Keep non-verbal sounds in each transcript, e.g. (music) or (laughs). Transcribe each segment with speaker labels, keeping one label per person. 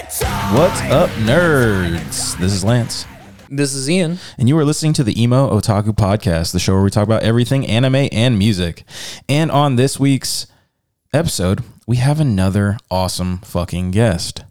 Speaker 1: What's up, nerds? This is Lance.
Speaker 2: This is Ian.
Speaker 1: And you are listening to the Emo Otaku Podcast, the show where we talk about everything anime and music. And on this week's episode, we have another awesome fucking guest,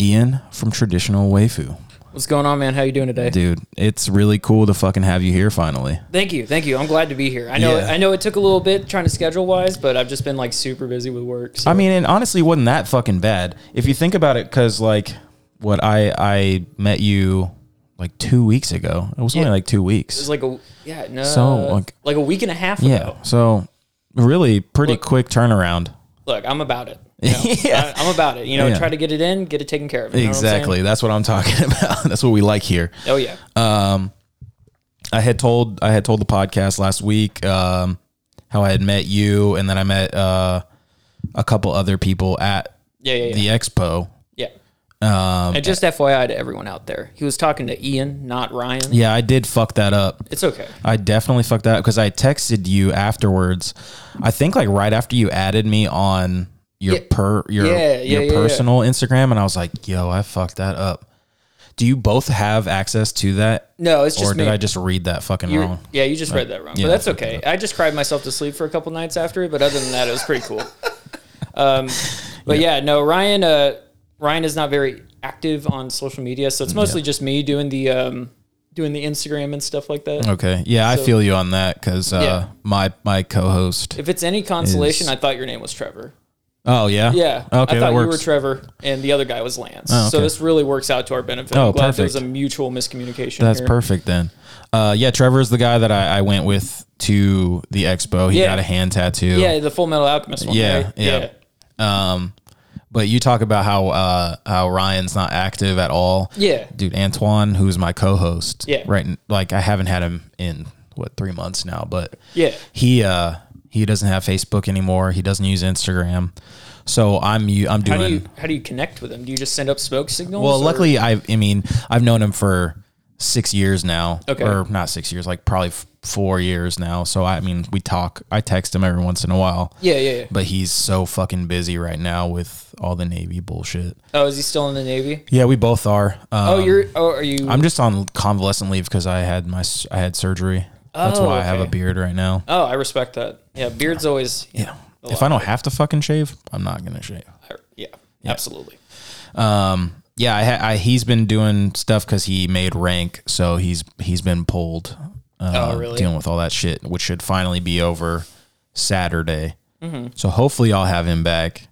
Speaker 1: Ian from Traditional Waifu.
Speaker 2: What's going on, man? How you doing today?
Speaker 1: Dude, it's really cool to fucking have you here finally.
Speaker 2: Thank you, thank you. I'm glad to be here. I know,
Speaker 1: Yeah.
Speaker 2: I know, it took a little bit trying to schedule wise, but I've just been like super busy with work. So.
Speaker 1: I mean, and honestly, it wasn't that fucking bad if you think about it. Because like, what I I met you like two weeks ago. It was only
Speaker 2: Yeah.
Speaker 1: like two weeks.
Speaker 2: it was like a yeah, no,
Speaker 1: So,
Speaker 2: like,
Speaker 1: like-
Speaker 2: a week and a half
Speaker 1: yeah.
Speaker 2: ago.
Speaker 1: So really, pretty
Speaker 2: Look-
Speaker 1: quick turnaround.
Speaker 2: Look, I'm
Speaker 1: (laughs)
Speaker 2: about it. You know,
Speaker 1: Yeah.
Speaker 2: I, am about it. You know,
Speaker 1: Yeah.
Speaker 2: try to get it in, get it taken care of. you know what I'm saying?
Speaker 1: exactly. Uh, That's what I'm talking (laughs) about. That's what we like here.
Speaker 2: Oh yeah,
Speaker 1: I had told I had told the podcast last week um, how I had met you, and then I met uh, a couple other people at
Speaker 2: yeah, yeah, yeah.
Speaker 1: the um, uh, expo.
Speaker 2: yeah. and just FYI to everyone out there, he was talking to Ian, not Ryan.
Speaker 1: Yeah, I did fuck that up.
Speaker 2: It's okay.
Speaker 1: I definitely fucked that up because I texted you afterwards. I think like right after you added me on your
Speaker 2: Yeah.
Speaker 1: per your
Speaker 2: Yeah, yeah,
Speaker 1: your
Speaker 2: yeah, yeah.
Speaker 1: personal Instagram, and I was like, "Yo, I fucked that up." Do you both have access to that,
Speaker 2: No, it's just
Speaker 1: or
Speaker 2: me.
Speaker 1: did I just read that fucking
Speaker 2: You-
Speaker 1: wrong?
Speaker 2: Yeah, you just read that wrong.
Speaker 1: yeah,
Speaker 2: but that's
Speaker 1: I
Speaker 2: okay. I just cried myself to sleep for a couple nights after it, but other than that, it was pretty
Speaker 1: (laughs)
Speaker 2: cool. Um, but yeah. no, Ryan. Uh, Ryan is not very active on social media, so it's
Speaker 1: Mm,
Speaker 2: mostly just me doing the um, doing the Instagram and stuff like that.
Speaker 1: Okay, yeah, I feel you on that because uh,
Speaker 2: Yeah.
Speaker 1: my my co-host.
Speaker 2: If it's any consolation,
Speaker 1: Is-
Speaker 2: I thought your name was Trevor.
Speaker 1: Oh yeah,
Speaker 2: Yeah,
Speaker 1: Okay,
Speaker 2: I
Speaker 1: that
Speaker 2: thought you
Speaker 1: works. Oh,
Speaker 2: were Trevor, and the other guy was Lance. So
Speaker 1: okay.
Speaker 2: this really works out to our benefit.
Speaker 1: Oh,
Speaker 2: I'm glad There was a
Speaker 1: perfect.
Speaker 2: mutual miscommunication.
Speaker 1: That's
Speaker 2: here.
Speaker 1: perfect then. Uh, yeah, Trevor's the guy that I, I went with to the expo. He
Speaker 2: Yeah.
Speaker 1: got a hand tattoo.
Speaker 2: Yeah, the Full Metal Alchemist one.
Speaker 1: Yeah,
Speaker 2: right?
Speaker 1: yeah. Um, but you talk about how uh, how Ryan's not active at all.
Speaker 2: Yeah.
Speaker 1: dude, Antoine, who's my co-host.
Speaker 2: Yeah.
Speaker 1: right. n- Like I haven't had him in what three months now, but
Speaker 2: Yeah.
Speaker 1: he uh he doesn't have Facebook anymore. He doesn't use Instagram. So I'm you I'm
Speaker 2: How
Speaker 1: doing
Speaker 2: do you how do you connect with them? Do you just send up smoke signals?
Speaker 1: well.
Speaker 2: or-
Speaker 1: Luckily, I I mean I've known him for six years now.
Speaker 2: Okay.
Speaker 1: or not six years, like probably f- four years now. So I mean we talk. I text him every once in a while.
Speaker 2: Yeah, yeah, yeah.
Speaker 1: but he's so fucking busy right now with all the Navy bullshit.
Speaker 2: Oh, is he still in the Navy?
Speaker 1: Yeah, we both are. Um,
Speaker 2: Oh, you're. Oh, are you?
Speaker 1: I'm just on convalescent leave because I had my s- I had surgery. That's
Speaker 2: Oh,
Speaker 1: why I have a
Speaker 2: okay.
Speaker 1: beard right now.
Speaker 2: oh, I respect that. Yeah, beard's always. Yeah,
Speaker 1: If I don't have to fucking shave, I'm not gonna shave.
Speaker 2: yeah, absolutely.
Speaker 1: Um, yeah, I, ha- I he's been doing stuff because he made rank, so he's he's been pulled. Uh,
Speaker 2: Oh, really?
Speaker 1: Dealing with all that shit, which should finally be over Saturday.
Speaker 2: Mm-hmm.
Speaker 1: So hopefully I'll have him back.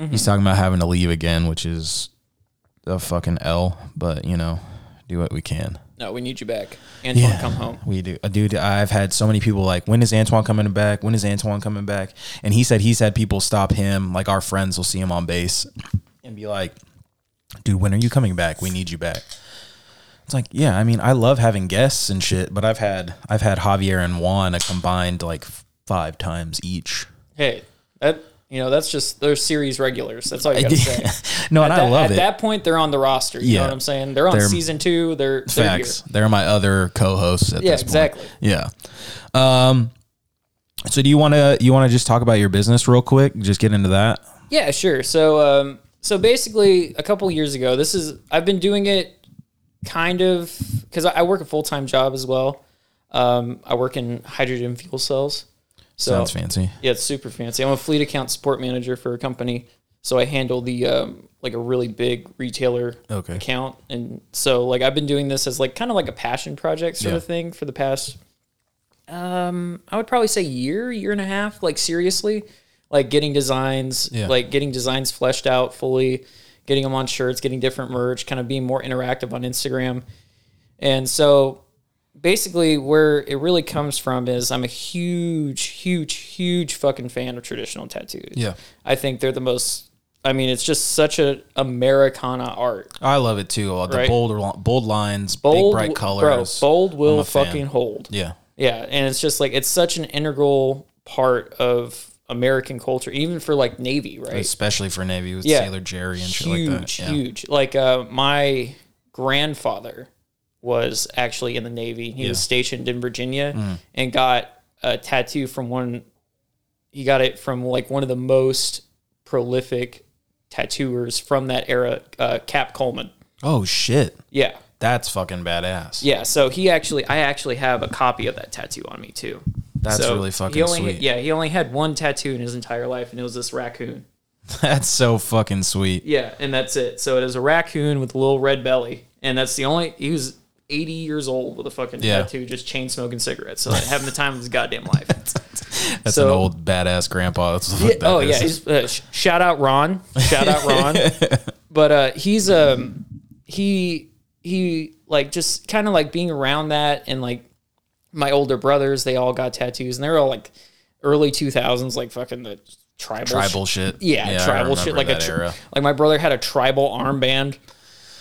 Speaker 1: He's talking about having to leave again, which is a fucking L. But you know, do what we can.
Speaker 2: No, we need you back. Antoine, come home.
Speaker 1: We do, Uh, dude. I've had so many people like, when is Antoine coming back? When is Antoine coming back? And he said he's had people stop him. Like our friends will see him on base and be like, dude, when are you coming back? We need you back. It's like, yeah. I mean, I love having guests and shit, but I've had I've had Javier and Juan a combined like f- five times each.
Speaker 2: Hey, that you know that's just they're series regulars. That's all you
Speaker 1: (laughs)
Speaker 2: gotta say.
Speaker 1: no, and
Speaker 2: At
Speaker 1: I
Speaker 2: that-
Speaker 1: love
Speaker 2: at
Speaker 1: it.
Speaker 2: that point, they're on the roster. You know
Speaker 1: Yeah.
Speaker 2: what I'm saying? They're on
Speaker 1: They're-
Speaker 2: season two. They're, they're here.
Speaker 1: Facts. They're my other co-hosts at
Speaker 2: Yeah,
Speaker 1: this point.
Speaker 2: exactly.
Speaker 1: Yeah. Um so do you want to you want to just talk about your business real quick? Just get into that.
Speaker 2: Yeah, sure. So, um, so basically, a couple years ago, this is I've been doing it kind of because I, I work a full time job as well. Um, I work in hydrogen fuel cells. So
Speaker 1: Sounds fancy.
Speaker 2: yeah, it's super fancy. I'm a fleet account support manager for a company, so I handle the um, like a really big retailer
Speaker 1: Okay.
Speaker 2: account, and so like I've been doing this as like kind of like a passion project sort
Speaker 1: Yeah.
Speaker 2: of thing for the past, um, I would probably say year, year and a half. Like seriously, like getting designs,
Speaker 1: Yeah.
Speaker 2: like getting designs fleshed out fully, getting them on shirts, getting different merch, kind of being more interactive on Instagram, and so basically where it really comes from is I'm a huge, huge, huge fucking fan of traditional tattoos.
Speaker 1: Yeah.
Speaker 2: I think they're the most I mean, it's just such a Americana art.
Speaker 1: I love it too. All The
Speaker 2: Right.
Speaker 1: bold bold bold lines, big
Speaker 2: Bold
Speaker 1: bright
Speaker 2: bro,
Speaker 1: colors.
Speaker 2: bold will
Speaker 1: fan.
Speaker 2: fucking hold.
Speaker 1: Yeah.
Speaker 2: Yeah, and it's just like it's such an integral part of American culture, even for like Navy, right?
Speaker 1: Especially for Navy with
Speaker 2: Yeah.
Speaker 1: Sailor Jerry and shit
Speaker 2: huge,
Speaker 1: like that. Yeah.
Speaker 2: huge. Like uh, my grandfather was actually in the Navy. He was stationed in Virginia
Speaker 1: Mm.
Speaker 2: and got a tattoo from one. He got it from like one of the most prolific tattooers from that era, uh, Cap Coleman.
Speaker 1: Oh shit.
Speaker 2: Yeah.
Speaker 1: That's fucking badass.
Speaker 2: Yeah. So he actually, I actually have a copy of that tattoo on me too.
Speaker 1: That's
Speaker 2: So
Speaker 1: really fucking
Speaker 2: he only,
Speaker 1: sweet.
Speaker 2: Yeah. He only had one tattoo in his entire life, and it was this raccoon.
Speaker 1: (laughs) That's so fucking sweet.
Speaker 2: Yeah. And that's it. So it is a raccoon with a little red belly. And that's the only, he was 80 years old with a fucking
Speaker 1: Yeah.
Speaker 2: tattoo, just chain smoking cigarettes. So having the time of
Speaker 1: (laughs)
Speaker 2: his goddamn life.
Speaker 1: That's
Speaker 2: So-
Speaker 1: an old badass grandpa. That's what
Speaker 2: Yeah,
Speaker 1: that
Speaker 2: oh
Speaker 1: is.
Speaker 2: yeah, he's, uh, sh- shout out Ron, shout out Ron.
Speaker 1: (laughs)
Speaker 2: but uh, he's um he he like just kind of like being around that and like my older brothers, they all got tattoos and they were all like early two thousands, like fucking the tribal sh-
Speaker 1: tribal shit.
Speaker 2: yeah,
Speaker 1: I
Speaker 2: tribal shit
Speaker 1: remember
Speaker 2: like
Speaker 1: that
Speaker 2: a tri-
Speaker 1: era.
Speaker 2: like my brother had a tribal armband.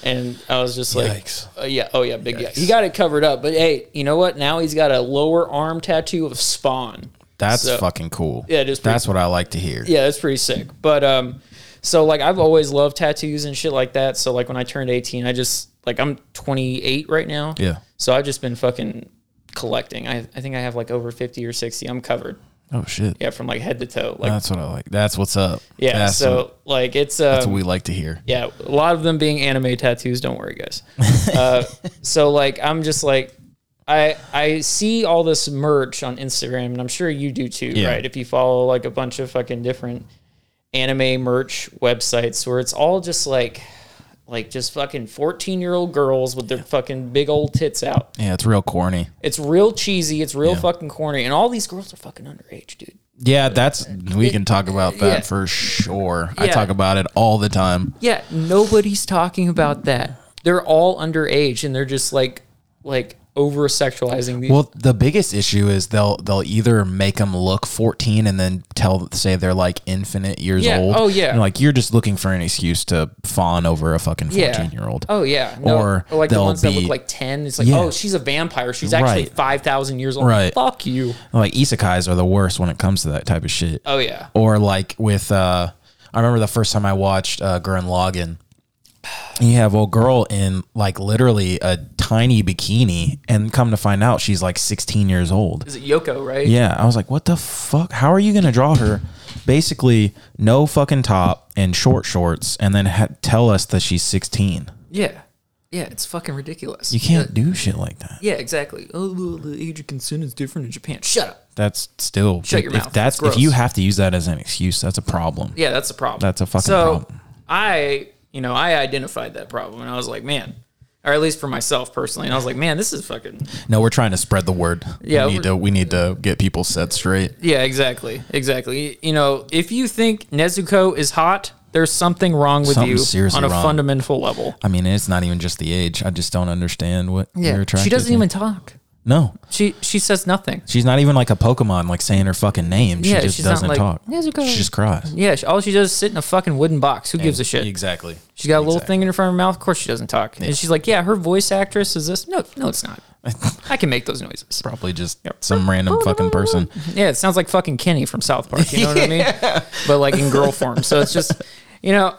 Speaker 2: And I was just like,
Speaker 1: Yikes.
Speaker 2: uh, yeah, oh yeah, big yeah. He got it covered up, but hey, you know what? Now he's got a lower arm tattoo of Spawn.
Speaker 1: That's
Speaker 2: So-
Speaker 1: fucking cool.
Speaker 2: Yeah, it is pretty
Speaker 1: That's what I like to hear.
Speaker 2: yeah, that's pretty sick. But um, so like I've always loved tattoos and shit like that. So like when I turned eighteen, I just like I'm 28 right now.
Speaker 1: Yeah.
Speaker 2: So I've just been fucking collecting. I I think I have like over 50 or 60. I'm covered.
Speaker 1: Oh shit.
Speaker 2: Yeah, from like head to toe. Like
Speaker 1: That's what I like. That's what's up.
Speaker 2: yeah.
Speaker 1: That's
Speaker 2: so
Speaker 1: what-
Speaker 2: like it's uh
Speaker 1: that's what we like to hear.
Speaker 2: yeah, a lot of them being anime tattoos. Don't worry, guys. Uh, so like, I'm just like, I I see all this merch on Instagram, and I'm sure you do too,
Speaker 1: Yeah.
Speaker 2: right? If you follow like a bunch of fucking different anime merch websites, where it's all just like, like just fucking 14 year old girls with their fucking big old tits out.
Speaker 1: Yeah, it's real corny.
Speaker 2: It's real cheesy. It's real fucking corny, and all these girls are fucking underage, dude.
Speaker 1: Yeah, that's we can talk about that
Speaker 2: Yeah.
Speaker 1: for sure. I
Speaker 2: Yeah.
Speaker 1: talk about it all the time.
Speaker 2: Yeah, nobody's talking about that. They're all underage and they're just like like over sexualizing these.
Speaker 1: Well, the biggest issue is they'll they'll either make them look 14 and then tell say they're like infinite years
Speaker 2: Yeah.
Speaker 1: old.
Speaker 2: Oh, yeah.
Speaker 1: And, like you're just looking for an excuse to fawn over a fucking 14
Speaker 2: Yeah.
Speaker 1: year old.
Speaker 2: oh yeah, no,
Speaker 1: or
Speaker 2: or, like the
Speaker 1: they'll
Speaker 2: ones that
Speaker 1: be-
Speaker 2: look like ten. It's like
Speaker 1: Yeah.
Speaker 2: oh, she's a vampire. She's actually
Speaker 1: Right.
Speaker 2: five thousand years old.
Speaker 1: Right.
Speaker 2: Fuck you.
Speaker 1: Like isekais are the worst when it comes to that type of shit.
Speaker 2: Oh yeah.
Speaker 1: or like with uh I remember the first time I watched uh Gurren Lagann. You have old girl in like literally a tiny bikini and come to find out she's like 16 years old.
Speaker 2: Is it Yoko? Right.
Speaker 1: Yeah, I was like, "What the fuck? How are you going to draw her basically no fucking top and short shorts and then ha- tell us that she's 16?"
Speaker 2: Yeah. Yeah. It's fucking ridiculous.
Speaker 1: You can't do shit like that.
Speaker 2: yeah, exactly. Oh, well, the age of consent is different in Japan. Shut up.
Speaker 1: That's still
Speaker 2: Shut your
Speaker 1: if
Speaker 2: mouth.
Speaker 1: that's
Speaker 2: Gross.
Speaker 1: if you have to use that as an excuse, that's a problem.
Speaker 2: Yeah, that's a problem.
Speaker 1: That's a fucking
Speaker 2: so,
Speaker 1: problem.
Speaker 2: I, you know, I identified that problem, and I was like, man, or at least for myself personally, and I was like, man, this is fucking
Speaker 1: No, we're trying to spread the word.
Speaker 2: Yeah,
Speaker 1: we need
Speaker 2: we're-
Speaker 1: to we need to get people set straight.
Speaker 2: Yeah, exactly. Exactly. You know, if you think Nezuko is hot, there's something wrong with
Speaker 1: Something
Speaker 2: you
Speaker 1: seriously
Speaker 2: on a
Speaker 1: wrong.
Speaker 2: fundamental level.
Speaker 1: I mean, it's not even just the age. I just don't understand what you're attracted
Speaker 2: She doesn't
Speaker 1: to.
Speaker 2: even talk.
Speaker 1: No,
Speaker 2: She she says nothing.
Speaker 1: she's not even like a Pokemon, like saying her fucking name. she
Speaker 2: Yeah,
Speaker 1: just
Speaker 2: she's not
Speaker 1: doesn't
Speaker 2: like,
Speaker 1: talk.
Speaker 2: "Nezuko."
Speaker 1: She just cries.
Speaker 2: Yeah, she, all she does is sit in a fucking wooden box. Who gives a shit?
Speaker 1: Exactly.
Speaker 2: She's got a little
Speaker 1: Exactly.
Speaker 2: thing in her front of her mouth. Of course, she doesn't talk. And she's like, "Yeah, her voice actress is this." No, no,
Speaker 1: (laughs)
Speaker 2: it's not. I can make those noises.
Speaker 1: Probably just some random fucking person.
Speaker 2: Yeah, it sounds like fucking Kenny from South Park. You know what I mean? But like in girl form. So it's just, you know.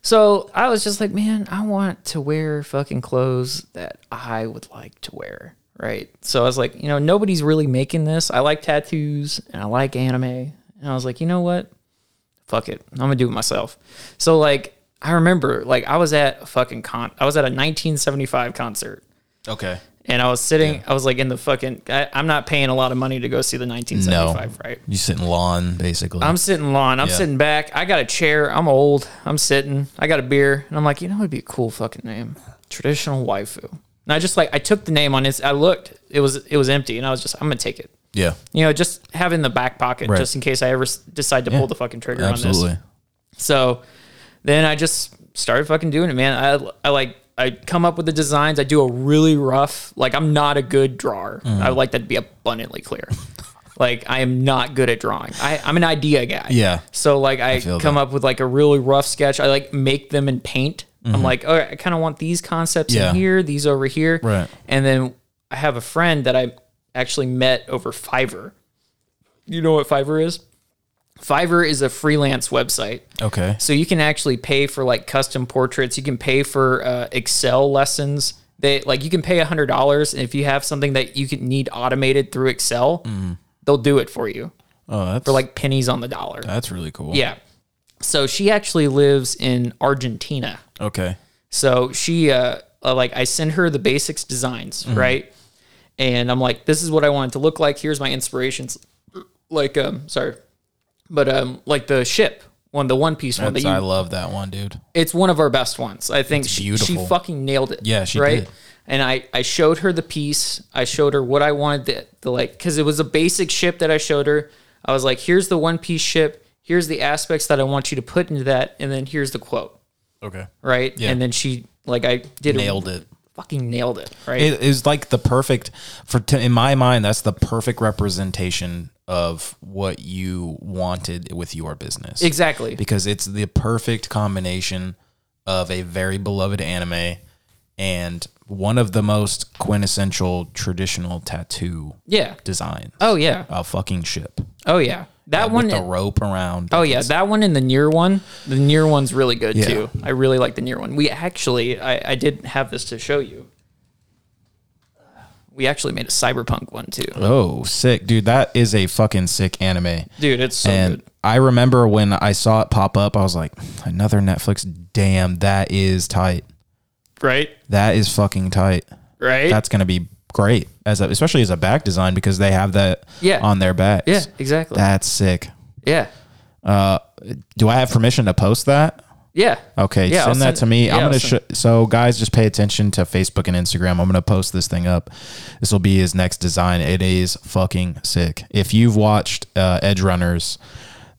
Speaker 2: So I was just like, man, I want to wear fucking clothes that I would like to wear. Right. So I was like, you know, nobody's really making this. I like tattoos and I like anime. And I was like, you know what? Fuck it. I'm going to do it myself. So like, I remember like I was at a fucking con, I was at a 1975 concert
Speaker 1: Okay.
Speaker 2: and I was sitting, I was like in the fucking, I, I'm not paying a lot of money to go see the 1975, right?
Speaker 1: You sit in lawn basically.
Speaker 2: I'm sitting lawn. I'm sitting back. I got a chair. I'm old. I'm sitting. I got a beer. And I'm like, you know, it'd be a cool fucking name. Traditional waifu. And I just like I took the name on it. I looked. It was it was empty and I was just I'm gonna take it.
Speaker 1: yeah.
Speaker 2: You know, just have it in the back pocket
Speaker 1: Right.
Speaker 2: just in case I ever s- decide to pull the fucking trigger on this.
Speaker 1: Absolutely.
Speaker 2: So then I just started fucking doing it, man. I, I like, I come up with the designs. I do a really rough, like, I'm not a good drawer.
Speaker 1: Mm.
Speaker 2: I would like that to be abundantly
Speaker 1: (laughs)
Speaker 2: clear. like, I am not good at drawing. I, I'm an idea guy.
Speaker 1: Yeah.
Speaker 2: So, like, I,
Speaker 1: feel
Speaker 2: come
Speaker 1: that.
Speaker 2: up with like a really rough sketch. I like make them in paint. I'm like, all right, I kind of want these concepts
Speaker 1: Mm-hmm. Yeah.
Speaker 2: in here, these over here.
Speaker 1: Right.
Speaker 2: And then I have a friend that I actually met over Fiverr. You know what Fiverr is? Fiverr is a freelance website.
Speaker 1: Okay.
Speaker 2: So you can actually pay for like custom portraits. You can pay for uh, Excel lessons. They like you can pay hundred dollars, and if you have something that you can need automated through Excel,
Speaker 1: Mm-hmm.
Speaker 2: they'll do it for you
Speaker 1: Oh, that's
Speaker 2: for like pennies on the dollar.
Speaker 1: Uh, that's really cool.
Speaker 2: yeah. So she actually lives in Argentina.
Speaker 1: Okay.
Speaker 2: So she, uh, uh, like, I send her the basics designs,
Speaker 1: Mm-hmm.
Speaker 2: right? And I'm like, this is what I want it to look like. Here's my inspirations. Like, um, sorry, but um, like the ship one, the One Piece one that
Speaker 1: That's-
Speaker 2: you
Speaker 1: I love that one, dude.
Speaker 2: it's one of our best ones. I think she, she
Speaker 1: beautiful.
Speaker 2: fucking nailed it.
Speaker 1: Yeah, she
Speaker 2: right?
Speaker 1: did.
Speaker 2: And I, I showed her the piece. I showed her what I wanted the, the like because it was a basic ship that I showed her. I was like, here's the one piece ship. Here's the aspects that I want you to put into that, and then here's the quote.
Speaker 1: Okay.
Speaker 2: Right. And then she like I did
Speaker 1: Nailed it.
Speaker 2: Fucking nailed it. Right.
Speaker 1: It is like the perfect for t- in my mind. That's the perfect representation of what you wanted with your business.
Speaker 2: exactly.
Speaker 1: because it's the perfect combination of a very beloved anime and one of the most quintessential traditional tattoo
Speaker 2: yeah.
Speaker 1: designs.
Speaker 2: Oh yeah.
Speaker 1: A fucking ship.
Speaker 2: Oh yeah. That one.
Speaker 1: with the rope around.
Speaker 2: Oh yeah, that one and the near one. The near one's really good
Speaker 1: Yeah.
Speaker 2: too. I really like the near one. We actually, I, I did have this to show you. We actually made a cyberpunk one too,
Speaker 1: Oh, sick, dude! That is a fucking sick anime.
Speaker 2: dude. It's so
Speaker 1: and
Speaker 2: good.
Speaker 1: I remember when I saw it pop up, I was like, another Netflix. Damn, that is tight.
Speaker 2: Right,
Speaker 1: That is fucking tight.
Speaker 2: right.
Speaker 1: That's gonna be great as a, especially as a back design because they have that
Speaker 2: Yeah.
Speaker 1: on their backs.
Speaker 2: yeah, exactly.
Speaker 1: That's sick.
Speaker 2: yeah,
Speaker 1: Uh, do I have permission to post that?
Speaker 2: yeah.
Speaker 1: Okay,
Speaker 2: Yeah, I'll
Speaker 1: send that to me.
Speaker 2: yeah,
Speaker 1: I'm
Speaker 2: I'll
Speaker 1: gonna sh-
Speaker 2: send-
Speaker 1: so guys, just pay attention to Facebook and Instagram. I'm gonna post this thing up. This will be his next design. It is fucking sick. If you've watched uh, Edge Runners,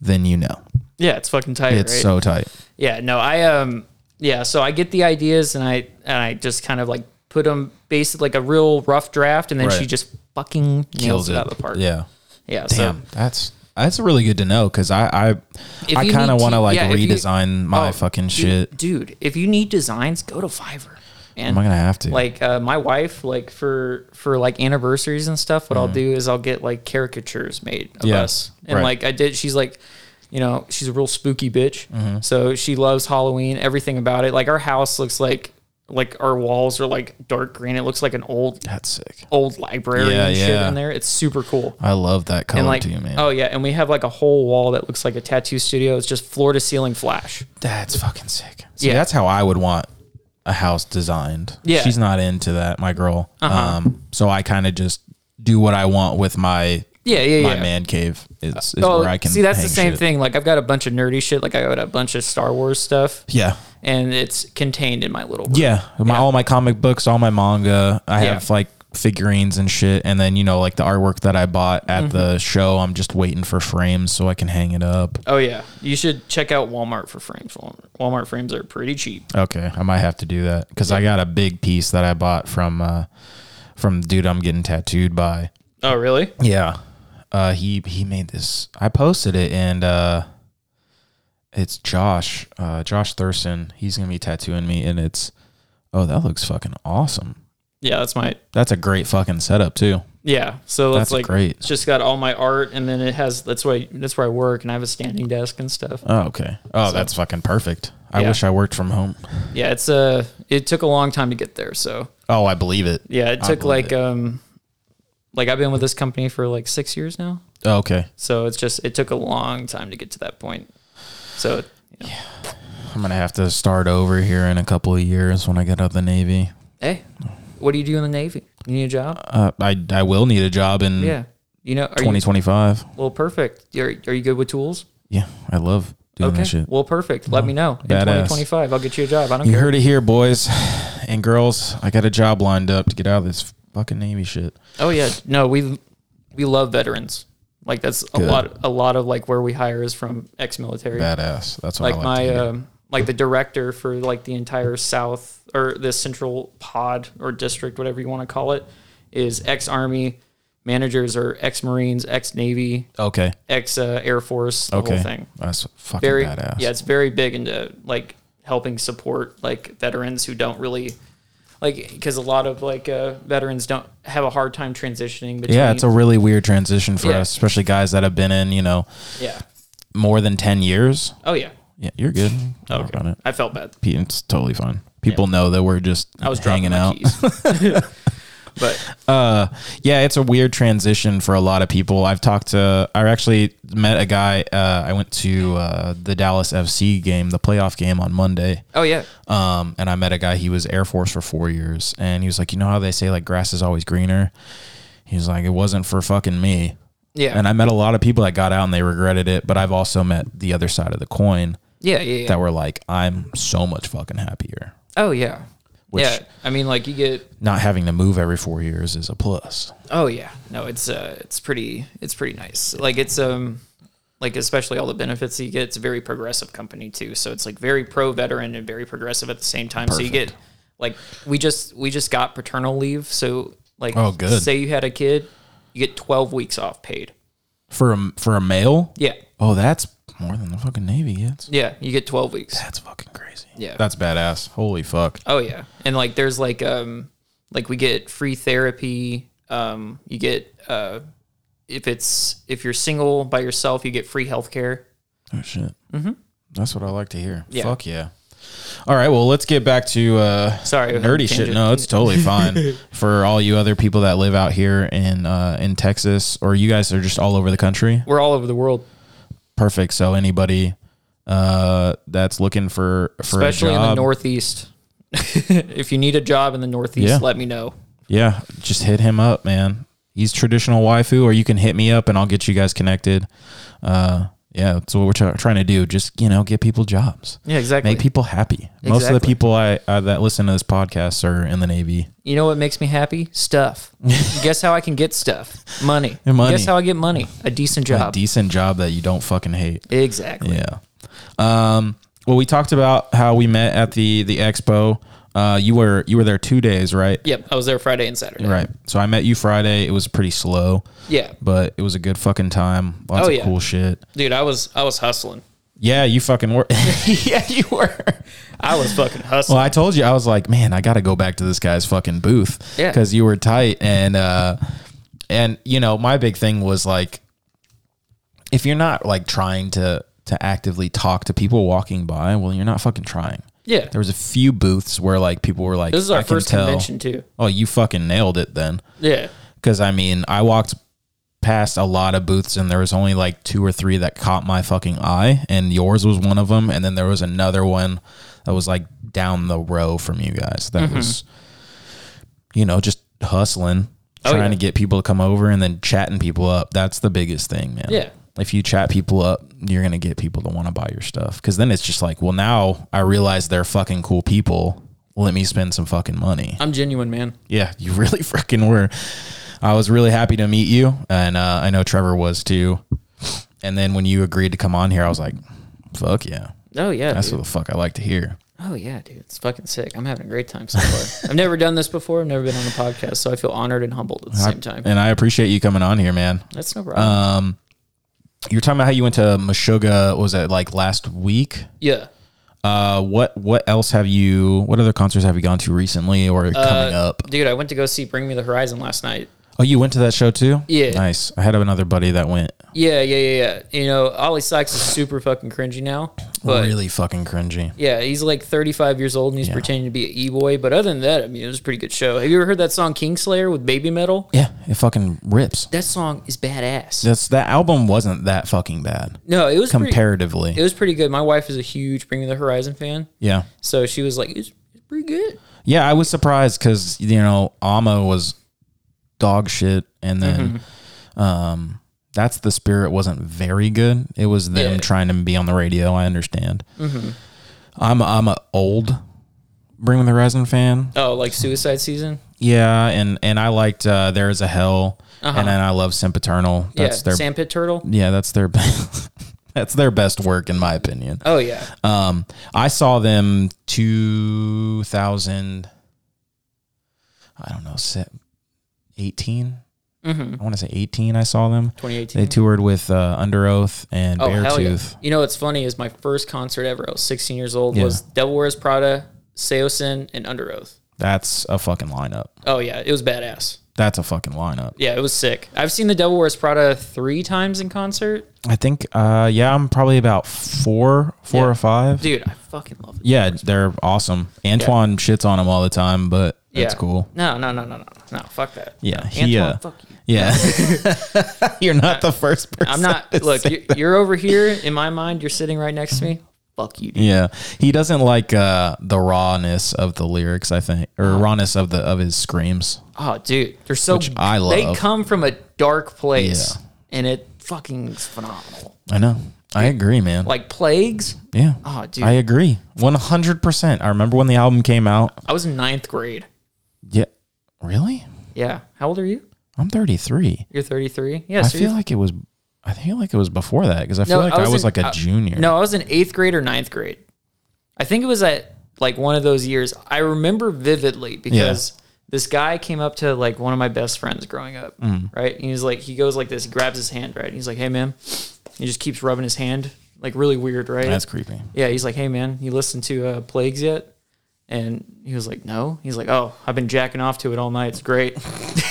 Speaker 1: then you know
Speaker 2: yeah, it's fucking tight.
Speaker 1: it's
Speaker 2: right?
Speaker 1: so tight.
Speaker 2: Yeah, no, I um, yeah. So I get the ideas and I and I just kind of like put them basic like a real rough draft, and then
Speaker 1: Right.
Speaker 2: she just fucking nails
Speaker 1: Kills
Speaker 2: it
Speaker 1: it.
Speaker 2: out of the park.
Speaker 1: Yeah,
Speaker 2: yeah.
Speaker 1: damn,
Speaker 2: So
Speaker 1: that's that's really good to know because I I,
Speaker 2: If
Speaker 1: I
Speaker 2: you
Speaker 1: kind
Speaker 2: need
Speaker 1: of want to
Speaker 2: to-
Speaker 1: like
Speaker 2: yeah, if you-
Speaker 1: redesign my
Speaker 2: Oh,
Speaker 1: fucking
Speaker 2: dude,
Speaker 1: shit.
Speaker 2: dude. If you need designs, go to Fiverr. And
Speaker 1: Am I gonna have to?
Speaker 2: like uh, my wife like for for like anniversaries and stuff what i'll do is i'll get like caricatures made of
Speaker 1: Mm. Yeah,
Speaker 2: us and
Speaker 1: right.
Speaker 2: like i did she's like you know she's a real spooky bitch
Speaker 1: Mm-hmm.
Speaker 2: so she loves halloween everything about it like our house looks like like our walls are like dark green it looks like an old
Speaker 1: that's sick.
Speaker 2: old library
Speaker 1: Yeah,
Speaker 2: and shit
Speaker 1: yeah.
Speaker 2: in there it's super cool
Speaker 1: I love that color
Speaker 2: and like
Speaker 1: too, man.
Speaker 2: oh yeah and we have like a whole wall that looks like a tattoo studio it's just floor to ceiling flash
Speaker 1: That's fucking sick. See,
Speaker 2: Yeah.
Speaker 1: that's how I would want a house designed.
Speaker 2: Yeah. Uh-huh.
Speaker 1: She's not into that, my girl. Um, so I kind of just do what I want with my
Speaker 2: yeah yeah yeah
Speaker 1: my man cave. Is, is where I can
Speaker 2: Oh, see that's the
Speaker 1: hang
Speaker 2: same
Speaker 1: shit.
Speaker 2: thing like i've got a bunch of nerdy shit like i got a bunch of star wars stuff
Speaker 1: Yeah.
Speaker 2: and it's contained in my little room.
Speaker 1: Yeah. My, All my comic books, all my manga. I
Speaker 2: Yeah.
Speaker 1: have like figurines and shit. And then, you know, like the artwork that I bought at the show, I'm just waiting for frames so I can hang it up.
Speaker 2: Oh yeah, you should check out Walmart for frames. Walmart, Walmart frames are pretty cheap.
Speaker 1: Okay, I might have to do that because I got a big piece that I bought from uh, from the dude I'm getting tattooed by.
Speaker 2: Oh really?
Speaker 1: Yeah. Uh, he he made this. I posted it, and uh, it's Josh, uh, Josh Thurston. He's gonna be tattooing me, and it's oh, that looks fucking awesome.
Speaker 2: Yeah, that's my
Speaker 1: That's a great fucking setup too.
Speaker 2: yeah. So that's
Speaker 1: That's
Speaker 2: like
Speaker 1: great.
Speaker 2: It's just got all my art, and then it has that's why that's where I work, and I have a standing desk and stuff.
Speaker 1: Oh, okay. Oh, that's fucking perfect. I
Speaker 2: Yeah.
Speaker 1: wish I worked from home.
Speaker 2: Yeah, it's uh it took a long time to get there. So
Speaker 1: Oh, I believe it.
Speaker 2: yeah, it took
Speaker 1: believe
Speaker 2: like
Speaker 1: it.
Speaker 2: um like I've been with this company for like six years now.
Speaker 1: Oh, okay,
Speaker 2: So it's just it took a long time to get to that point. So you know,
Speaker 1: I'm gonna have to start over here in a couple of years when I get out of the Navy.
Speaker 2: hey, what do you do in the Navy? You need a job?
Speaker 1: Uh, I I will need a job in
Speaker 2: yeah. You know, are you
Speaker 1: 2025.
Speaker 2: Well, perfect. Are, are you good with tools?
Speaker 1: Yeah, I love doing that shit.
Speaker 2: Well, perfect. Let me know in
Speaker 1: Badass.
Speaker 2: 2025. I'll get you a job. I don't
Speaker 1: You
Speaker 2: care.
Speaker 1: heard it here, boys and girls. I got a job lined up to get out of this fucking Navy shit.
Speaker 2: Oh yeah, no, we we love veterans. Like that's a
Speaker 1: Good.
Speaker 2: lot. A lot of like where we hire is from ex-military.
Speaker 1: Badass. That's what I
Speaker 2: like
Speaker 1: like.
Speaker 2: my
Speaker 1: to hear.
Speaker 2: um, like the director for like the entire South or the Central Pod or district, whatever you want to call it, is ex-army. Managers are ex-marines, ex-navy,
Speaker 1: okay.
Speaker 2: ex uh, Air Force, the
Speaker 1: Okay.
Speaker 2: whole thing.
Speaker 1: That's fucking
Speaker 2: very
Speaker 1: badass.
Speaker 2: yeah it's very big into like helping support like veterans who don't really like because a lot of like uh, veterans don't have a hard time transitioning between
Speaker 1: Yeah, it's a really weird transition for
Speaker 2: Yeah.
Speaker 1: us, especially guys that have been in, you know,
Speaker 2: yeah
Speaker 1: more than 10 years.
Speaker 2: oh yeah
Speaker 1: Yeah, you're good. Don't worry about it.
Speaker 2: i felt bad
Speaker 1: P- It's totally fine. People know that we're just
Speaker 2: i was
Speaker 1: hanging
Speaker 2: dropping my
Speaker 1: out.
Speaker 2: keys (laughs) But
Speaker 1: uh yeah it's a weird transition for a lot of people i've talked to i actually met a guy uh i went to uh the dallas fc game the playoff game on monday
Speaker 2: oh yeah,
Speaker 1: um and i met a guy he was air force for four years and he was like you know how they say like grass is always greener he's like it wasn't for fucking me
Speaker 2: yeah,
Speaker 1: and i met a lot of people that got out and they regretted it but i've also met the other side of the coin
Speaker 2: yeah, yeah, yeah.
Speaker 1: that were like i'm so much fucking happier
Speaker 2: oh yeah,
Speaker 1: Which-
Speaker 2: yeah. I mean, like you get
Speaker 1: not having to move every four years is a plus
Speaker 2: Oh yeah, no, it's uh, it's pretty, it's pretty nice. Like it's um, like especially all the benefits that you get. It's a very progressive company too, so it's like very pro veteran and very progressive at the same time. So you get like we just we just got paternal leave, so like
Speaker 1: Oh, good.
Speaker 2: Say you had a kid, you get twelve weeks off paid.
Speaker 1: for a for a male
Speaker 2: Yeah,
Speaker 1: Oh, that's more than the fucking Navy gets.
Speaker 2: yeah, you get twelve weeks.
Speaker 1: That's fucking crazy.
Speaker 2: Yeah.
Speaker 1: That's badass. Holy fuck.
Speaker 2: Oh yeah, and like there's like um like we get free therapy. Um, you get uh if it's if you're single by yourself, you get free healthcare.
Speaker 1: Oh shit. Mm-hmm. That's what I like to hear.
Speaker 2: Yeah.
Speaker 1: Fuck yeah. All right, well, let's get back to uh,
Speaker 2: Sorry, I had a
Speaker 1: nerdy shit.
Speaker 2: tangent.
Speaker 1: No, it's
Speaker 2: (laughs)
Speaker 1: totally fine for all you other people that live out here in uh, in Texas, or you guys are just all over the country.
Speaker 2: We're all over the world.
Speaker 1: Perfect. So anybody uh, that's looking for for
Speaker 2: especially
Speaker 1: a
Speaker 2: in
Speaker 1: job,
Speaker 2: the northeast (laughs) if you need a job in the northeast
Speaker 1: Yeah.
Speaker 2: let me know
Speaker 1: Yeah, just hit him up, man. He's traditional waifu, or you can hit me up and I'll get you guys connected. Uh, yeah, that's what we're try- trying to do. Just you know, get people jobs,
Speaker 2: yeah exactly
Speaker 1: make people happy. Most of the
Speaker 2: Exactly.
Speaker 1: people I uh, that listen to this podcast are in the Navy.
Speaker 2: you know what makes me happy stuff
Speaker 1: (laughs)
Speaker 2: guess how i can get stuff money.
Speaker 1: And money.
Speaker 2: guess how i get money a decent
Speaker 1: A
Speaker 2: job
Speaker 1: decent job that you don't fucking hate.
Speaker 2: exactly
Speaker 1: Yeah. Um. Well, we talked about how we met at the the expo. Uh, you were you were there two days, right?
Speaker 2: yep i was there friday and saturday
Speaker 1: Right. So I met you Friday. It was pretty slow,
Speaker 2: yeah
Speaker 1: but it was a good fucking time. Lots
Speaker 2: Oh,
Speaker 1: of
Speaker 2: yeah.
Speaker 1: cool shit.
Speaker 2: dude i was i was hustling (laughs)
Speaker 1: Yeah, you fucking were. (laughs) yeah, you were.
Speaker 2: i was fucking hustling
Speaker 1: Well, I told you, I was like, man, I got to go back to this guy's fucking booth.
Speaker 2: Yeah.
Speaker 1: Cause you were tight. And, uh, and, you know, my big thing was like, if you're not like trying to, to actively talk to people walking by, well, you're not fucking trying.
Speaker 2: yeah
Speaker 1: There was a few booths where like people were like,
Speaker 2: this is our
Speaker 1: I can
Speaker 2: first
Speaker 1: tell-
Speaker 2: convention too
Speaker 1: Oh, you fucking nailed it then.
Speaker 2: yeah
Speaker 1: Cause I mean, I walked past a lot of booths and there was only like two or three that caught my fucking eye and yours was one of them. And then there was another one that was like down the row from you guys that
Speaker 2: Mm-hmm.
Speaker 1: was, you know, just hustling,
Speaker 2: Oh,
Speaker 1: trying
Speaker 2: yeah.
Speaker 1: to get people to come over and then chatting people up. That's the biggest thing, man.
Speaker 2: Yeah.
Speaker 1: If you chat people up, you're going to get people to want to buy your stuff. Cause then it's just like, well, now I realize they're fucking cool people. Let me spend some fucking money.
Speaker 2: i'm genuine man
Speaker 1: Yeah, you (laughs) really freaking were. I was really happy to meet you, and uh, I know Trevor was too. And then when you agreed to come on here, I was like, "Fuck yeah,
Speaker 2: oh yeah
Speaker 1: that's
Speaker 2: dude.
Speaker 1: what the fuck I like to hear."
Speaker 2: oh yeah dude it's fucking sick i'm having a great time so far (laughs) i've never done this before i've never been on a podcast so i feel honored and humbled at the same time
Speaker 1: And I appreciate you coming on here, man.
Speaker 2: that's no problem
Speaker 1: Um, you were talking about how you went to Meshuggah. Was it like last week?
Speaker 2: yeah
Speaker 1: Uh, what what else have you? What other concerts have you gone to recently
Speaker 2: Uh,
Speaker 1: or coming up?
Speaker 2: Dude, I went to go see Bring Me the Horizon last night.
Speaker 1: Oh, you went to that show too?
Speaker 2: Yeah.
Speaker 1: nice. I had another buddy that went.
Speaker 2: Yeah, yeah, yeah, yeah. You know, Ollie Sykes is super fucking cringy now. But
Speaker 1: really fucking cringy.
Speaker 2: yeah, he's like 35 years old and he's pretending to be an e boy. But other than that, I mean, it was a pretty good show. Have you ever heard that song Kingslayer with Baby Metal?
Speaker 1: Yeah, it fucking rips.
Speaker 2: That song is badass.
Speaker 1: That's that album wasn't that fucking bad
Speaker 2: No, it was pretty,
Speaker 1: comparatively.
Speaker 2: it was pretty good. My wife is a huge Bring Me the Horizon fan,
Speaker 1: yeah,
Speaker 2: so she was like, "It's, it's pretty good."
Speaker 1: yeah. I was surprised because you know Ama was dog shit, and then
Speaker 2: Mm-hmm.
Speaker 1: um, that's the spirit wasn't very good. It was them
Speaker 2: Yeah. Mm-hmm.
Speaker 1: trying to be on the radio. I understand. I'm a, I'm a old Bring Me the Horizon fan.
Speaker 2: Oh, like Suicide Season?
Speaker 1: Yeah, and and I liked uh, There Is a Hell, and then I love Sim Paternal. That's
Speaker 2: Uh-huh. yeah,
Speaker 1: their Mm.
Speaker 2: Sandpit Turtle.
Speaker 1: yeah, that's their (laughs) that's their best work in my opinion.
Speaker 2: Oh yeah,
Speaker 1: Um, I saw them 2000, I don't know, se- 18.
Speaker 2: Mm-hmm.
Speaker 1: I want to say 18. I saw them.
Speaker 2: 2018.
Speaker 1: They toured with uh, Under Oath and
Speaker 2: Oh, hell yeah.
Speaker 1: Beartooth.
Speaker 2: You know what's funny is my first concert ever. I was 16 years old.
Speaker 1: Yeah.
Speaker 2: Was Devil Wears Prada, Seosin, and Under Oath.
Speaker 1: That's a fucking lineup.
Speaker 2: Oh yeah, it was badass.
Speaker 1: That's a fucking lineup.
Speaker 2: Yeah, it was sick. I've seen the Devil Wears Prada three times in concert.
Speaker 1: I think, uh, yeah, I'm probably about four, four
Speaker 2: Yeah.
Speaker 1: or five.
Speaker 2: Dude, I fucking love it.
Speaker 1: Yeah, they're awesome. Antoine shits on them all the time, but that's
Speaker 2: Yeah.
Speaker 1: cool.
Speaker 2: No, no, no, no, no, no. Fuck that.
Speaker 1: Yeah,
Speaker 2: No.
Speaker 1: he,
Speaker 2: Antoine,
Speaker 1: uh,
Speaker 2: fuck you.
Speaker 1: Yeah, (laughs)
Speaker 2: (laughs)
Speaker 1: you're not the first person. (laughs)
Speaker 2: I'm not.
Speaker 1: to
Speaker 2: Look,
Speaker 1: say-
Speaker 2: you're, you're over here in my mind. You're sitting right next
Speaker 1: (laughs)
Speaker 2: to me. Fuck you. Dude.
Speaker 1: yeah, he doesn't like uh, the rawness of the lyrics. I think, or rawness of the of his screams.
Speaker 2: Oh, dude, they're so.
Speaker 1: I
Speaker 2: They
Speaker 1: love.
Speaker 2: come from a dark place,
Speaker 1: Yeah.
Speaker 2: and it fucking is phenomenal.
Speaker 1: I know. I agree, man.
Speaker 2: Like plagues.
Speaker 1: yeah,
Speaker 2: Oh, dude,
Speaker 1: I
Speaker 2: I,
Speaker 1: agree, one hundred percent. I remember when the album came out.
Speaker 2: was in ninth grade.
Speaker 1: Yeah, really?
Speaker 2: Yeah. How old are you?
Speaker 1: I'm 33.
Speaker 2: You're 33. Yeah.
Speaker 1: I
Speaker 2: so you're-
Speaker 1: feel like it was. I feel like it was before that because I feel like I was,
Speaker 2: in-
Speaker 1: like a
Speaker 2: I- uh,
Speaker 1: junior.
Speaker 2: No, I was in eighth grade or ninth grade. I think it was at like one of those years. I remember vividly because this guy came up to like one of my best friends growing up,
Speaker 1: Mm.
Speaker 2: right? And he's like, he goes like this, he grabs his hand, right? And he's like, hey, man. He just keeps rubbing his hand, like really weird, right?
Speaker 1: that's creepy.
Speaker 2: yeah, he's like, hey, man, you listen to uh, Plagues yet? And he was like, no. He's like, oh, I've been jacking off to it all night. It's great. (laughs)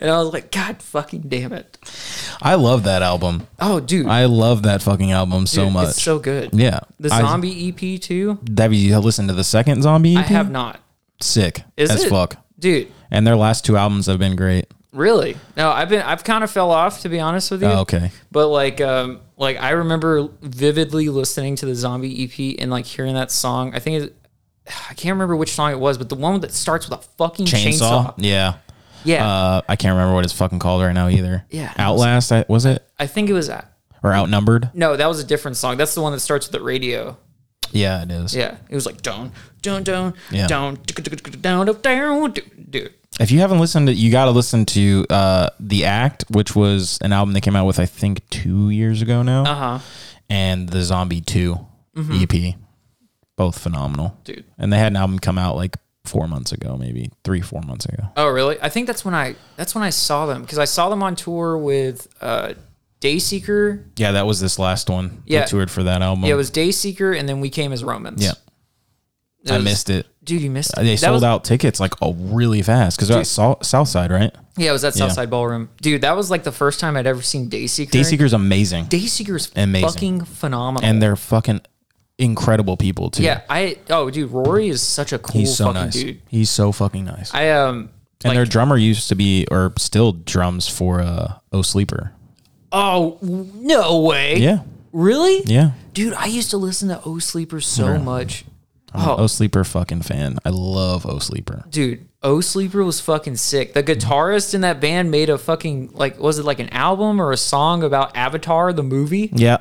Speaker 2: and I was like, God fucking damn it.
Speaker 1: I love that album.
Speaker 2: Oh, dude.
Speaker 1: I love that fucking album so
Speaker 2: Dude,
Speaker 1: much.
Speaker 2: It's so good.
Speaker 1: yeah,
Speaker 2: The
Speaker 1: I-
Speaker 2: zombie EP too.
Speaker 1: Have you listened to the second zombie?
Speaker 2: I
Speaker 1: EP?
Speaker 2: have not.
Speaker 1: Sick
Speaker 2: Is
Speaker 1: as
Speaker 2: it?
Speaker 1: fuck.
Speaker 2: Dude,
Speaker 1: And their last two albums have been great.
Speaker 2: really? No, I've been I've kind of fell off to be honest with you.
Speaker 1: Oh, okay.
Speaker 2: But like um like I remember vividly listening to the zombie EP and like hearing that song. I think it I can't remember which song it was, but the one that starts with a fucking
Speaker 1: Chainsaw.
Speaker 2: chainsaw.
Speaker 1: Yeah.
Speaker 2: Yeah.
Speaker 1: Uh, I can't remember what it's fucking called right now either.
Speaker 2: Yeah.
Speaker 1: Outlast. I, was it
Speaker 2: I think it was that.
Speaker 1: or outnumbered?
Speaker 2: No, that was a different song. That's the one that starts with the radio.
Speaker 1: Yeah, it is.
Speaker 2: Yeah. It was like down, down, down,
Speaker 1: Yeah.
Speaker 2: down, down, down, down, dude.
Speaker 1: If you haven't listened to, you got to listen to uh, the Act, which was an album they came out with, I think, two years ago now,
Speaker 2: Uh huh.
Speaker 1: and the Zombie 2 EP, both phenomenal.
Speaker 2: Mm-hmm. Dude.
Speaker 1: And they had an album come out like four months ago, maybe three, four months ago.
Speaker 2: Oh, really? I think that's when I that's when I saw them because I saw them on tour with uh, Dayseeker.
Speaker 1: Yeah, that was this last one.
Speaker 2: Yeah.
Speaker 1: they toured for that album.
Speaker 2: Yeah, it was Dayseeker, and then we came as Romans.
Speaker 1: Yeah.
Speaker 2: It
Speaker 1: I
Speaker 2: was-
Speaker 1: missed it.
Speaker 2: Dude, you missed. it.
Speaker 1: Uh, They
Speaker 2: That
Speaker 1: sold
Speaker 2: was-
Speaker 1: out tickets like oh, really fast because they're at Sol- Southside, right?
Speaker 2: Yeah, it was at Southside Ballroom. Dude, that was like the first time I'd ever seen Dayseeker.
Speaker 1: Dayseeker's amazing,
Speaker 2: Dayseeker's
Speaker 1: Amazing.
Speaker 2: fucking phenomenal.
Speaker 1: and they're fucking incredible people too.
Speaker 2: yeah, I oh, dude, Rory is such a cool
Speaker 1: he's so
Speaker 2: fucking
Speaker 1: nice.
Speaker 2: dude.
Speaker 1: He's so fucking nice.
Speaker 2: I um,
Speaker 1: and
Speaker 2: like,
Speaker 1: their drummer used to be or still drums for uh, O Sleeper.
Speaker 2: oh no way.
Speaker 1: Yeah,
Speaker 2: Really?
Speaker 1: yeah.
Speaker 2: Dude, I used to listen to O Sleeper so much. Oh.
Speaker 1: I'm an O Sleeper fucking fan. I love O Sleeper.
Speaker 2: dude o sleeper was fucking sick the guitarist in that band made a fucking like was it like an album or a song about avatar the movie
Speaker 1: Yeah,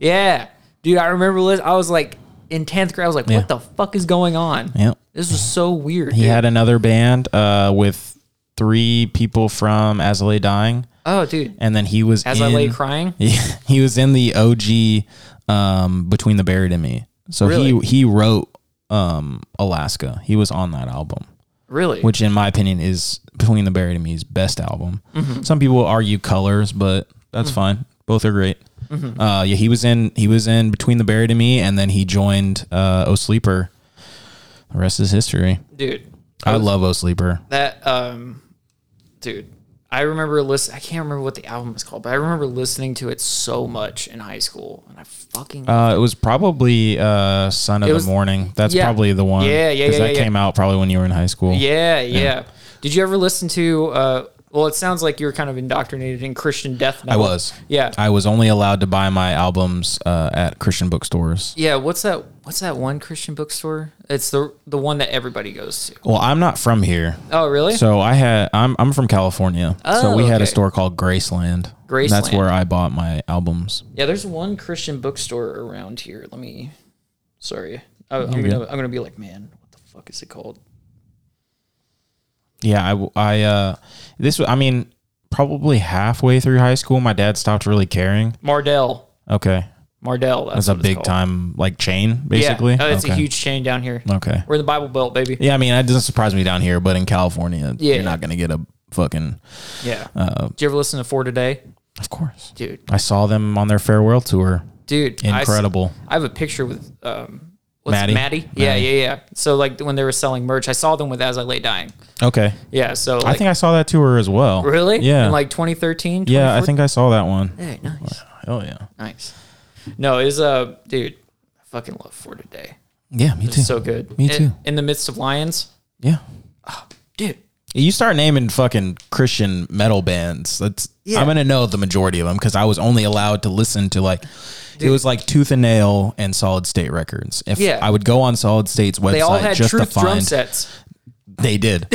Speaker 2: yeah dude i remember lis- i was like in 10th grade i was like what the fuck is going on
Speaker 1: yeah.
Speaker 2: this was so weird
Speaker 1: He
Speaker 2: dude.
Speaker 1: had another band uh, with three people from As I Lay Dying,
Speaker 2: oh dude
Speaker 1: and then he was
Speaker 2: as i lay
Speaker 1: in-
Speaker 2: crying
Speaker 1: (laughs) Yeah, he was in the OG um, between the buried and me. So
Speaker 2: Really?
Speaker 1: he he wrote um, Alaska. He was on that album,
Speaker 2: really
Speaker 1: which in my opinion is between the buried and me's best album.
Speaker 2: Mm-hmm.
Speaker 1: Some people argue colors, but that's fine. Both are great.
Speaker 2: Mm-hmm.
Speaker 1: Uh, yeah, he was in he was in between the buried and me, and then he joined uh, O Sleeper. The rest is history.
Speaker 2: dude
Speaker 1: I love O Sleeper.
Speaker 2: that um dude i remember listen i can't remember what the album was called but i remember listening to it so much in high school and i fucking
Speaker 1: Uh, it was probably uh, Son of
Speaker 2: was-
Speaker 1: the Morning. That's
Speaker 2: yeah.
Speaker 1: probably the one.
Speaker 2: Yeah, yeah,
Speaker 1: 'cause
Speaker 2: yeah,
Speaker 1: That
Speaker 2: yeah.
Speaker 1: came out probably when you were in high school.
Speaker 2: Yeah, yeah. Did you ever listen to? Uh, well, it sounds like you were kind of indoctrinated in Christian death
Speaker 1: I
Speaker 2: metal.
Speaker 1: was.
Speaker 2: Yeah,
Speaker 1: I was only allowed to buy my albums uh, at Christian bookstores.
Speaker 2: yeah. What's that? What's that one Christian bookstore? It's the the one that everybody goes to.
Speaker 1: Well, I'm not from here.
Speaker 2: Oh, really? (laughs)
Speaker 1: So I had I'm I'm from California. so
Speaker 2: Oh,
Speaker 1: we had a
Speaker 2: okay.
Speaker 1: store called Graceland.
Speaker 2: Graceland.
Speaker 1: That's where I bought my albums.
Speaker 2: yeah, there's one Christian bookstore around here. Let me. Sorry, I, I'm gonna I'm gonna be like, man, what the fuck is it called?
Speaker 1: Yeah, I w- I uh this was I mean probably halfway through high school my dad stopped really caring.
Speaker 2: Mardell.
Speaker 1: Okay.
Speaker 2: Mardell. That's,
Speaker 1: It's a
Speaker 2: what it's
Speaker 1: big
Speaker 2: called.
Speaker 1: time like chain basically.
Speaker 2: Yeah, Oh, it's
Speaker 1: okay.
Speaker 2: a huge chain down here.
Speaker 1: Okay.
Speaker 2: We're in the Bible Belt, baby.
Speaker 1: Yeah, I mean, it doesn't surprise me down here, but in California,
Speaker 2: Yeah.
Speaker 1: you're not going to get a fucking
Speaker 2: Yeah.
Speaker 1: Uh,
Speaker 2: Did you ever listen to Four Today,
Speaker 1: Of course.
Speaker 2: dude?
Speaker 1: I saw them on their farewell tour.
Speaker 2: Dude, I s-
Speaker 1: Incredible.
Speaker 2: I have a picture with um, what's
Speaker 1: Maddie?
Speaker 2: Maddie? Yeah, yeah, yeah. So like when they were selling merch, I saw them with As I Lay Dying.
Speaker 1: Okay.
Speaker 2: Yeah, so
Speaker 1: I
Speaker 2: like,
Speaker 1: think I saw that tour as well.
Speaker 2: really,
Speaker 1: Yeah.
Speaker 2: in like 2013.
Speaker 1: yeah, I think I saw that one.
Speaker 2: Hey, nice,
Speaker 1: Hell yeah.
Speaker 2: nice. No, is uh, dude, I fucking love for today.
Speaker 1: Yeah, me too.
Speaker 2: So good.
Speaker 1: Me
Speaker 2: In-
Speaker 1: too.
Speaker 2: In the midst of lions,
Speaker 1: yeah.
Speaker 2: dude.
Speaker 1: You start naming fucking Christian metal bands. That's
Speaker 2: Yeah.
Speaker 1: I'm gonna know the majority of them because I was only allowed to listen to like it was like Tooth and Nail and Solid State Records. If
Speaker 2: Yeah.
Speaker 1: I would go on Solid State's website,
Speaker 2: They all had
Speaker 1: just
Speaker 2: truth
Speaker 1: to
Speaker 2: drum
Speaker 1: find
Speaker 2: sets.
Speaker 1: They
Speaker 2: (laughs)
Speaker 1: did.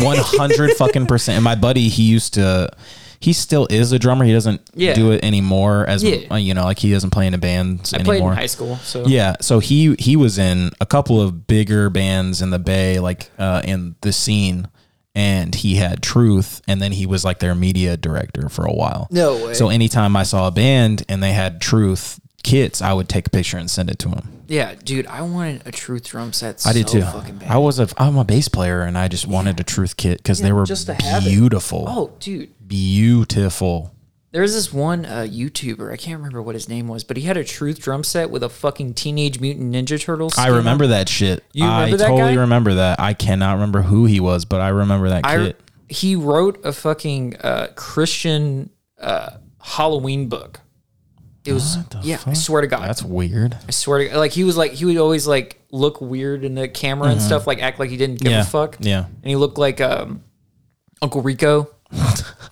Speaker 1: 100 fucking percent. And my buddy, he used to, he still is a drummer. He doesn't
Speaker 2: Yeah.
Speaker 1: do it anymore as,
Speaker 2: Yeah.
Speaker 1: uh, you know, like he doesn't play in a band
Speaker 2: I
Speaker 1: anymore.
Speaker 2: played in high school, so
Speaker 1: Yeah, so he he was in a couple of bigger bands in the Bay, like uh, in the scene, and he had Truth, and then he was like their media director for a while.
Speaker 2: No way.
Speaker 1: So anytime I saw a band and they had Truth kits, I would take a picture and send it to him.
Speaker 2: Yeah, dude, I wanted a truth drum set.
Speaker 1: I did too. I was a I'm a bass player, and I just wanted a Truth kit because they were
Speaker 2: just to have it.
Speaker 1: beautiful,
Speaker 2: oh, dude,
Speaker 1: beautiful.
Speaker 2: there's this one uh, YouTuber. I can't remember what his name was, but he had a truth drum set with a fucking Teenage Mutant Ninja Turtles.
Speaker 1: I
Speaker 2: skin on
Speaker 1: remember that shit.
Speaker 2: You
Speaker 1: I
Speaker 2: remember that
Speaker 1: totally
Speaker 2: guy?
Speaker 1: remember that. I cannot remember who he was, but I remember that
Speaker 2: I,
Speaker 1: kit.
Speaker 2: he wrote a fucking uh, Christian uh, Halloween book. It was yeah. I swear to God,
Speaker 1: That's weird.
Speaker 2: I swear to God. Like he was like he would always like look weird in the camera and stuff, like act like he didn't give
Speaker 1: Yeah.
Speaker 2: a fuck.
Speaker 1: Yeah.
Speaker 2: and he looked like um, Uncle (laughs) Rico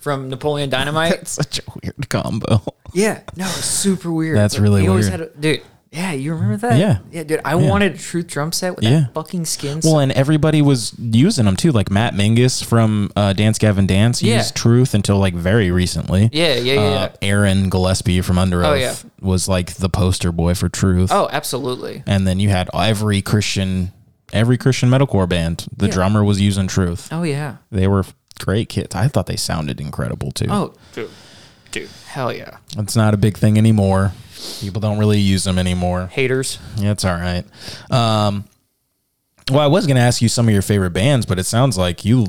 Speaker 2: from Napoleon (laughs) Dynamite.
Speaker 1: Such a weird
Speaker 2: (laughs)
Speaker 1: combo.
Speaker 2: yeah, no, it's super weird.
Speaker 1: That's really
Speaker 2: he Always
Speaker 1: weird.
Speaker 2: had a, dude. Yeah, you remember that?
Speaker 1: Yeah.
Speaker 2: yeah, dude. I wanted a truth drum set with
Speaker 1: Yeah.
Speaker 2: that fucking skin.
Speaker 1: Well, and everybody was using them too. Like Matt Mingus from uh, Dance Gavin Dance he
Speaker 2: Yeah.
Speaker 1: used Truth until like very recently.
Speaker 2: yeah, yeah, yeah. yeah.
Speaker 1: Uh, Aaron Gillespie from Under Oath
Speaker 2: yeah.
Speaker 1: was like the poster boy for Truth.
Speaker 2: oh, absolutely.
Speaker 1: And then you had every Christian, every Christian metalcore band. The drummer was using Truth.
Speaker 2: Oh yeah.
Speaker 1: They were great kits. I thought they sounded incredible too.
Speaker 2: Oh, dude, dude, hell yeah.
Speaker 1: It's not a big thing anymore. People don't really use them anymore.
Speaker 2: Haters.
Speaker 1: Yeah, it's all right. Um, well, I was going to ask you some of your favorite bands, but it sounds like you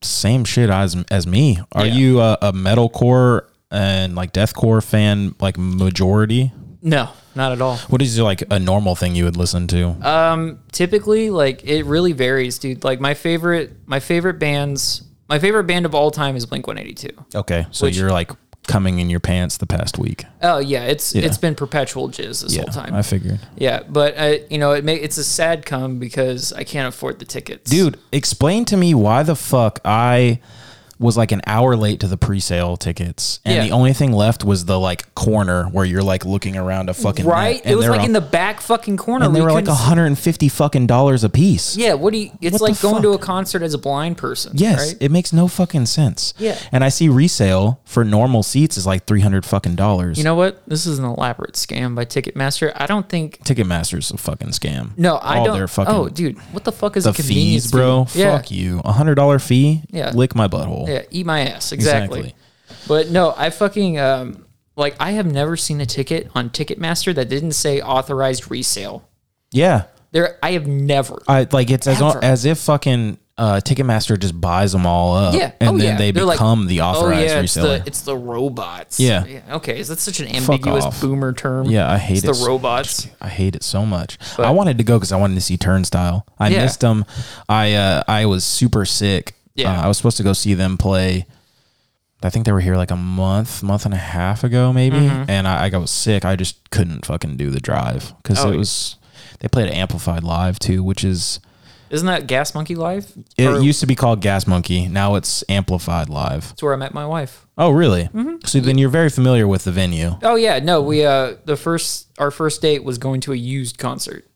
Speaker 1: same shit as as me. Are
Speaker 2: Yeah.
Speaker 1: you a, a metalcore and like deathcore fan, like majority?
Speaker 2: No, not at all.
Speaker 1: What is your, like a normal thing you would listen to?
Speaker 2: Uh, typically like it really varies dude like my favorite my favorite bands my favorite band of all time is blink 182
Speaker 1: okay, so you're like coming in your pants the past week.
Speaker 2: oh yeah it's it's been perpetual jizz this whole time
Speaker 1: I figured.
Speaker 2: yeah but I, you know it may, it's a sad come because i can't afford the tickets
Speaker 1: Dude, explain to me why the fuck I was like an hour late to the pre-sale tickets and
Speaker 2: Yeah.
Speaker 1: the only thing left was the like corner where you're like looking around a fucking net,
Speaker 2: right
Speaker 1: and
Speaker 2: it was
Speaker 1: they're
Speaker 2: like
Speaker 1: all-
Speaker 2: in the back fucking corner
Speaker 1: and they
Speaker 2: where
Speaker 1: were
Speaker 2: you
Speaker 1: like
Speaker 2: couldn't
Speaker 1: 150
Speaker 2: see-
Speaker 1: fucking dollars a piece.
Speaker 2: yeah what do you it's
Speaker 1: What the
Speaker 2: like going to a
Speaker 1: fuck?
Speaker 2: concert as a blind person
Speaker 1: Yes,
Speaker 2: right?
Speaker 1: it makes no fucking sense.
Speaker 2: Yeah.
Speaker 1: And I see resale for normal seats is like 300 fucking dollars.
Speaker 2: you know what this is an elaborate scam by ticketmaster i don't think
Speaker 1: Ticketmaster's a fucking scam.
Speaker 2: no i
Speaker 1: All
Speaker 2: don't
Speaker 1: Their fucking,
Speaker 2: oh dude what the fuck is
Speaker 1: the
Speaker 2: a convenience
Speaker 1: fees, bro.
Speaker 2: fee? yeah
Speaker 1: Fuck you. A hundred dollar fee.
Speaker 2: Yeah.
Speaker 1: Lick my butthole.
Speaker 2: Yeah, eat my ass. Exactly.
Speaker 1: Exactly.
Speaker 2: But no, I fucking um like I have never seen a ticket on Ticketmaster that didn't say authorized resale.
Speaker 1: yeah.
Speaker 2: There I have never.
Speaker 1: I like it's as
Speaker 2: Ever.
Speaker 1: as if fucking uh, Ticketmaster just buys them all up,
Speaker 2: Yeah.
Speaker 1: and
Speaker 2: oh,
Speaker 1: then
Speaker 2: yeah.
Speaker 1: they
Speaker 2: They're like,
Speaker 1: become the authorized
Speaker 2: oh, yeah, It's
Speaker 1: reseller.
Speaker 2: the, it's the robots.
Speaker 1: Yeah.
Speaker 2: Okay, is that such an ambiguous
Speaker 1: off.
Speaker 2: boomer term?
Speaker 1: yeah, I hate
Speaker 2: It's
Speaker 1: it.
Speaker 2: the
Speaker 1: so-
Speaker 2: robots.
Speaker 1: I hate it so much. I wanted to go because I wanted to see Turnstile. I
Speaker 2: Yeah.
Speaker 1: missed them. I uh, I was super sick.
Speaker 2: Yeah.
Speaker 1: Uh, I was supposed to go see them play. I think they were here like a month, month and a half ago, maybe.
Speaker 2: Mm-hmm.
Speaker 1: And I, I got sick. I just couldn't fucking do the drive because
Speaker 2: Oh,
Speaker 1: it
Speaker 2: yeah.
Speaker 1: was. They played Amplified live too, which is
Speaker 2: Isn't that Gas Monkey Live?
Speaker 1: it
Speaker 2: Or-
Speaker 1: used to be called Gas Monkey. Now it's Amplified live.
Speaker 2: That's where I met my wife.
Speaker 1: Oh, really?
Speaker 2: Mm-hmm.
Speaker 1: So then you're very familiar with the venue.
Speaker 2: Oh yeah, no, we uh the first our first date was going to a used concert.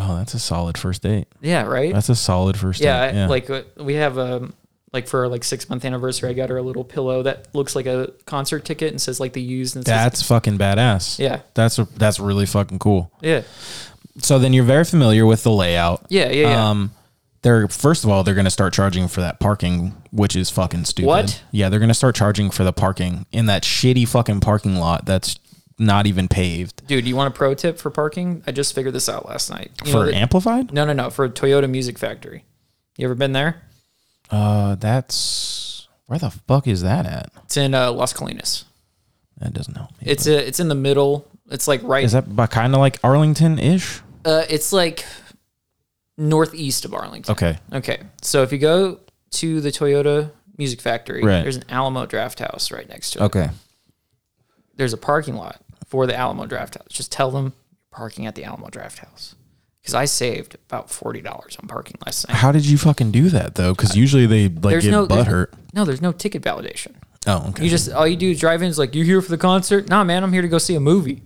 Speaker 1: Oh, that's a solid first date.
Speaker 2: Yeah, right?
Speaker 1: That's a solid first
Speaker 2: yeah,
Speaker 1: date.
Speaker 2: I- like uh, we have um like for our like six month anniversary i got her a little pillow that looks like a concert ticket and says like the used and it says,
Speaker 1: that's fucking badass.
Speaker 2: Yeah.
Speaker 1: that's a, that's really fucking cool.
Speaker 2: yeah
Speaker 1: So then you're very familiar with the layout.
Speaker 2: yeah yeah yeah
Speaker 1: Um, they're first of all they're gonna start charging for that parking, which is fucking stupid.
Speaker 2: What?
Speaker 1: Yeah, they're gonna start charging for the parking in that shitty fucking parking lot that's not even paved
Speaker 2: dude you want a pro tip for parking i just figured this out last night You know
Speaker 1: for
Speaker 2: that-
Speaker 1: amplified.
Speaker 2: no no no for toyota music factory you ever been there
Speaker 1: Uh, that's where the fuck is that at?
Speaker 2: it's in uh, las colinas uh,
Speaker 1: That doesn't help. Me.
Speaker 2: it's a, it's in the middle it's like right
Speaker 1: Is that by kind of like Arlington ish?
Speaker 2: Uh, it's like northeast of Arlington.
Speaker 1: Okay.
Speaker 2: Okay. So if you go to the Toyota Music Factory,
Speaker 1: Right.
Speaker 2: there's an Alamo Draft House right next to it.
Speaker 1: Okay.
Speaker 2: There's a parking lot for the Alamo Draft House. Just tell them you're parking at the Alamo Draft House. Because I saved about $40 on parking
Speaker 1: (laughs)
Speaker 2: last night.
Speaker 1: How did you fucking do that though? Because usually they like
Speaker 2: There's
Speaker 1: get
Speaker 2: no
Speaker 1: butt
Speaker 2: there's,
Speaker 1: hurt.
Speaker 2: No, there's no ticket validation.
Speaker 1: Oh, okay.
Speaker 2: You just all you do is drive in. It's like you here for the concert? Nah, man, I'm here to go see a movie.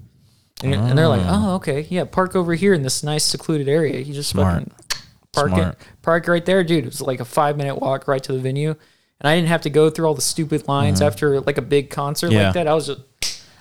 Speaker 2: And, you're- and they're like,
Speaker 1: Ah.
Speaker 2: oh, okay, yeah, park over here in this nice secluded area. You just
Speaker 1: Smart.
Speaker 2: fucking park
Speaker 1: Smart.
Speaker 2: it, park right there, dude. It was like a five minute walk right to the venue, and I didn't have to go through all the stupid lines after like a big concert
Speaker 1: Mm-hmm. Yeah.
Speaker 2: like that. I was just,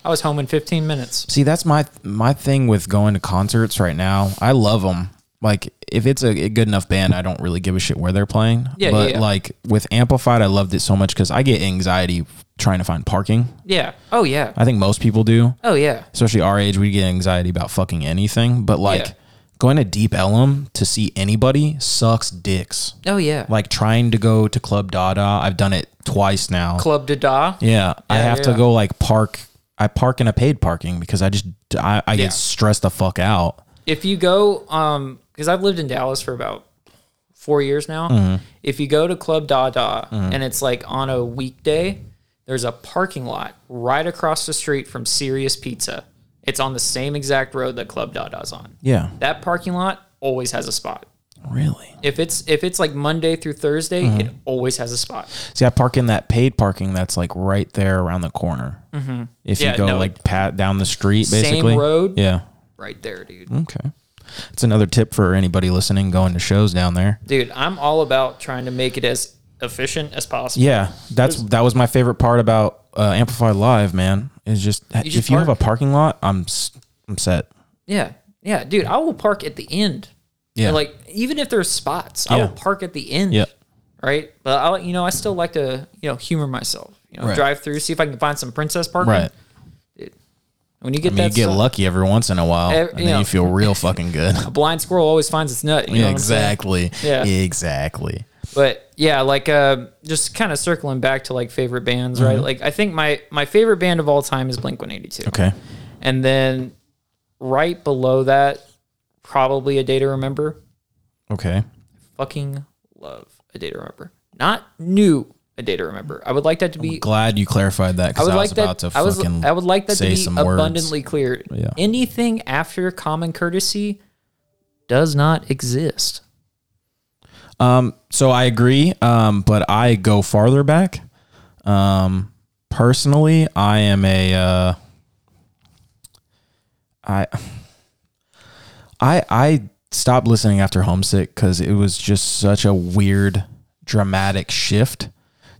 Speaker 2: I was home in 15 minutes.
Speaker 1: See, that's my my thing with going to concerts right now. I love them. Like if it's a good enough band, I don't really give a shit where they're playing.
Speaker 2: Yeah,
Speaker 1: but
Speaker 2: yeah, yeah.
Speaker 1: like with Amplified, I loved it so much because I get anxiety trying to find parking.
Speaker 2: Yeah. Oh yeah.
Speaker 1: I think most people do,
Speaker 2: Oh yeah.
Speaker 1: especially our age. We get anxiety about fucking anything. But like
Speaker 2: Yeah.
Speaker 1: going to Deep Ellum to see anybody sucks dicks.
Speaker 2: Oh yeah.
Speaker 1: Like trying to go to Club Dada, I've done it twice now.
Speaker 2: Club de Da.
Speaker 1: Yeah, I
Speaker 2: Yeah,
Speaker 1: have to
Speaker 2: yeah.
Speaker 1: go like park. I park in a paid parking because I just I, I
Speaker 2: Yeah.
Speaker 1: get stressed the fuck out.
Speaker 2: if you go um because i've lived in dallas for about four years now
Speaker 1: Mm-hmm.
Speaker 2: if you go to club dada and it's like on a weekday there's a parking lot right across the street from sirius pizza it's on the same exact road that club dada's on
Speaker 1: Yeah,
Speaker 2: that parking lot always has a spot
Speaker 1: really.
Speaker 2: if it's if it's like monday through thursday
Speaker 1: Mm-hmm.
Speaker 2: it always has a spot
Speaker 1: See, I park in that paid parking that's like right there around the corner. Mm-hmm. If
Speaker 2: Yeah,
Speaker 1: you go
Speaker 2: no,
Speaker 1: like pat down the street,
Speaker 2: Same
Speaker 1: basically
Speaker 2: road?
Speaker 1: Yeah.
Speaker 2: right there dude
Speaker 1: Okay. It's another tip for anybody listening going to shows down there.
Speaker 2: dude i'm all about trying to make it as efficient as possible
Speaker 1: Yeah, that's that was my favorite part about uh, Amplify Live, man. Is just,
Speaker 2: just
Speaker 1: if you have a
Speaker 2: park.
Speaker 1: parking lot, I'm s- I'm set.
Speaker 2: Yeah. Yeah, dude, I will park at the end.
Speaker 1: Yeah.
Speaker 2: Yeah. like even if there's spots, I
Speaker 1: Yeah.
Speaker 2: will park at the end.
Speaker 1: Yeah.
Speaker 2: Right? But I will you know, I still like to, you know, humor myself. You know,
Speaker 1: Right.
Speaker 2: drive through, see if I can find some princess parking.
Speaker 1: Right.
Speaker 2: When you get
Speaker 1: I mean, you
Speaker 2: that
Speaker 1: get
Speaker 2: stuff,
Speaker 1: lucky every once in a while,
Speaker 2: Ev-
Speaker 1: and
Speaker 2: you
Speaker 1: then
Speaker 2: know.
Speaker 1: you feel real fucking good.
Speaker 2: a blind squirrel always finds its nut. (laughs) You know what I'm saying?
Speaker 1: exactly.
Speaker 2: Yeah.
Speaker 1: Exactly.
Speaker 2: but yeah like uh, just kind of circling back to like favorite bands right like i think my my favorite band of all time is blink 182
Speaker 1: Mm-hmm. Okay.
Speaker 2: and then right below that probably a day to remember
Speaker 1: Okay.
Speaker 2: fucking love a day to remember. Not new a day to remember. I would like that to be.
Speaker 1: Glad you clarified that
Speaker 2: I
Speaker 1: because
Speaker 2: would
Speaker 1: I, was
Speaker 2: like
Speaker 1: about
Speaker 2: that.
Speaker 1: to
Speaker 2: I was.
Speaker 1: fucking.
Speaker 2: I would like that to
Speaker 1: say
Speaker 2: be
Speaker 1: some words.
Speaker 2: abundantly clear.
Speaker 1: Yeah.
Speaker 2: Anything after common courtesy does not exist.
Speaker 1: um. So I agree. Um. But I go farther back. Um. Personally, I am a. Uh, I. I I stopped listening after Homesick because it was just such a weird, dramatic shift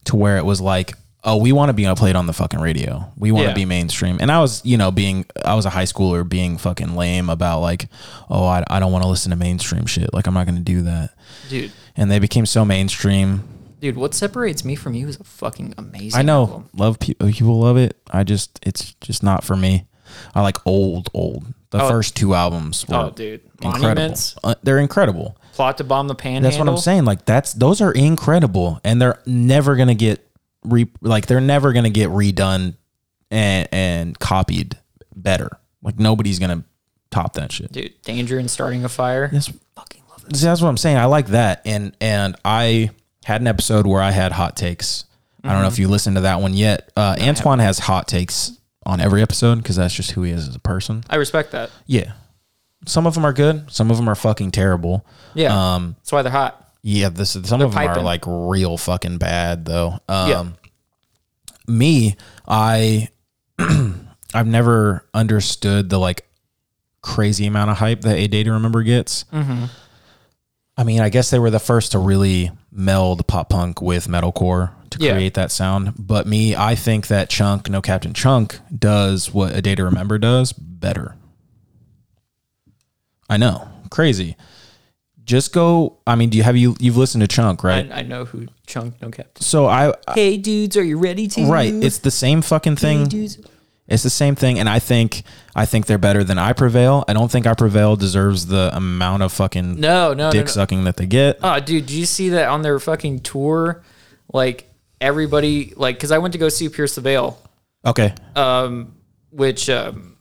Speaker 1: to where it was like, oh, we want to be played on the fucking radio. We want to
Speaker 2: Yeah.
Speaker 1: be mainstream. And I was, you know, being I was a high schooler being fucking lame about like, oh, I, I don't want to listen to mainstream shit. Like I'm not going to do that.
Speaker 2: Dude,
Speaker 1: And they became so mainstream.
Speaker 2: dude, what separates me from you is a fucking amazing.
Speaker 1: I know
Speaker 2: album.
Speaker 1: love pe- uh, people love it. I just it's just not for me. I like old old. The first two albums were
Speaker 2: Oh, dude,
Speaker 1: incredible.
Speaker 2: monuments,
Speaker 1: Uh, they're incredible.
Speaker 2: plot to bomb the panhandle.
Speaker 1: That's what I'm saying. Like that's those are incredible, and they're never gonna get re like they're never gonna get redone and and copied better. Like nobody's gonna top that shit.
Speaker 2: Dude, danger in starting a fire.
Speaker 1: That's
Speaker 2: Fucking love that.
Speaker 1: see, that's what I'm saying. I like that, and and I had an episode where I had hot takes. I don't know if
Speaker 2: Mm-hmm.
Speaker 1: you listened to that one yet. Uh, Antoine has hot takes on every episode because that's just who he is as a person.
Speaker 2: I respect that.
Speaker 1: Yeah, some of them are good, some of them are fucking terrible.
Speaker 2: Yeah,
Speaker 1: Um,
Speaker 2: that's why they're hot.
Speaker 1: Yeah, this is, some of them are
Speaker 2: piping.
Speaker 1: like real fucking bad though. Um
Speaker 2: Yeah.
Speaker 1: me, I (clears throat) I've never understood the like crazy amount of hype that A Day to Remember gets.
Speaker 2: Mm-hmm.
Speaker 1: I mean, I guess they were the first to really meld pop punk with metalcore to
Speaker 2: Yeah.
Speaker 1: create that sound. But me, I think that Chunk, No Captain Chunk, does what A Day to Remember does better. I know, crazy. Just go. I mean, do you have you you've listened to Chunk, right?
Speaker 2: I, I know who Chunk No Captain.
Speaker 1: so I
Speaker 2: Hey dudes, are you ready to?
Speaker 1: right it's the same fucking thing it's the same thing and i think i think they're better than i prevail i don't think i prevail deserves the amount of fucking
Speaker 2: No, no, no,
Speaker 1: dick
Speaker 2: no.
Speaker 1: sucking that they get
Speaker 2: Oh, dude, did you see that on their fucking tour? Like everybody, uh, like, because I went to go see Pierce the Veil,
Speaker 1: okay
Speaker 2: which um,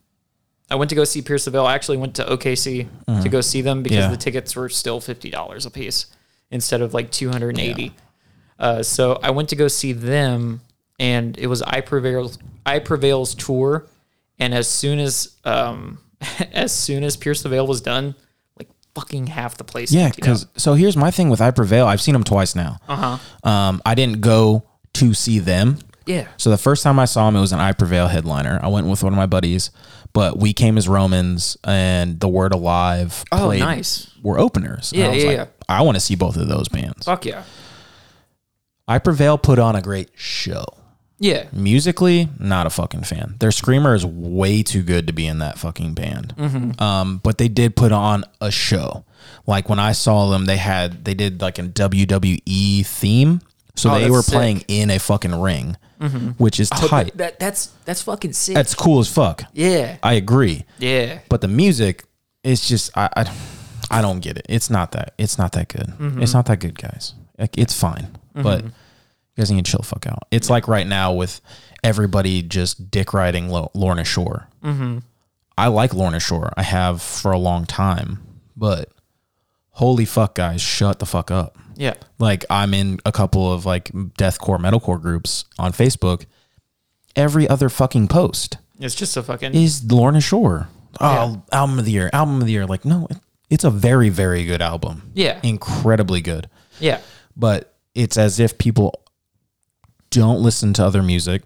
Speaker 2: I went to go see Pierce the Veil. I actually went to OKC to go see them because
Speaker 1: Mm-hmm. Yeah.
Speaker 2: the tickets were still fifty dollars a piece instead of like two hundred and eighty. Uh, so I went to go see them, and it was I Prevail's I Prevail's tour. And as soon as um, (laughs) as soon as Pierce the Veil was done, like fucking half the place.
Speaker 1: Yeah,
Speaker 2: emptied out.
Speaker 1: because so here's my thing with I Prevail. I've seen them twice now. Uh
Speaker 2: Uh-huh.
Speaker 1: huh. Um, I didn't go to see them.
Speaker 2: yeah,
Speaker 1: So the first time I saw him, it was an I Prevail headliner. I went with one of my buddies, but we came as Romans and the Word Alive.
Speaker 2: Oh, nice.
Speaker 1: Were openers. And
Speaker 2: Yeah,
Speaker 1: I was
Speaker 2: yeah,
Speaker 1: like,
Speaker 2: yeah.
Speaker 1: I want to see both of those bands.
Speaker 2: fuck yeah,
Speaker 1: I Prevail put on a great show.
Speaker 2: yeah.
Speaker 1: Mm. Musically, not a fucking fan. Their screamer is way too good to be in that fucking band.
Speaker 2: Mm-hmm.
Speaker 1: Um, but they did put on a show. Like when I saw them, they had they did like a WWE theme, so
Speaker 2: Oh,
Speaker 1: they
Speaker 2: that's
Speaker 1: were
Speaker 2: sick. Mm-hmm. Oh,
Speaker 1: playing in a fucking ring, which is tight.
Speaker 2: That that's that's fucking sick.
Speaker 1: That's cool as fuck.
Speaker 2: yeah,
Speaker 1: I agree.
Speaker 2: yeah.
Speaker 1: But the music, it's just I, I, I don't get it. It's not that. It's not that good. It's not that good, guys. Like it's fine, but you guys need to chill the fuck out. It's like right now with everybody just dick riding Lo- Lorna Shore. I like Lorna Shore. I have for a long time, but holy fuck, guys, shut the fuck up
Speaker 2: Yeah.
Speaker 1: like I'm in a couple of like deathcore metalcore groups on Facebook. Every other fucking post
Speaker 2: It's just a fucking
Speaker 1: is Lorna Shore. Oh, album of the year, album of the year. Like, no, it, it's a very, very good album.
Speaker 2: Yeah.
Speaker 1: incredibly good.
Speaker 2: yeah.
Speaker 1: But it's as if people don't listen to other music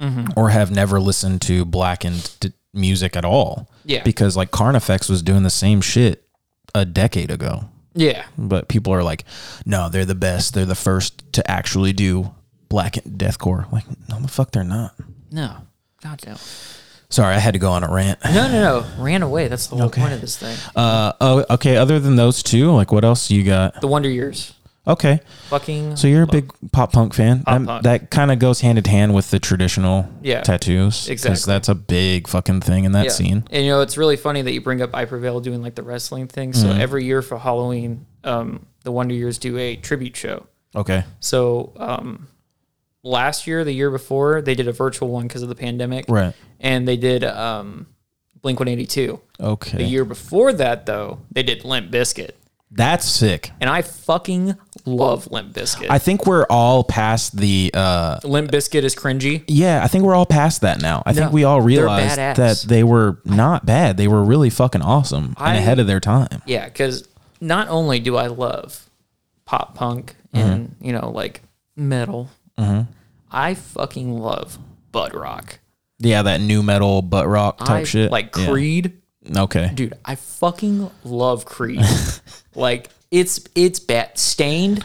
Speaker 2: Mm-hmm.
Speaker 1: or have never listened to blackened d- music at all.
Speaker 2: Yeah.
Speaker 1: because like Carnifex was doing the same shit a decade ago
Speaker 2: Yeah.
Speaker 1: but people are like, no, they're the best. They're the first to actually do black deathcore. Like, no, the fuck, they're not.
Speaker 2: No. God no.
Speaker 1: Sorry, I had to go on a rant. (laughs)
Speaker 2: No, no, no. Ran away. That's the whole point of this thing.
Speaker 1: Uh, oh, okay. Other than those two, like, what else you got?
Speaker 2: The Wonder Years.
Speaker 1: Okay,
Speaker 2: Fucking
Speaker 1: so you're a big pop punk fan. that
Speaker 2: punk.
Speaker 1: that kind of goes hand in hand with the traditional
Speaker 2: Yeah.
Speaker 1: tattoos,
Speaker 2: Exactly.
Speaker 1: that's a big fucking thing in that
Speaker 2: yeah.
Speaker 1: scene.
Speaker 2: And you know, it's really funny that you bring up I Prevail doing like the wrestling thing.
Speaker 1: Mm-hmm.
Speaker 2: So every year for Halloween, um, the Wonder Years do a tribute show.
Speaker 1: Okay,
Speaker 2: So um, last year, the year before, they did a virtual one because of the pandemic.
Speaker 1: right.
Speaker 2: And they did um, Blink 182. The
Speaker 1: Okay,
Speaker 2: year before that, though, they did Limp Biscuit.
Speaker 1: that's sick.
Speaker 2: And I fucking love Limp Biscuit.
Speaker 1: I think we're all past the uh,
Speaker 2: Limp Biscuit is cringy.
Speaker 1: Yeah, I think we're all past that now. I
Speaker 2: No,
Speaker 1: think we all
Speaker 2: they're
Speaker 1: realized
Speaker 2: badass.
Speaker 1: that they were not bad. They were really fucking awesome
Speaker 2: I-
Speaker 1: and ahead of their time.
Speaker 2: Yeah, because not only do I love pop punk and
Speaker 1: Mm-hmm.
Speaker 2: you know like metal, I fucking love butt rock
Speaker 1: Yeah, that new metal butt rock type
Speaker 2: I-
Speaker 1: shit.
Speaker 2: Like
Speaker 1: Yeah.
Speaker 2: Creed,
Speaker 1: Okay.
Speaker 2: dude, I fucking love Creed.
Speaker 1: (laughs)
Speaker 2: like it's it's bad. Stained.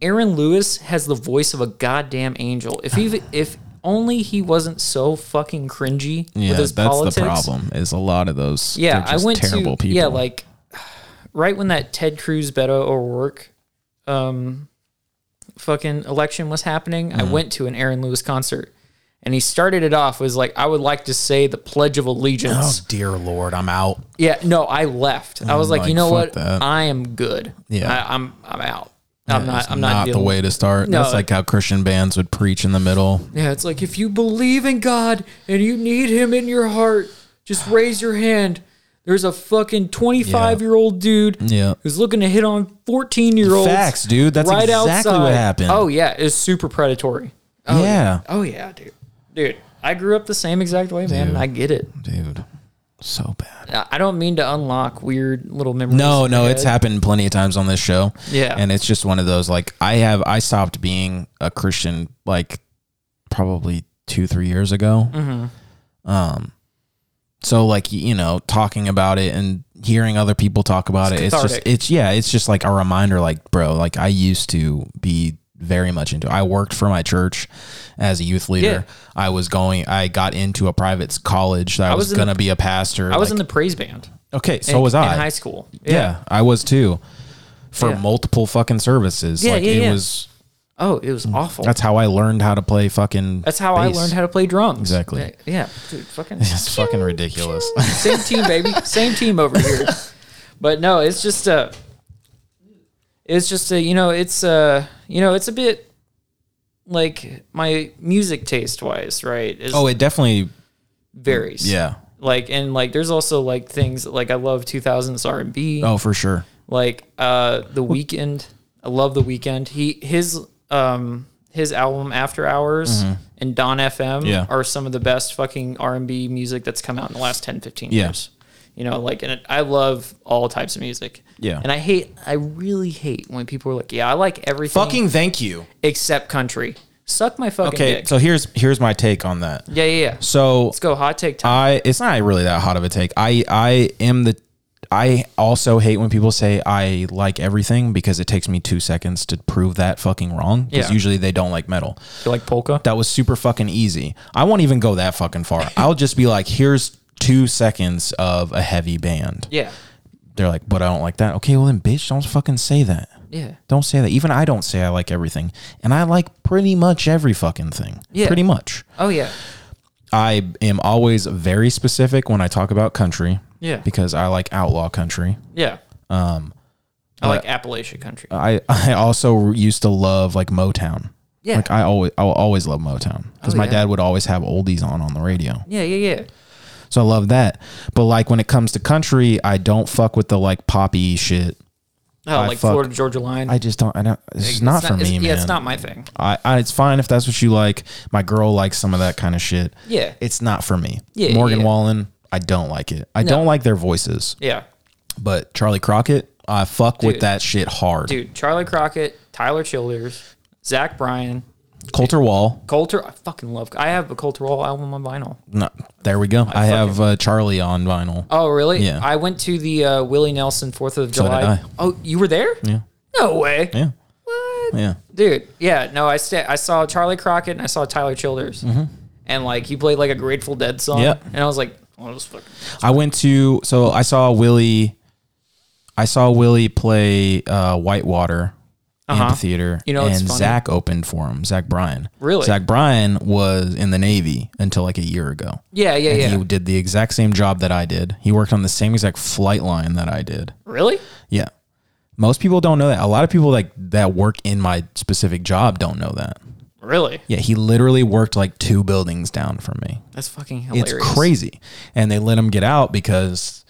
Speaker 2: Aaron Lewis has the voice of a goddamn angel. If he if only he wasn't so fucking cringy
Speaker 1: Yeah,
Speaker 2: with his
Speaker 1: that's
Speaker 2: politics.
Speaker 1: the problem. Is a lot of those.
Speaker 2: Yeah,
Speaker 1: they're
Speaker 2: I
Speaker 1: just
Speaker 2: went
Speaker 1: terrible
Speaker 2: to
Speaker 1: people.
Speaker 2: yeah, like right when that Ted Cruz Beto O'Rourke um fucking election was happening,
Speaker 1: Mm-hmm.
Speaker 2: I went to an Aaron Lewis concert. And he started it off was like, I would like to say the Pledge of Allegiance.
Speaker 1: oh dear lord, I'm out.
Speaker 2: Yeah, no, I left. I was like,
Speaker 1: like,
Speaker 2: you know
Speaker 1: fuck
Speaker 2: what?
Speaker 1: that.
Speaker 2: I am good.
Speaker 1: Yeah.
Speaker 2: I, I'm I'm out. I'm not.
Speaker 1: It's
Speaker 2: I'm not,
Speaker 1: the
Speaker 2: dealing-
Speaker 1: way to start.
Speaker 2: No, Mm-hmm.
Speaker 1: that's like how Christian bands would preach in the middle.
Speaker 2: Yeah, it's like if you believe in God and you need Him in your heart, just raise your hand. There's a fucking 25 year old dude
Speaker 1: Yeah.
Speaker 2: who's looking to hit on 14 year olds.
Speaker 1: Facts, dude. That's exactly what happened.
Speaker 2: Oh yeah, it's super predatory. Oh,
Speaker 1: Yeah.
Speaker 2: Oh yeah, dude. Dude, I grew up the same exact way, man. and I get it.
Speaker 1: Dude, so bad.
Speaker 2: I I don't mean to unlock weird little memories.
Speaker 1: No,
Speaker 2: in my
Speaker 1: no,
Speaker 2: head.
Speaker 1: it's happened plenty of times on this show.
Speaker 2: Yeah.
Speaker 1: And it's just one of those like I have I stopped being a Christian like probably two, three years ago. Um
Speaker 2: Mm-hmm.
Speaker 1: so like y- you know, talking about it and hearing other people talk about it, it's
Speaker 2: cathartic.
Speaker 1: just it's yeah, it's just like a reminder like, bro, like I used to be very much into I worked for my church as a youth leader.
Speaker 2: Yeah.
Speaker 1: I was going I got into a private s- college that I,
Speaker 2: was
Speaker 1: was,
Speaker 2: in the-
Speaker 1: gonna be a pastor.
Speaker 2: I was
Speaker 1: like-
Speaker 2: in the praise band.
Speaker 1: Okay, so was
Speaker 2: in
Speaker 1: I.
Speaker 2: high school.
Speaker 1: Yeah, I was too. For
Speaker 2: Yeah.
Speaker 1: multiple fucking services.
Speaker 2: Yeah,
Speaker 1: like
Speaker 2: yeah,
Speaker 1: it
Speaker 2: yeah.
Speaker 1: was
Speaker 2: Oh, it was awful.
Speaker 1: that's how I learned how to play fucking
Speaker 2: That's how I learned how to play drums.
Speaker 1: Exactly.
Speaker 2: Yeah, yeah. dude,
Speaker 1: (laughs)
Speaker 2: fucking
Speaker 1: It's fucking ridiculous.
Speaker 2: same team, baby. Same team over here. But no, it's just a. It's just a, you know, it's uh you know, it's a bit like my music taste wise, right?
Speaker 1: (laughs)
Speaker 2: Is
Speaker 1: oh, it definitely
Speaker 2: varies.
Speaker 1: yeah.
Speaker 2: Like and like there's also like things like I love 2000s R&B.
Speaker 1: Oh, for sure.
Speaker 2: Like uh The Weekend. I love The Weekend. He his um his album After Hours and Don FM
Speaker 1: Mm-hmm. Yeah.
Speaker 2: are some of the best fucking R&B music that's come out in the last 10 15
Speaker 1: Yeah.
Speaker 2: years. You know, like and it, I love all types of music.
Speaker 1: Yeah.
Speaker 2: And I hate I really hate when people are like, "Yeah, I like everything
Speaker 1: Fucking thank you.
Speaker 2: except country." Suck my fucking
Speaker 1: Okay,
Speaker 2: dick.
Speaker 1: so here's here's my take on that.
Speaker 2: yeah, yeah, yeah.
Speaker 1: So
Speaker 2: Let's go hot take time.
Speaker 1: I it's not really that hot of a take. I I am the I also hate when people say I like everything because it takes me two seconds to prove that fucking wrong. Because
Speaker 2: Yeah.
Speaker 1: usually they don't Uh, like metal.
Speaker 2: you like polka?
Speaker 1: That was super fucking easy. I won't even go that fucking far. I'll just be like, here's two seconds of a heavy band.
Speaker 2: Yeah.
Speaker 1: They're like, but I don't like that. Okay, well then, bitch, don't fucking say that.
Speaker 2: Yeah.
Speaker 1: Don't say that. Even I don't say I like everything, and I like pretty much every fucking thing.
Speaker 2: Yeah.
Speaker 1: pretty much.
Speaker 2: Oh yeah.
Speaker 1: I am always very specific when I talk about country.
Speaker 2: Yeah.
Speaker 1: Because I like outlaw country.
Speaker 2: Yeah. Um I like Appalachian country.
Speaker 1: I, (laughs) I also used to love like Motown.
Speaker 2: Yeah.
Speaker 1: Like I always I will always love Motown because
Speaker 2: Oh,
Speaker 1: my
Speaker 2: yeah.
Speaker 1: dad would always have oldies on on the radio.
Speaker 2: yeah, yeah, yeah.
Speaker 1: So I love that. But like when it comes to country, I don't fuck with the like poppy shit.
Speaker 2: Oh,
Speaker 1: I
Speaker 2: like
Speaker 1: fuck-
Speaker 2: Florida Georgia line.
Speaker 1: I just don't. I don't. It's, just not, for
Speaker 2: it's,
Speaker 1: me, man.
Speaker 2: Yeah, it's not my thing.
Speaker 1: I, I. It's fine if that's what you like. My girl likes some of that kind of shit.
Speaker 2: Yeah.
Speaker 1: It's not for me.
Speaker 2: Yeah, yeah,
Speaker 1: Morgan
Speaker 2: yeah.
Speaker 1: Wallen. I don't like it. I don't like their voices.
Speaker 2: Yeah.
Speaker 1: But Charlie Crockett, I fuck with
Speaker 2: Dude.
Speaker 1: that shit hard.
Speaker 2: Dude, Charlie Crockett, Tyler Childers, Zach Bryan,
Speaker 1: Coulter Wall,
Speaker 2: Coulter. I fucking love. I have a Coulter Wall album on vinyl.
Speaker 1: no, there we go. I, have uh, Charlie on vinyl.
Speaker 2: Oh, really?
Speaker 1: Yeah.
Speaker 2: I went to the uh, Willie Nelson Fourth of
Speaker 1: did
Speaker 2: July.
Speaker 1: I.
Speaker 2: Oh, you were there? Yeah. No way.
Speaker 1: yeah,
Speaker 2: What?
Speaker 1: yeah.
Speaker 2: Dude, yeah, no, I sta- I saw Charlie Crockett and I saw Tyler Childers, and like he played like a Grateful Dead song,
Speaker 1: Mm-hmm. Yeah.
Speaker 2: and I was like, oh, this fucking
Speaker 1: I went to so I saw Willie. I saw Willie play uh, Whitewater Amphitheater,
Speaker 2: Uh-huh. You know, it's
Speaker 1: and
Speaker 2: funny.
Speaker 1: Zach opened for him. Zach Bryan,
Speaker 2: Really?
Speaker 1: Zach Bryan was in the Navy until like a year ago.
Speaker 2: yeah, yeah,
Speaker 1: And
Speaker 2: yeah,
Speaker 1: he did the exact same job that I did. He worked on the same exact flight line that I did.
Speaker 2: really?
Speaker 1: Yeah. Most people don't know that. A lot of people like that work in my specific job don't know that.
Speaker 2: Really?
Speaker 1: Yeah, he literally worked like two buildings down from me.
Speaker 2: That's fucking
Speaker 1: It's
Speaker 2: hilarious.
Speaker 1: crazy. And they let him get out because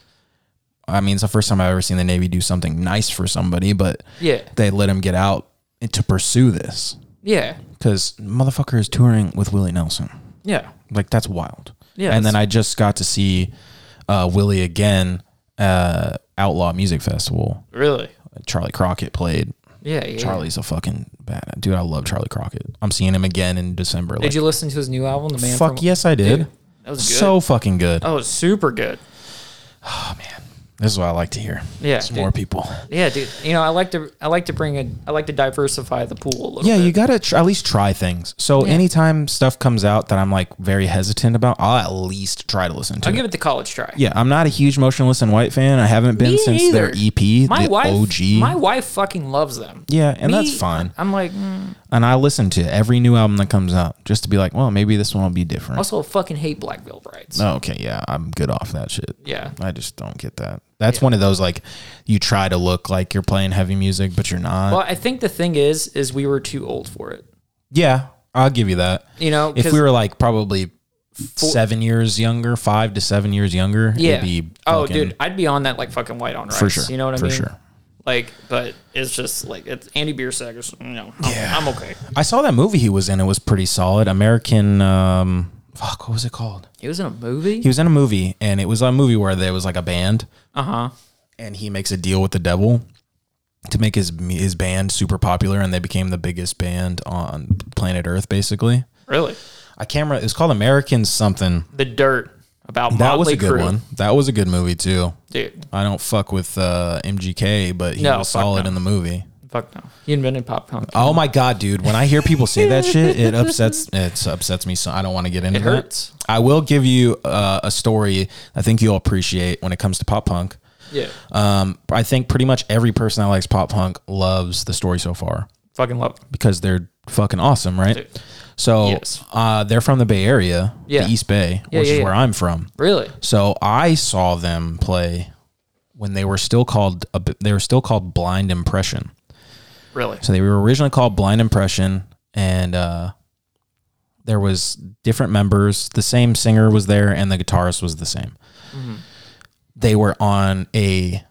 Speaker 1: I mean, it's the first time I've ever seen the Navy do something nice for somebody, but
Speaker 2: Yeah.
Speaker 1: they let him get out to pursue this
Speaker 2: Yeah,
Speaker 1: because motherfucker is touring with Willie Nelson.
Speaker 2: yeah,
Speaker 1: Like, that's wild.
Speaker 2: Yeah,
Speaker 1: And
Speaker 2: that's-
Speaker 1: then I just got to see uh, Willie again, uh, Outlaw Music Festival.
Speaker 2: really?
Speaker 1: Charlie Crockett played.
Speaker 2: Yeah, yeah.
Speaker 1: Charlie's a fucking bad dude. I love Charlie Crockett. I'm seeing him again in December.
Speaker 2: Did
Speaker 1: Like,
Speaker 2: you listen to his new album, The Man?
Speaker 1: fuck
Speaker 2: from-
Speaker 1: yes, I did.
Speaker 2: Dude, that was good.
Speaker 1: So fucking good.
Speaker 2: Oh, it's super good.
Speaker 1: This is what I like to hear.
Speaker 2: Yeah,
Speaker 1: It's
Speaker 2: dude.
Speaker 1: more people.
Speaker 2: Yeah, dude. You know, I like to I like to bring a I like to diversify the pool a little.
Speaker 1: Yeah,
Speaker 2: bit.
Speaker 1: you gotta tr- at least try things. So anytime stuff comes out that I'm like very hesitant about, I'll at least try to listen to.
Speaker 2: I'll
Speaker 1: it.
Speaker 2: give it the college try.
Speaker 1: yeah, I'm not a huge motionless and white fan. I haven't been
Speaker 2: Me
Speaker 1: since their
Speaker 2: either.
Speaker 1: EP,
Speaker 2: My
Speaker 1: the
Speaker 2: wife,
Speaker 1: OG.
Speaker 2: my wife fucking loves them.
Speaker 1: yeah, and
Speaker 2: Me-
Speaker 1: that's fine.
Speaker 2: I'm like, mm,
Speaker 1: And I listen to every new album that comes out just to be like, well, maybe this one will be different.
Speaker 2: also fucking hate Black Veil Brides.
Speaker 1: Oh, okay, yeah, I'm good off that shit.
Speaker 2: Yeah.
Speaker 1: I just don't get that. That's one of those like you try to look like you're playing heavy music, but you're not.
Speaker 2: Well, I think the thing is, is we were too old for it.
Speaker 1: yeah, I'll give you that.
Speaker 2: You know,
Speaker 1: if
Speaker 2: 'cause-
Speaker 1: we were like probably seven years younger, five to seven years younger,
Speaker 2: yeah.
Speaker 1: it'd be
Speaker 2: oh,
Speaker 1: fucking-
Speaker 2: dude, I'd be on that like fucking white on rice.
Speaker 1: for sure.
Speaker 2: You know what I
Speaker 1: for
Speaker 2: mean?
Speaker 1: sure.
Speaker 2: Like, but it's just like it's Andy Biersack. is, You know, I'm,
Speaker 1: Yeah.
Speaker 2: I'm okay.
Speaker 1: I saw that movie he was in. It was pretty solid. American. Um, fuck, what was it called?
Speaker 2: He was in a movie.
Speaker 1: He was in a movie, and it was a movie where there was like a band,
Speaker 2: Uh huh.
Speaker 1: and he makes a deal with the devil to make his his band super popular, and they became the biggest band on planet Earth, basically.
Speaker 2: Really,
Speaker 1: I can't remember. It was called American something.
Speaker 2: the dirt about
Speaker 1: That
Speaker 2: Motley
Speaker 1: was a good
Speaker 2: Crue.
Speaker 1: one. That was a good movie too.
Speaker 2: dude.
Speaker 1: I don't fuck with uh, MGK, but he
Speaker 2: No,
Speaker 1: was
Speaker 2: fuck
Speaker 1: solid
Speaker 2: no.
Speaker 1: in the movie.
Speaker 2: Fuck no. He invented pop punk.
Speaker 1: Oh my god, dude! When I hear people say that shit,
Speaker 2: (laughs)
Speaker 1: it upsets it upsets me. So I don't want to get into
Speaker 2: It
Speaker 1: that.
Speaker 2: hurts.
Speaker 1: I will give you uh, a story I think you'll appreciate when it comes to pop punk.
Speaker 2: Yeah,
Speaker 1: Um, I think pretty much every person that likes pop punk loves the story so far
Speaker 2: fucking love. Him.
Speaker 1: because they're fucking awesome, right?
Speaker 2: Dude.
Speaker 1: So
Speaker 2: Yes.
Speaker 1: uh, they're from the Bay Area,
Speaker 2: Yeah.
Speaker 1: the East Bay,
Speaker 2: Yeah,
Speaker 1: which
Speaker 2: yeah,
Speaker 1: is
Speaker 2: yeah.
Speaker 1: where I'm from.
Speaker 2: Really?
Speaker 1: So I saw them play when they were still called they were still called Blind Impression.
Speaker 2: Really?
Speaker 1: So they were originally called Blind Impression, and uh, there was different members. The same singer was there, and the guitarist was the same. They were on a.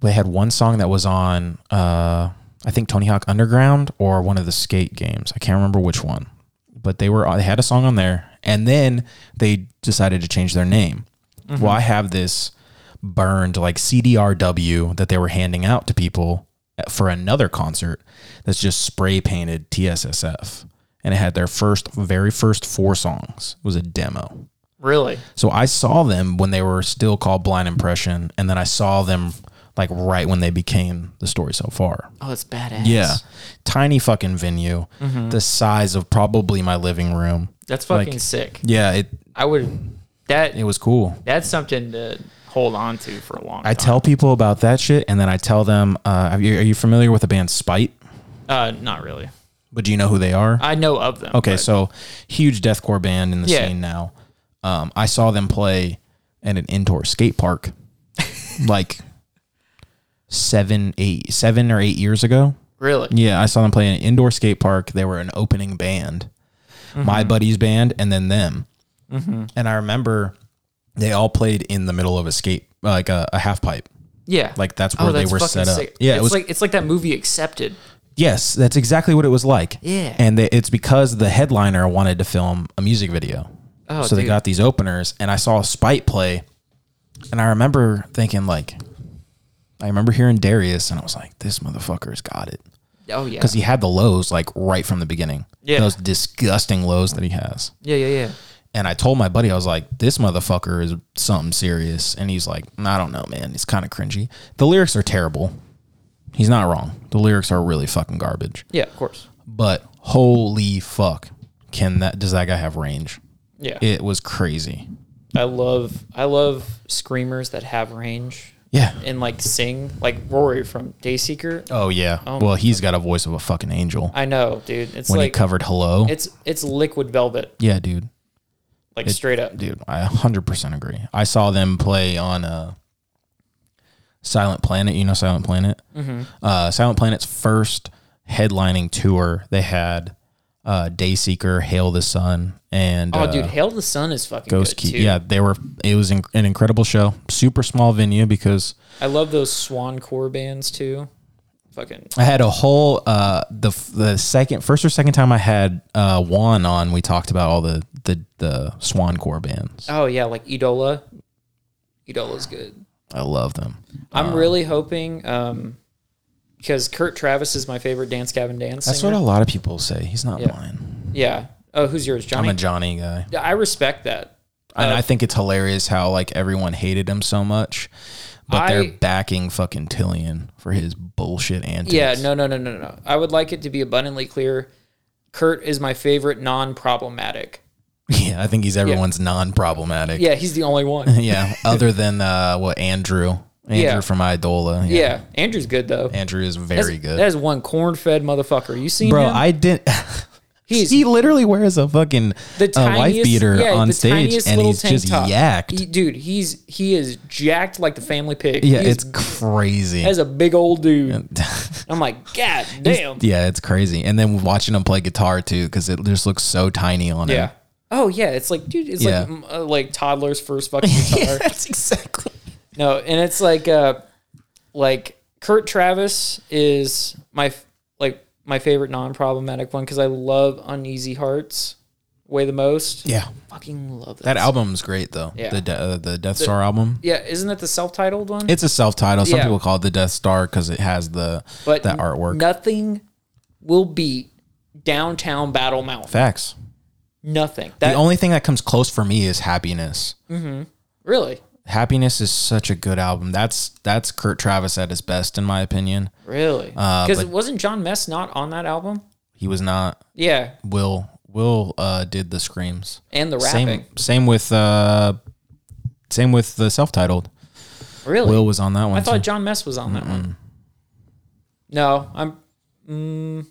Speaker 1: They had one song that was on, uh, I think Tony Hawk Underground or one of the skate games. I can't remember which one, but they were they had a song on there, and then they decided to change their name. Well, I have this burned like CDRW that they were handing out to people for another concert that's just spray painted TSSF. And it had their first, very first four songs was a demo.
Speaker 2: Really?
Speaker 1: So I saw them when they were still called Blind Impression. And then I saw them like right when they became the story so far.
Speaker 2: Oh, it's badass. Mm-hmm.
Speaker 1: Yeah. Tiny fucking venue, the size of probably my living room.
Speaker 2: That's fucking sick.
Speaker 1: Yeah. It,
Speaker 2: I would that
Speaker 1: it was cool.
Speaker 2: that's something to hold on to for a long time.
Speaker 1: I tell people about that shit, and then I tell them, uh, are, you, are you familiar with the band Spite?
Speaker 2: uh not really.
Speaker 1: But do you know who they are?
Speaker 2: I know of them.
Speaker 1: okay, so huge deathcore band in the
Speaker 2: Yeah.
Speaker 1: scene now. Um, I saw them play at an indoor skate park, like seven, eight, seven or eight years ago.
Speaker 2: Really?
Speaker 1: Yeah, I saw them play in an indoor skate park. They were an opening band, my buddy's band, and then them. And I remember they all played in the middle of a skate, like a, a half pipe.
Speaker 2: Yeah.
Speaker 1: Like that's where they were
Speaker 2: Oh, fucking
Speaker 1: set up.
Speaker 2: sick.
Speaker 1: Yeah,
Speaker 2: it's
Speaker 1: it was
Speaker 2: like it's like that movie Accepted.
Speaker 1: Yes, that's exactly what it was like.
Speaker 2: Yeah.
Speaker 1: And they, it's because the headliner wanted to film a music video.
Speaker 2: Oh,
Speaker 1: so they
Speaker 2: dude.
Speaker 1: got these openers, and I saw Spite play, and I remember thinking, like, I remember hearing Darius, and I was like, this motherfucker's got it.
Speaker 2: Oh yeah.
Speaker 1: Because he had the lows, like, right from the beginning.
Speaker 2: Yeah.
Speaker 1: Those disgusting lows that he has.
Speaker 2: Yeah, yeah, yeah.
Speaker 1: And I told my buddy, I was like, this motherfucker is something serious. And he's like, I don't know, man. It's kind of cringy. The lyrics are terrible. He's not wrong. The lyrics are really fucking garbage
Speaker 2: Yeah, of course.
Speaker 1: but holy fuck can that does that guy have range
Speaker 2: Yeah.
Speaker 1: it was crazy
Speaker 2: I love I love screamers that have range
Speaker 1: yeah
Speaker 2: and like sing like Rory from Dayseeker.
Speaker 1: oh yeah well he's got a voice of a fucking angel
Speaker 2: I know, dude. It's
Speaker 1: when he
Speaker 2: like
Speaker 1: covered hello
Speaker 2: it's it's liquid velvet,
Speaker 1: yeah dude
Speaker 2: like straight up.
Speaker 1: dude i 100% agree i saw them play on uh silent planet you know silent planet
Speaker 2: Mm-hmm.
Speaker 1: uh silent planet's first headlining tour they had uh dayseeker hail the sun and
Speaker 2: Oh,
Speaker 1: uh,
Speaker 2: dude, Hail the Sun is fucking
Speaker 1: Ghost
Speaker 2: good
Speaker 1: Key.
Speaker 2: too.
Speaker 1: Yeah, they were. It was in, an incredible show. Super small venue because
Speaker 2: I love those swancore bands too. Fucking
Speaker 1: I had a whole uh the the second first or second time I had uh Juan on we talked about all the the the Swancore bands.
Speaker 2: oh yeah, like Edola. Edola's good.
Speaker 1: I love them.
Speaker 2: I'm really hoping um because Kurt Travis is my favorite Dance Gavin Dance.
Speaker 1: That's
Speaker 2: singer.
Speaker 1: what a lot of people say. He's not blind.
Speaker 2: yeah. Oh, who's yours,
Speaker 1: I'm
Speaker 2: Johnny?
Speaker 1: a Johnny guy.
Speaker 2: Yeah, I respect that.
Speaker 1: And I think it's hilarious how like everyone hated him so much, but
Speaker 2: I-
Speaker 1: they're backing fucking Tillian for his bullshit antics.
Speaker 2: Yeah, no, no, no, no, no. I would like it to be abundantly clear. Kurt is my favorite non-problematic.
Speaker 1: (laughs) yeah. I think he's everyone's non-problematic.
Speaker 2: Yeah, he's the only
Speaker 1: (laughs)
Speaker 2: one.
Speaker 1: Yeah, other than uh, what Andrew, Andrew
Speaker 2: Yeah.
Speaker 1: from Idola. Yeah.
Speaker 2: yeah, Andrew's good though.
Speaker 1: Andrew is
Speaker 2: That's-
Speaker 1: very good.
Speaker 2: That is one corn-fed motherfucker. You seen
Speaker 1: Bro,
Speaker 2: him?
Speaker 1: I
Speaker 2: (laughs)
Speaker 1: didn't. (laughs)
Speaker 2: He's-
Speaker 1: he literally wears a fucking
Speaker 2: the
Speaker 1: a
Speaker 2: tiniest,
Speaker 1: uh, wife beater
Speaker 2: yeah,
Speaker 1: on
Speaker 2: the
Speaker 1: stage,
Speaker 2: tiniest
Speaker 1: and
Speaker 2: little
Speaker 1: he's
Speaker 2: tank
Speaker 1: just
Speaker 2: top.
Speaker 1: yacked.
Speaker 2: He- dude, he's he is jacked like the family pig.
Speaker 1: yeah,
Speaker 2: He's-
Speaker 1: it's crazy.
Speaker 2: as a big old dude.
Speaker 1: (laughs)
Speaker 2: I'm like, God damn.
Speaker 1: yeah, it's crazy. And then watching him play guitar too, because it just looks so tiny on
Speaker 2: Yeah.
Speaker 1: him.
Speaker 2: Oh yeah, it's like dude, it's
Speaker 1: Yeah.
Speaker 2: like mm, uh, like
Speaker 1: (laughs)
Speaker 2: toddler's first fucking (laughs) guitar.
Speaker 1: that's exactly.
Speaker 2: No, and it's like uh like Kurt Travis is my f- like my favorite non-problematic one cuz I love Uneasy Hearts way the most.
Speaker 1: Yeah,
Speaker 2: Fucking love that.
Speaker 1: that album's great though.
Speaker 2: Yeah.
Speaker 1: The de- uh, the Death Star album.
Speaker 2: yeah, isn't that the self-titled one?
Speaker 1: It's a self-titled. Some
Speaker 2: Yeah.
Speaker 1: people call it the Death Star because it has the
Speaker 2: but
Speaker 1: that
Speaker 2: n-
Speaker 1: artwork.
Speaker 2: Nothing will beat Downtown Battle Mountain.
Speaker 1: Facts.
Speaker 2: Nothing.
Speaker 1: The
Speaker 2: That
Speaker 1: only thing that comes close for me is happiness.
Speaker 2: really.
Speaker 1: Happiness is such a good album. That's that's Kurt Travis at his best, in my opinion.
Speaker 2: Really?
Speaker 1: Uh,
Speaker 2: Because it wasn't John Mess not on that album?
Speaker 1: He was not
Speaker 2: Yeah,
Speaker 1: Will. Will uh, did the screams.
Speaker 2: and the rapping.
Speaker 1: Same same with uh, same with the self-titled.
Speaker 2: Really?
Speaker 1: Will was on that one.
Speaker 2: I thought
Speaker 1: too.
Speaker 2: John Mess was on that one. No, I'm. Mm,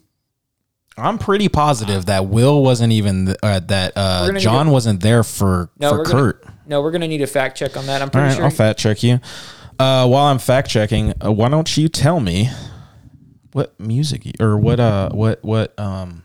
Speaker 1: I'm pretty positive that Will wasn't even th- uh, that
Speaker 2: We're
Speaker 1: uh,
Speaker 2: gonna
Speaker 1: John wasn't there for
Speaker 2: no,
Speaker 1: for
Speaker 2: we're
Speaker 1: Kurt.
Speaker 2: Gonna, no, we're gonna need a fact check on that. I'm
Speaker 1: All
Speaker 2: pretty
Speaker 1: right,
Speaker 2: sure.
Speaker 1: I'll fact check you. Uh, while I'm fact checking, uh, why don't you tell me what music you- or what uh what what um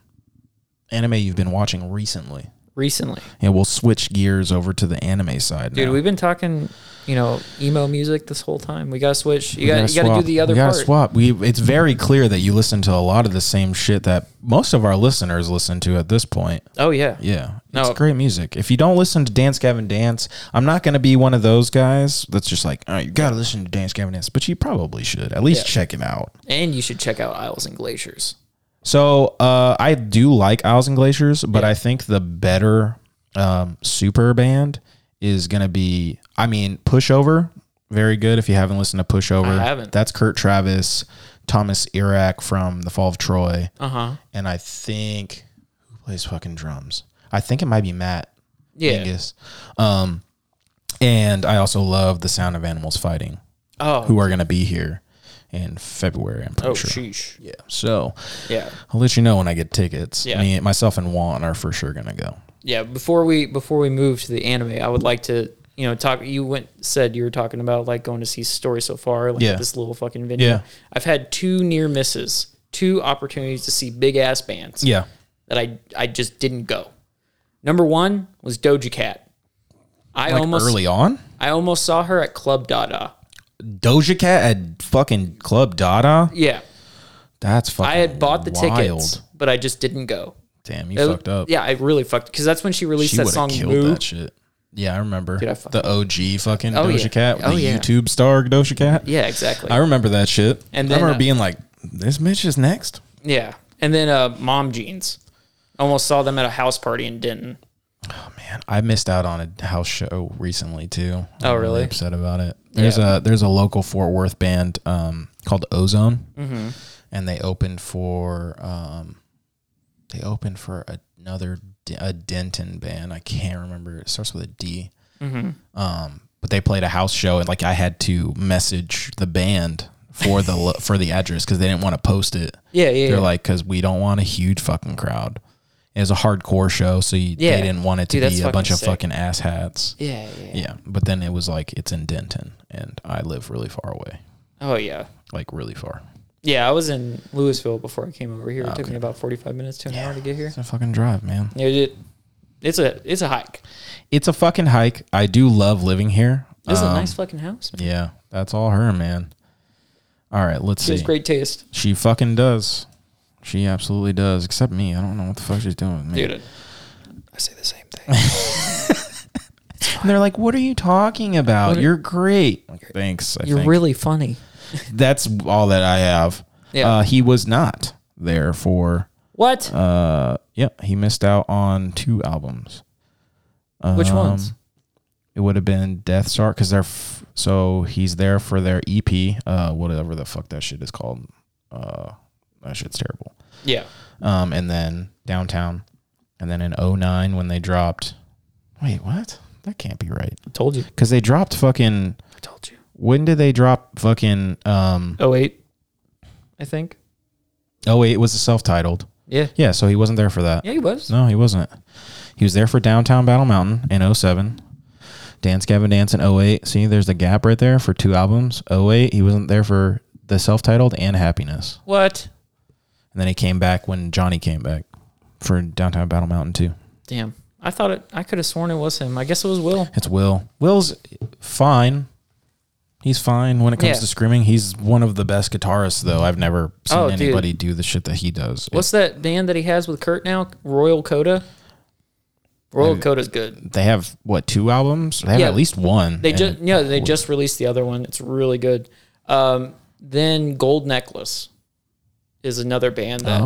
Speaker 1: anime you've been watching recently?
Speaker 2: recently.
Speaker 1: Yeah, we'll switch gears over to the anime side.
Speaker 2: Dude,
Speaker 1: now.
Speaker 2: we've been talking, you know, emo music this whole time. We gotta switch. You got
Speaker 1: gotta
Speaker 2: you gotta do
Speaker 1: swap.
Speaker 2: the other
Speaker 1: we gotta
Speaker 2: part.
Speaker 1: swap. We it's very clear that you listen to a lot of the same shit that most of our listeners listen to at this point.
Speaker 2: Oh yeah.
Speaker 1: Yeah,
Speaker 2: No.
Speaker 1: it's great music. If you don't listen to Dance Gavin Dance, I'm not gonna be one of those guys that's just like, oh, you gotta listen to Dance Gavin Dance, but you probably should at least check it out.
Speaker 2: And you should check out Isles and Glaciers.
Speaker 1: So uh, I do like Isles and Glaciers, but I think the better um, super band is going to be, I mean, Pushover. Very good if you haven't listened to Pushover.
Speaker 2: I haven't.
Speaker 1: That's Kurt Travis, Thomas Irak from The Fall of Troy,
Speaker 2: Uh huh.
Speaker 1: and I think who plays fucking drums? I think it might be Matt
Speaker 2: Yeah.
Speaker 1: Mingus. Um, and I also love the sound of animals fighting,
Speaker 2: Oh.
Speaker 1: who are going to be here in February. I'm pretty
Speaker 2: oh
Speaker 1: sure.
Speaker 2: sheesh.
Speaker 1: yeah. So
Speaker 2: Yeah.
Speaker 1: I'll let you know when I get tickets.
Speaker 2: Yeah.
Speaker 1: Me, myself, and Juan are for sure gonna go.
Speaker 2: Yeah. Before we before we move to the anime, I would like to you know talk. You went said you were talking about like going to see story so far. Like
Speaker 1: Yeah.
Speaker 2: This little fucking venue.
Speaker 1: Yeah.
Speaker 2: I've had two near misses, two opportunities to see big ass bands
Speaker 1: Yeah,
Speaker 2: that I I just didn't go. Number one was Doja Cat. I
Speaker 1: like
Speaker 2: almost
Speaker 1: early on.
Speaker 2: I almost saw her at Club Dada.
Speaker 1: Doja Cat at fucking Club Dada.
Speaker 2: Yeah.
Speaker 1: That's fucking.
Speaker 2: I had bought the
Speaker 1: wild.
Speaker 2: tickets, but I just didn't go.
Speaker 1: Damn, you
Speaker 2: It-
Speaker 1: fucked up.
Speaker 2: Yeah, I really fucked because that's when she released
Speaker 1: she
Speaker 2: that
Speaker 1: would
Speaker 2: song
Speaker 1: have killed
Speaker 2: Moo.
Speaker 1: that shit. Yeah, I remember
Speaker 2: I fucking-
Speaker 1: the OG fucking
Speaker 2: Oh,
Speaker 1: Doja
Speaker 2: yeah.
Speaker 1: Cat,
Speaker 2: Oh,
Speaker 1: the
Speaker 2: yeah.
Speaker 1: YouTube star Doja Cat.
Speaker 2: Yeah, exactly.
Speaker 1: I remember that shit.
Speaker 2: And
Speaker 1: And
Speaker 2: then,
Speaker 1: I remember
Speaker 2: uh,
Speaker 1: being like, "This bitch is next."
Speaker 2: yeah, and then uh, Mom Jeans. Almost saw them at a house party in Denton.
Speaker 1: Man, I missed out on a house show recently too.
Speaker 2: Oh,
Speaker 1: I'm
Speaker 2: really?
Speaker 1: upset about it. There's a there's a local Fort Worth band um, called Ozone,
Speaker 2: Mm-hmm.
Speaker 1: and they opened for um, they opened for another D- a Denton band. I can't remember. It starts with a D.
Speaker 2: Mm-hmm.
Speaker 1: Um, but they played a house show, and like I had to message the band for the lo- for the address because they didn't want to post it.
Speaker 2: Yeah, yeah,
Speaker 1: They're
Speaker 2: yeah.
Speaker 1: like, because we don't want a huge fucking crowd. It was a hardcore show, so you,
Speaker 2: Yeah.
Speaker 1: they didn't want it to
Speaker 2: Dude, that's
Speaker 1: be a
Speaker 2: fucking
Speaker 1: bunch
Speaker 2: sick.
Speaker 1: of fucking ass hats.
Speaker 2: Yeah, yeah.
Speaker 1: Yeah, but then it was like it's in Denton, and I live really far away,
Speaker 2: Oh yeah,
Speaker 1: like really far.
Speaker 2: yeah. I was in Louisville before I came over here. It took me about forty-five minutes to an hour to get here.
Speaker 1: It's a fucking drive, man.
Speaker 2: Yeah, it, it's a it's a hike.
Speaker 1: It's a fucking hike. I do love living here.
Speaker 2: This is a
Speaker 1: Um,
Speaker 2: nice fucking house. Man.
Speaker 1: Yeah, that's all her, man. All right, let's
Speaker 2: She has
Speaker 1: see.
Speaker 2: great taste,
Speaker 1: She fucking does. She absolutely does. Except me, I don't know what the fuck she's doing with me.
Speaker 2: dude. I say the same (laughs) thing.
Speaker 1: And they're like, "What are you talking about? You're great." Like, Thanks. I
Speaker 2: You're
Speaker 1: think.
Speaker 2: really funny.
Speaker 1: that's all that I have.
Speaker 2: Yeah.
Speaker 1: Uh, he was not there for.
Speaker 2: What?
Speaker 1: Uh, yeah, he missed out on two albums.
Speaker 2: Which
Speaker 1: Um,
Speaker 2: ones?
Speaker 1: It would have been Death Star because they're f- so he's there for their EP, uh, whatever the fuck that shit is called. Uh, that shit's terrible.
Speaker 2: Yeah.
Speaker 1: Um, and then Downtown, and then in 09 when they dropped. Wait, what? That can't be right
Speaker 2: I told you.
Speaker 1: because they dropped fucking.
Speaker 2: I told you.
Speaker 1: When did they drop fucking? Um,
Speaker 2: Oh eight, I think.
Speaker 1: oh wait, it was the self-titled.
Speaker 2: Yeah.
Speaker 1: Yeah, so he wasn't there for that.
Speaker 2: Yeah, he was.
Speaker 1: No, he wasn't. He was there for Downtown Battle Mountain in 07. Dance Gavin Dance in 08. See, there's the gap right there for two albums. 08, he wasn't there for the self titled and Happiness.
Speaker 2: What?
Speaker 1: And then he came back when Johnny came back for Downtown Battle Mountain too.
Speaker 2: Damn. I thought it. I could have sworn it was him. I guess it was Will.
Speaker 1: It's Will. Will's fine. He's fine when it comes
Speaker 2: Yeah.
Speaker 1: to screaming. He's one of the best guitarists, though. I've never seen
Speaker 2: Oh, dude.
Speaker 1: anybody do the shit that he does.
Speaker 2: What's that band that he has with Kurt now? Royal Coda. Royal Coda's good.
Speaker 1: they have what two albums? They have
Speaker 2: Yeah.
Speaker 1: at least one.
Speaker 2: They
Speaker 1: and
Speaker 2: just yeah they just released the other one. It's really good. Um, then Gold Necklace is another band that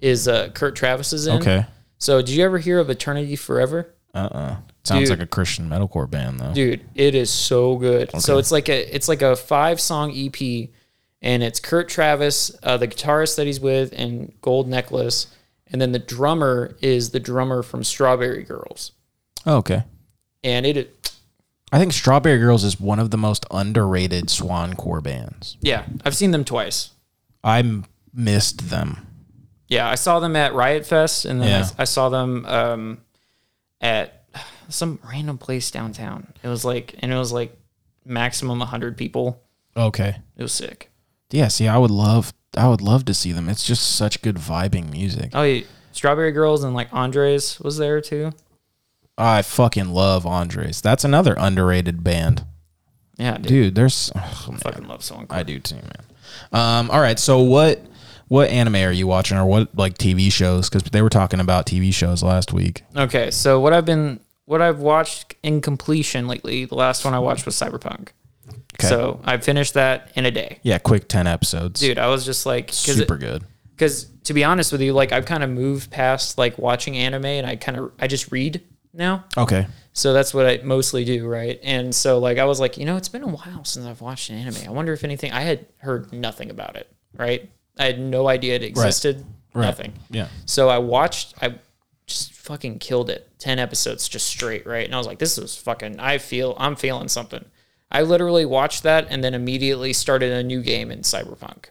Speaker 2: is
Speaker 1: oh
Speaker 2: uh, Kurt Travis is in.
Speaker 1: okay.
Speaker 2: So did you ever hear of Eternity Forever?
Speaker 1: Uh uh Sounds
Speaker 2: Dude.
Speaker 1: like a Christian metalcore band though.
Speaker 2: dude it is so good so it's like a it's like a five song ep and it's kurt travis uh, the guitarist that he's with and gold necklace and then the drummer is the drummer from strawberry girls
Speaker 1: Oh, okay.
Speaker 2: and it
Speaker 1: I think Strawberry Girls is one of the most underrated swancore bands.
Speaker 2: yeah i've seen them twice
Speaker 1: I m- missed them.
Speaker 2: yeah i saw them at riot fest and then
Speaker 1: Yeah.
Speaker 2: I, I saw them um, at some random place downtown it was like and it was like maximum 100 people
Speaker 1: Okay.
Speaker 2: it was sick
Speaker 1: Yeah, see I would love I would love to see them. It's just such good vibing music.
Speaker 2: oh yeah Strawberry Girls and like Andres was there too.
Speaker 1: I fucking love Andres. That's another underrated band.
Speaker 2: Yeah, dude,
Speaker 1: Dude, there's oh,
Speaker 2: I fucking love Song.
Speaker 1: I do too, man. Um, all right, so what what anime are you watching or what like TV shows cuz they were talking about TV shows last week.
Speaker 2: Okay, so what I've been what I've watched in completion lately, the last one I watched was Cyberpunk.
Speaker 1: Okay.
Speaker 2: So I finished that in a day.
Speaker 1: Yeah, quick 10 episodes.
Speaker 2: Dude, I was just like cause it-
Speaker 1: Super good.
Speaker 2: because to be honest with you like i've kind of moved past like watching anime and i kind of i just read now
Speaker 1: Okay.
Speaker 2: so that's what i mostly do right and so like i was like you know it's been a while since i've watched an anime i wonder if anything i had heard nothing about it right i had no idea it existed nothing
Speaker 1: Yeah.
Speaker 2: so i watched i just fucking killed it 10 episodes just straight right and i was like this was fucking i feel i'm feeling something i literally watched that and then immediately started a new game in cyberpunk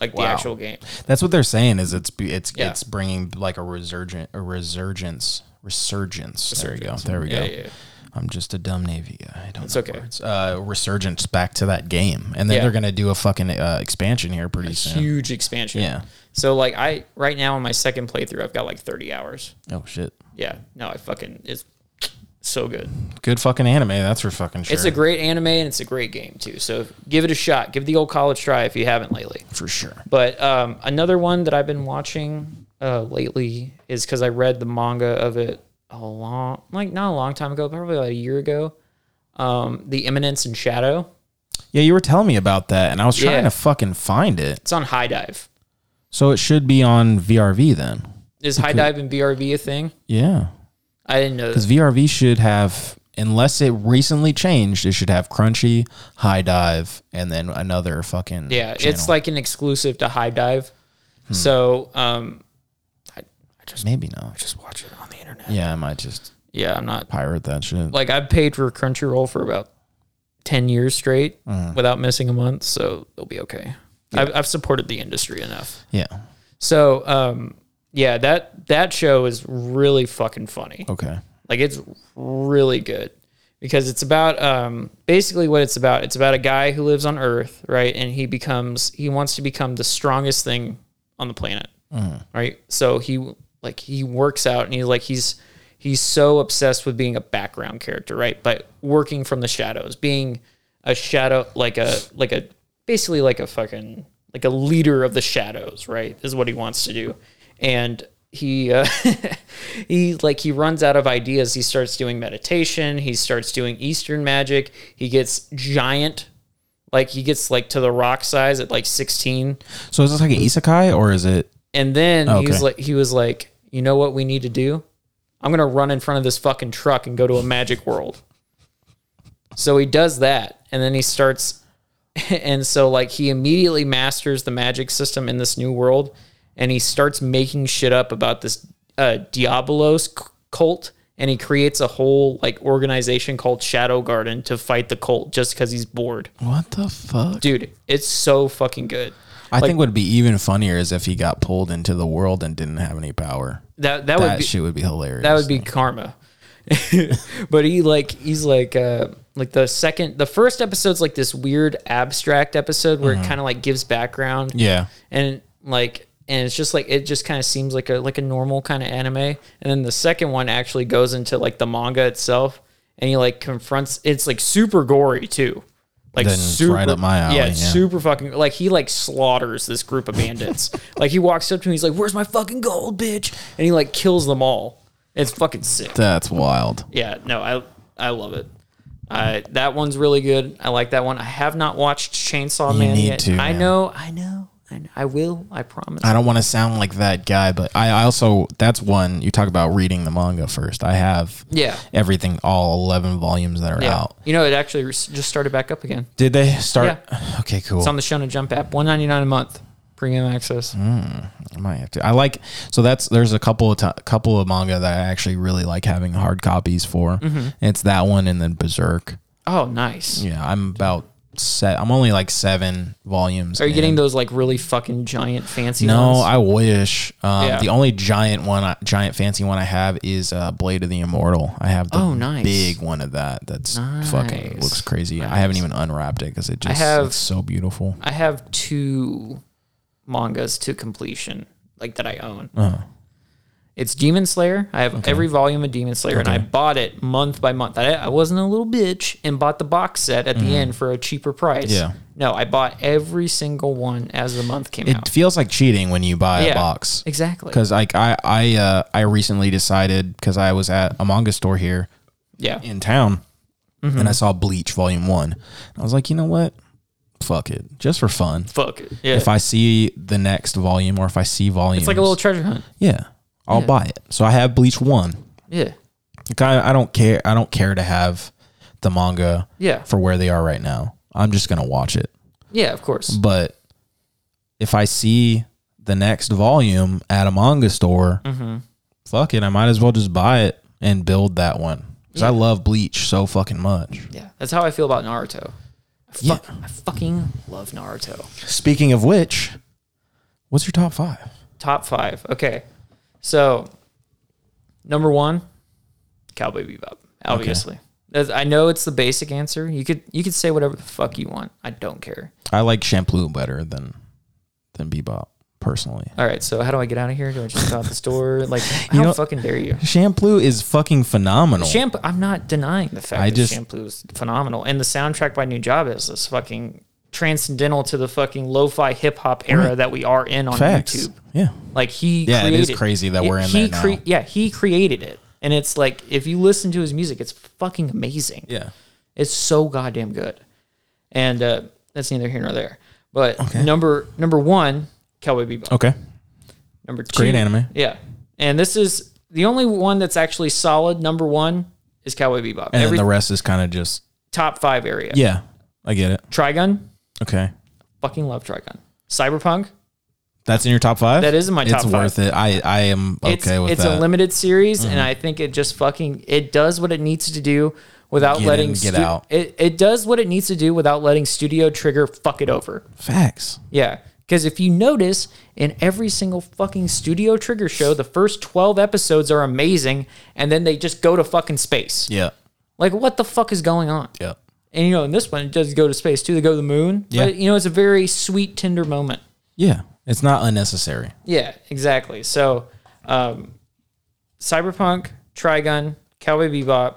Speaker 2: like the actual game
Speaker 1: That's what they're saying is it's it's
Speaker 2: Yeah.
Speaker 1: it's bringing like a resurgent a resurgence resurgence. There we go. There we go.
Speaker 2: Yeah, yeah, yeah.
Speaker 1: I'm just a dumb navy guy. I don't. It's
Speaker 2: okay.
Speaker 1: Words. Uh, resurgence back to that game, and then
Speaker 2: Yeah.
Speaker 1: they're gonna do a fucking uh, expansion here pretty soon.
Speaker 2: huge expansion.
Speaker 1: Yeah.
Speaker 2: So like I right now in my second playthrough, I've got like 30 hours.
Speaker 1: Oh shit.
Speaker 2: Yeah. No, I fucking it's so good.
Speaker 1: Good fucking anime. That's for fucking sure.
Speaker 2: It's a great anime and it's a great game too. So give it a shot. Give the old college try if you haven't lately.
Speaker 1: for sure.
Speaker 2: But um, another one that I've been watching uh, lately is because I read the manga of it a long, like not a long time ago, probably about a year ago. Um, the Eminence and Shadow.
Speaker 1: Yeah, you were telling me about that, and I was trying
Speaker 2: Yeah.
Speaker 1: to fucking find it.
Speaker 2: It's on High Dive.
Speaker 1: So it should be on VRV then.
Speaker 2: Is High Dive and BRV a thing?
Speaker 1: Yeah,
Speaker 2: I didn't know.
Speaker 1: because VRV should have, unless it recently changed, it should have Crunchy, High Dive, and then another fucking
Speaker 2: Yeah,
Speaker 1: channel. Hmm.
Speaker 2: it's like an exclusive to High Dive. So, um,
Speaker 1: maybe not.
Speaker 2: just watch it on the internet.
Speaker 1: Yeah, I might just
Speaker 2: Yeah, I'm not
Speaker 1: pirate that shit.
Speaker 2: like I've paid for Crunchyroll for about ten years straight
Speaker 1: Uh-huh.
Speaker 2: without missing a month, so they'll be okay. I've, I've supported the industry enough.
Speaker 1: yeah.
Speaker 2: So, um, yeah that that show is really fucking funny.
Speaker 1: Okay.
Speaker 2: Like it's really good because it's about um, basically what it's about. It's about a guy who lives on Earth, right? And he becomes he wants to become the strongest thing on the planet, right? So he like he works out and he's like he's he's so obsessed with being a background character, right? But working from the shadows, being a shadow like a like a basically like a fucking like a leader of the shadows, right? Is what he wants to do. And he uh, (laughs) he like he runs out of ideas. He starts doing meditation, he starts doing eastern magic. He gets giant like he gets like to the rock size at like 16
Speaker 1: So is this like an isekai or is it?
Speaker 2: and then he was
Speaker 1: okay.
Speaker 2: like, he was like, you know what we need to do? I'm gonna run in front of this fucking truck and go to a magic world. So he does that, and then he starts, (laughs) and so like he immediately masters the magic system in this new world, and he starts making shit up about this uh, Diabolos c- cult, and he creates a whole like organization called Shadow Garden to fight the cult just because he's bored.
Speaker 1: What the fuck?
Speaker 2: Dude, it's so fucking good.
Speaker 1: I think would be even funnier is if he got pulled into the world and didn't have any power.
Speaker 2: That that, would
Speaker 1: That
Speaker 2: be,
Speaker 1: shit would be hilarious.
Speaker 2: that would be karma. (laughs) but he like he's like uh like the second the first episode's like this weird abstract episode where it kind of like gives background
Speaker 1: yeah.
Speaker 2: and like and it's just like it just kind of seems like a like a normal kind of anime and then the second one actually goes into like the manga itself and he like confronts it's like super gory too like
Speaker 1: Then it's right up my alley,
Speaker 2: yeah,
Speaker 1: yeah.
Speaker 2: super fucking like he like slaughters this group
Speaker 1: (laughs)
Speaker 2: of bandits like he walks up to him he's like where's my fucking gold bitch and he like kills them all it's fucking sick
Speaker 1: That's wild.
Speaker 2: yeah, no, I I love it. I that one's really good. I like that one. I have not watched Chainsaw Man
Speaker 1: need
Speaker 2: yet.
Speaker 1: to,
Speaker 2: I
Speaker 1: man.
Speaker 2: know, I know, I know. I will. I promise.
Speaker 1: I don't want to sound like that guy, but I, I also that's one you talk about reading the manga first. I have
Speaker 2: Yeah.
Speaker 1: everything, all eleven volumes that are
Speaker 2: yeah.
Speaker 1: out.
Speaker 2: You know, it actually res- just started back up again.
Speaker 1: Did they start? (sighs) Okay, cool.
Speaker 2: It's on the Shonen Jump app. One ninety nine a month, premium access.
Speaker 1: Mm-hmm. I might have to. I like so that's there's a couple of ti- couple of manga that I actually really like having hard copies for.
Speaker 2: Mm-hmm.
Speaker 1: It's that one and then Berserk.
Speaker 2: Oh, nice.
Speaker 1: Yeah, I'm about set. I'm only like seven volumes.
Speaker 2: Are you
Speaker 1: in.
Speaker 2: getting those like really fucking giant fancy?
Speaker 1: No,
Speaker 2: ones?
Speaker 1: I wish. Um,
Speaker 2: Yeah.
Speaker 1: The only giant one, I, giant fancy one I have is uh, Blade of the Immortal. I have the
Speaker 2: Oh, nice.
Speaker 1: big one of that. That's fucking
Speaker 2: Nice.
Speaker 1: looks crazy. I haven't even unwrapped it because it just
Speaker 2: have-
Speaker 1: it's so beautiful.
Speaker 2: I have
Speaker 1: Oh.
Speaker 2: two mangas to completion, like that I own. It's Demon Slayer. I have every volume of Demon Slayer, and I bought it month by month. I, I wasn't a little bitch and bought the box set at the end for a cheaper
Speaker 1: Mm-hmm.
Speaker 2: price.
Speaker 1: Yeah.
Speaker 2: No, I bought every single one as the month came
Speaker 1: It
Speaker 2: out.
Speaker 1: feels like cheating when you buy
Speaker 2: Yeah,
Speaker 1: a box.
Speaker 2: Exactly.
Speaker 1: Because like I I uh, I recently decided because I was at a manga store here
Speaker 2: Yeah.
Speaker 1: in town
Speaker 2: Mm-hmm.
Speaker 1: and I saw Bleach Volume One. I was like, you know what? Fuck it, just for fun.
Speaker 2: Fuck it. Yeah.
Speaker 1: If I see the next volume or if I see volume,
Speaker 2: it's like a little treasure hunt.
Speaker 1: yeah, I'll buy it. So I have Bleach One.
Speaker 2: Yeah.
Speaker 1: Like, I, I don't care. I don't care to have the manga
Speaker 2: Yeah.
Speaker 1: for where they are right now. I'm just gonna watch it.
Speaker 2: Yeah, of course.
Speaker 1: But if I see the next volume at a manga store, fuck it, I might as well just buy it and build that one because I love Bleach so fucking much.
Speaker 2: Yeah. That's how I feel about Naruto. I,
Speaker 1: Yeah.
Speaker 2: fuck, I fucking love Naruto.
Speaker 1: Speaking of which, what's your top five?
Speaker 2: Top five. Okay. So, number one, Cowboy Bebop. Obviously, That's- I know it's the basic answer. You could you could say whatever the fuck you want. I don't care.
Speaker 1: I like Shampoo better than than Bebop personally.
Speaker 2: All right. So how do I get out of here? Do I just go out
Speaker 1: (laughs)
Speaker 2: the store? Like how
Speaker 1: know-
Speaker 2: fucking dare you?
Speaker 1: Shampoo is fucking phenomenal.
Speaker 2: Shampoo. I'm not denying the fact
Speaker 1: I
Speaker 2: that
Speaker 1: just-
Speaker 2: Shampoo is phenomenal, and the soundtrack by New Job is this fucking transcendental to the fucking lo-fi hip hop era that we are in on
Speaker 1: Facts.
Speaker 2: YouTube.
Speaker 1: Yeah.
Speaker 2: Like he,
Speaker 1: Yeah, it is
Speaker 2: created,
Speaker 1: crazy that we're in
Speaker 2: he
Speaker 1: there now.
Speaker 2: yeah, he created it, and it's like if you listen to his music, it's fucking amazing.
Speaker 1: Yeah.
Speaker 2: It's so goddamn good, and uh, that's neither here nor there. But number number one, Cowboy Bebop.
Speaker 1: Okay.
Speaker 2: Number two,
Speaker 1: Oh, Great anime.
Speaker 2: Yeah, and this is the only one that's actually solid. Number one is Cowboy Bebop.
Speaker 1: And
Speaker 2: Every
Speaker 1: then the rest is kind of just
Speaker 2: top five area.
Speaker 1: yeah. I get it.
Speaker 2: Trigun,
Speaker 1: Okay.
Speaker 2: fucking love Trigun. Cyberpunk,
Speaker 1: That's in your top five.
Speaker 2: That is in my top
Speaker 1: It's
Speaker 2: five.
Speaker 1: worth it. I I am okay
Speaker 2: it's,
Speaker 1: with
Speaker 2: it's
Speaker 1: that. Mm-hmm.
Speaker 2: a limited series and i think it just fucking it does what it needs to do without
Speaker 1: Get
Speaker 2: letting
Speaker 1: in, get
Speaker 2: stu-
Speaker 1: out.
Speaker 2: It, it does what it needs to do without letting studio trigger fuck it over
Speaker 1: Facts.
Speaker 2: yeah because if you notice in every single fucking studio trigger show the first 12 episodes are amazing and then they just go to fucking space
Speaker 1: Yeah.
Speaker 2: like what the fuck is going on
Speaker 1: Yeah.
Speaker 2: and you know in this one it does go to space too they go to the moon
Speaker 1: Yeah.
Speaker 2: but you know it's a very sweet tender moment
Speaker 1: Yeah. It's not unnecessary.
Speaker 2: Yeah, exactly. So, um, Cyberpunk, Trigun, Cowboy Bebop,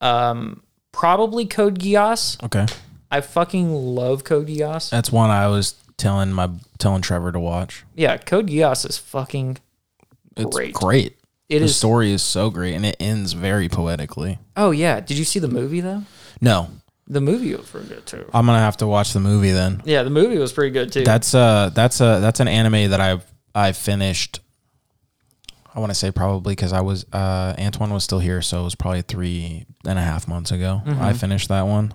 Speaker 2: um, probably Code Geass.
Speaker 1: Okay.
Speaker 2: I fucking love Code Geass.
Speaker 1: That's one I was telling my telling Trevor to watch.
Speaker 2: Yeah, Code Geass is fucking
Speaker 1: It's
Speaker 2: Great.
Speaker 1: great.
Speaker 2: it
Speaker 1: the
Speaker 2: is.
Speaker 1: story is so great and it ends very poetically.
Speaker 2: Oh yeah, did you see the movie though?
Speaker 1: No.
Speaker 2: The movie was pretty good too.
Speaker 1: I'm gonna have to watch the movie then.
Speaker 2: Yeah, the movie was pretty good too.
Speaker 1: That's uh that's a that's an anime that I've I finished I want to say probably because I was uh Antoine was still here, so it was probably three and a half months ago. I finished that one.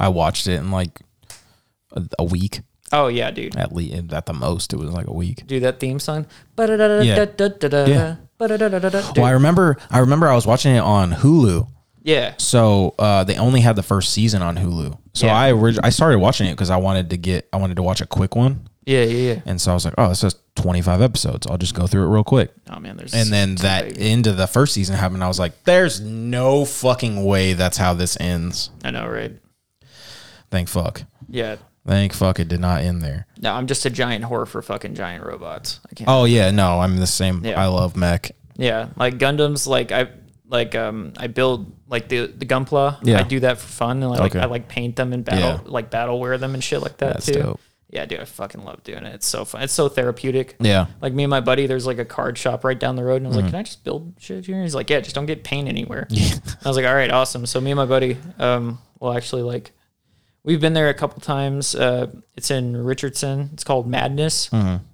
Speaker 1: I watched it in like a, a week
Speaker 2: oh yeah, dude.
Speaker 1: at least at the most. It was like a week.
Speaker 2: Do that theme song.
Speaker 1: Yeah. Well, I
Speaker 2: Yeah.
Speaker 1: remember I remember I was watching it on Hulu.
Speaker 2: Yeah.
Speaker 1: So uh, they only had the first season on Hulu. So
Speaker 2: Yeah.
Speaker 1: I orig- I started watching it because I wanted to get I wanted to watch a quick one,
Speaker 2: Yeah. Yeah.
Speaker 1: and so I was like, oh, it says twenty five episodes. I'll just go through it real quick.
Speaker 2: Oh man, there's
Speaker 1: And then that end of the first season happened. I was like, there's no fucking way that's how this ends.
Speaker 2: I know, right?
Speaker 1: Thank fuck.
Speaker 2: Yeah.
Speaker 1: Thank fuck it did not end there.
Speaker 2: No, I'm just a giant whore for fucking giant robots. I can't.
Speaker 1: Oh yeah, no, I'm the same.
Speaker 2: Yeah.
Speaker 1: I love mech.
Speaker 2: Yeah, like Gundams. Like I like um I build like the the Gunpla.
Speaker 1: Yeah.
Speaker 2: I do that for fun. And I like
Speaker 1: Okay.
Speaker 2: I like paint them and battle
Speaker 1: Yeah.
Speaker 2: like battle wear them and shit like that
Speaker 1: That's
Speaker 2: too.
Speaker 1: dope.
Speaker 2: Yeah, dude, I fucking love doing it. It's so fun. It's so therapeutic.
Speaker 1: Yeah.
Speaker 2: Like me and my buddy, there's like a card shop right down the road, and I was like, "Can I just build shit here?" He's like, "Yeah, just don't get paint anywhere." I was like, "All right, awesome." So me and my buddy, um, well, actually, like, we've been there a couple times. Uh, it's in Richardson. It's called Madness.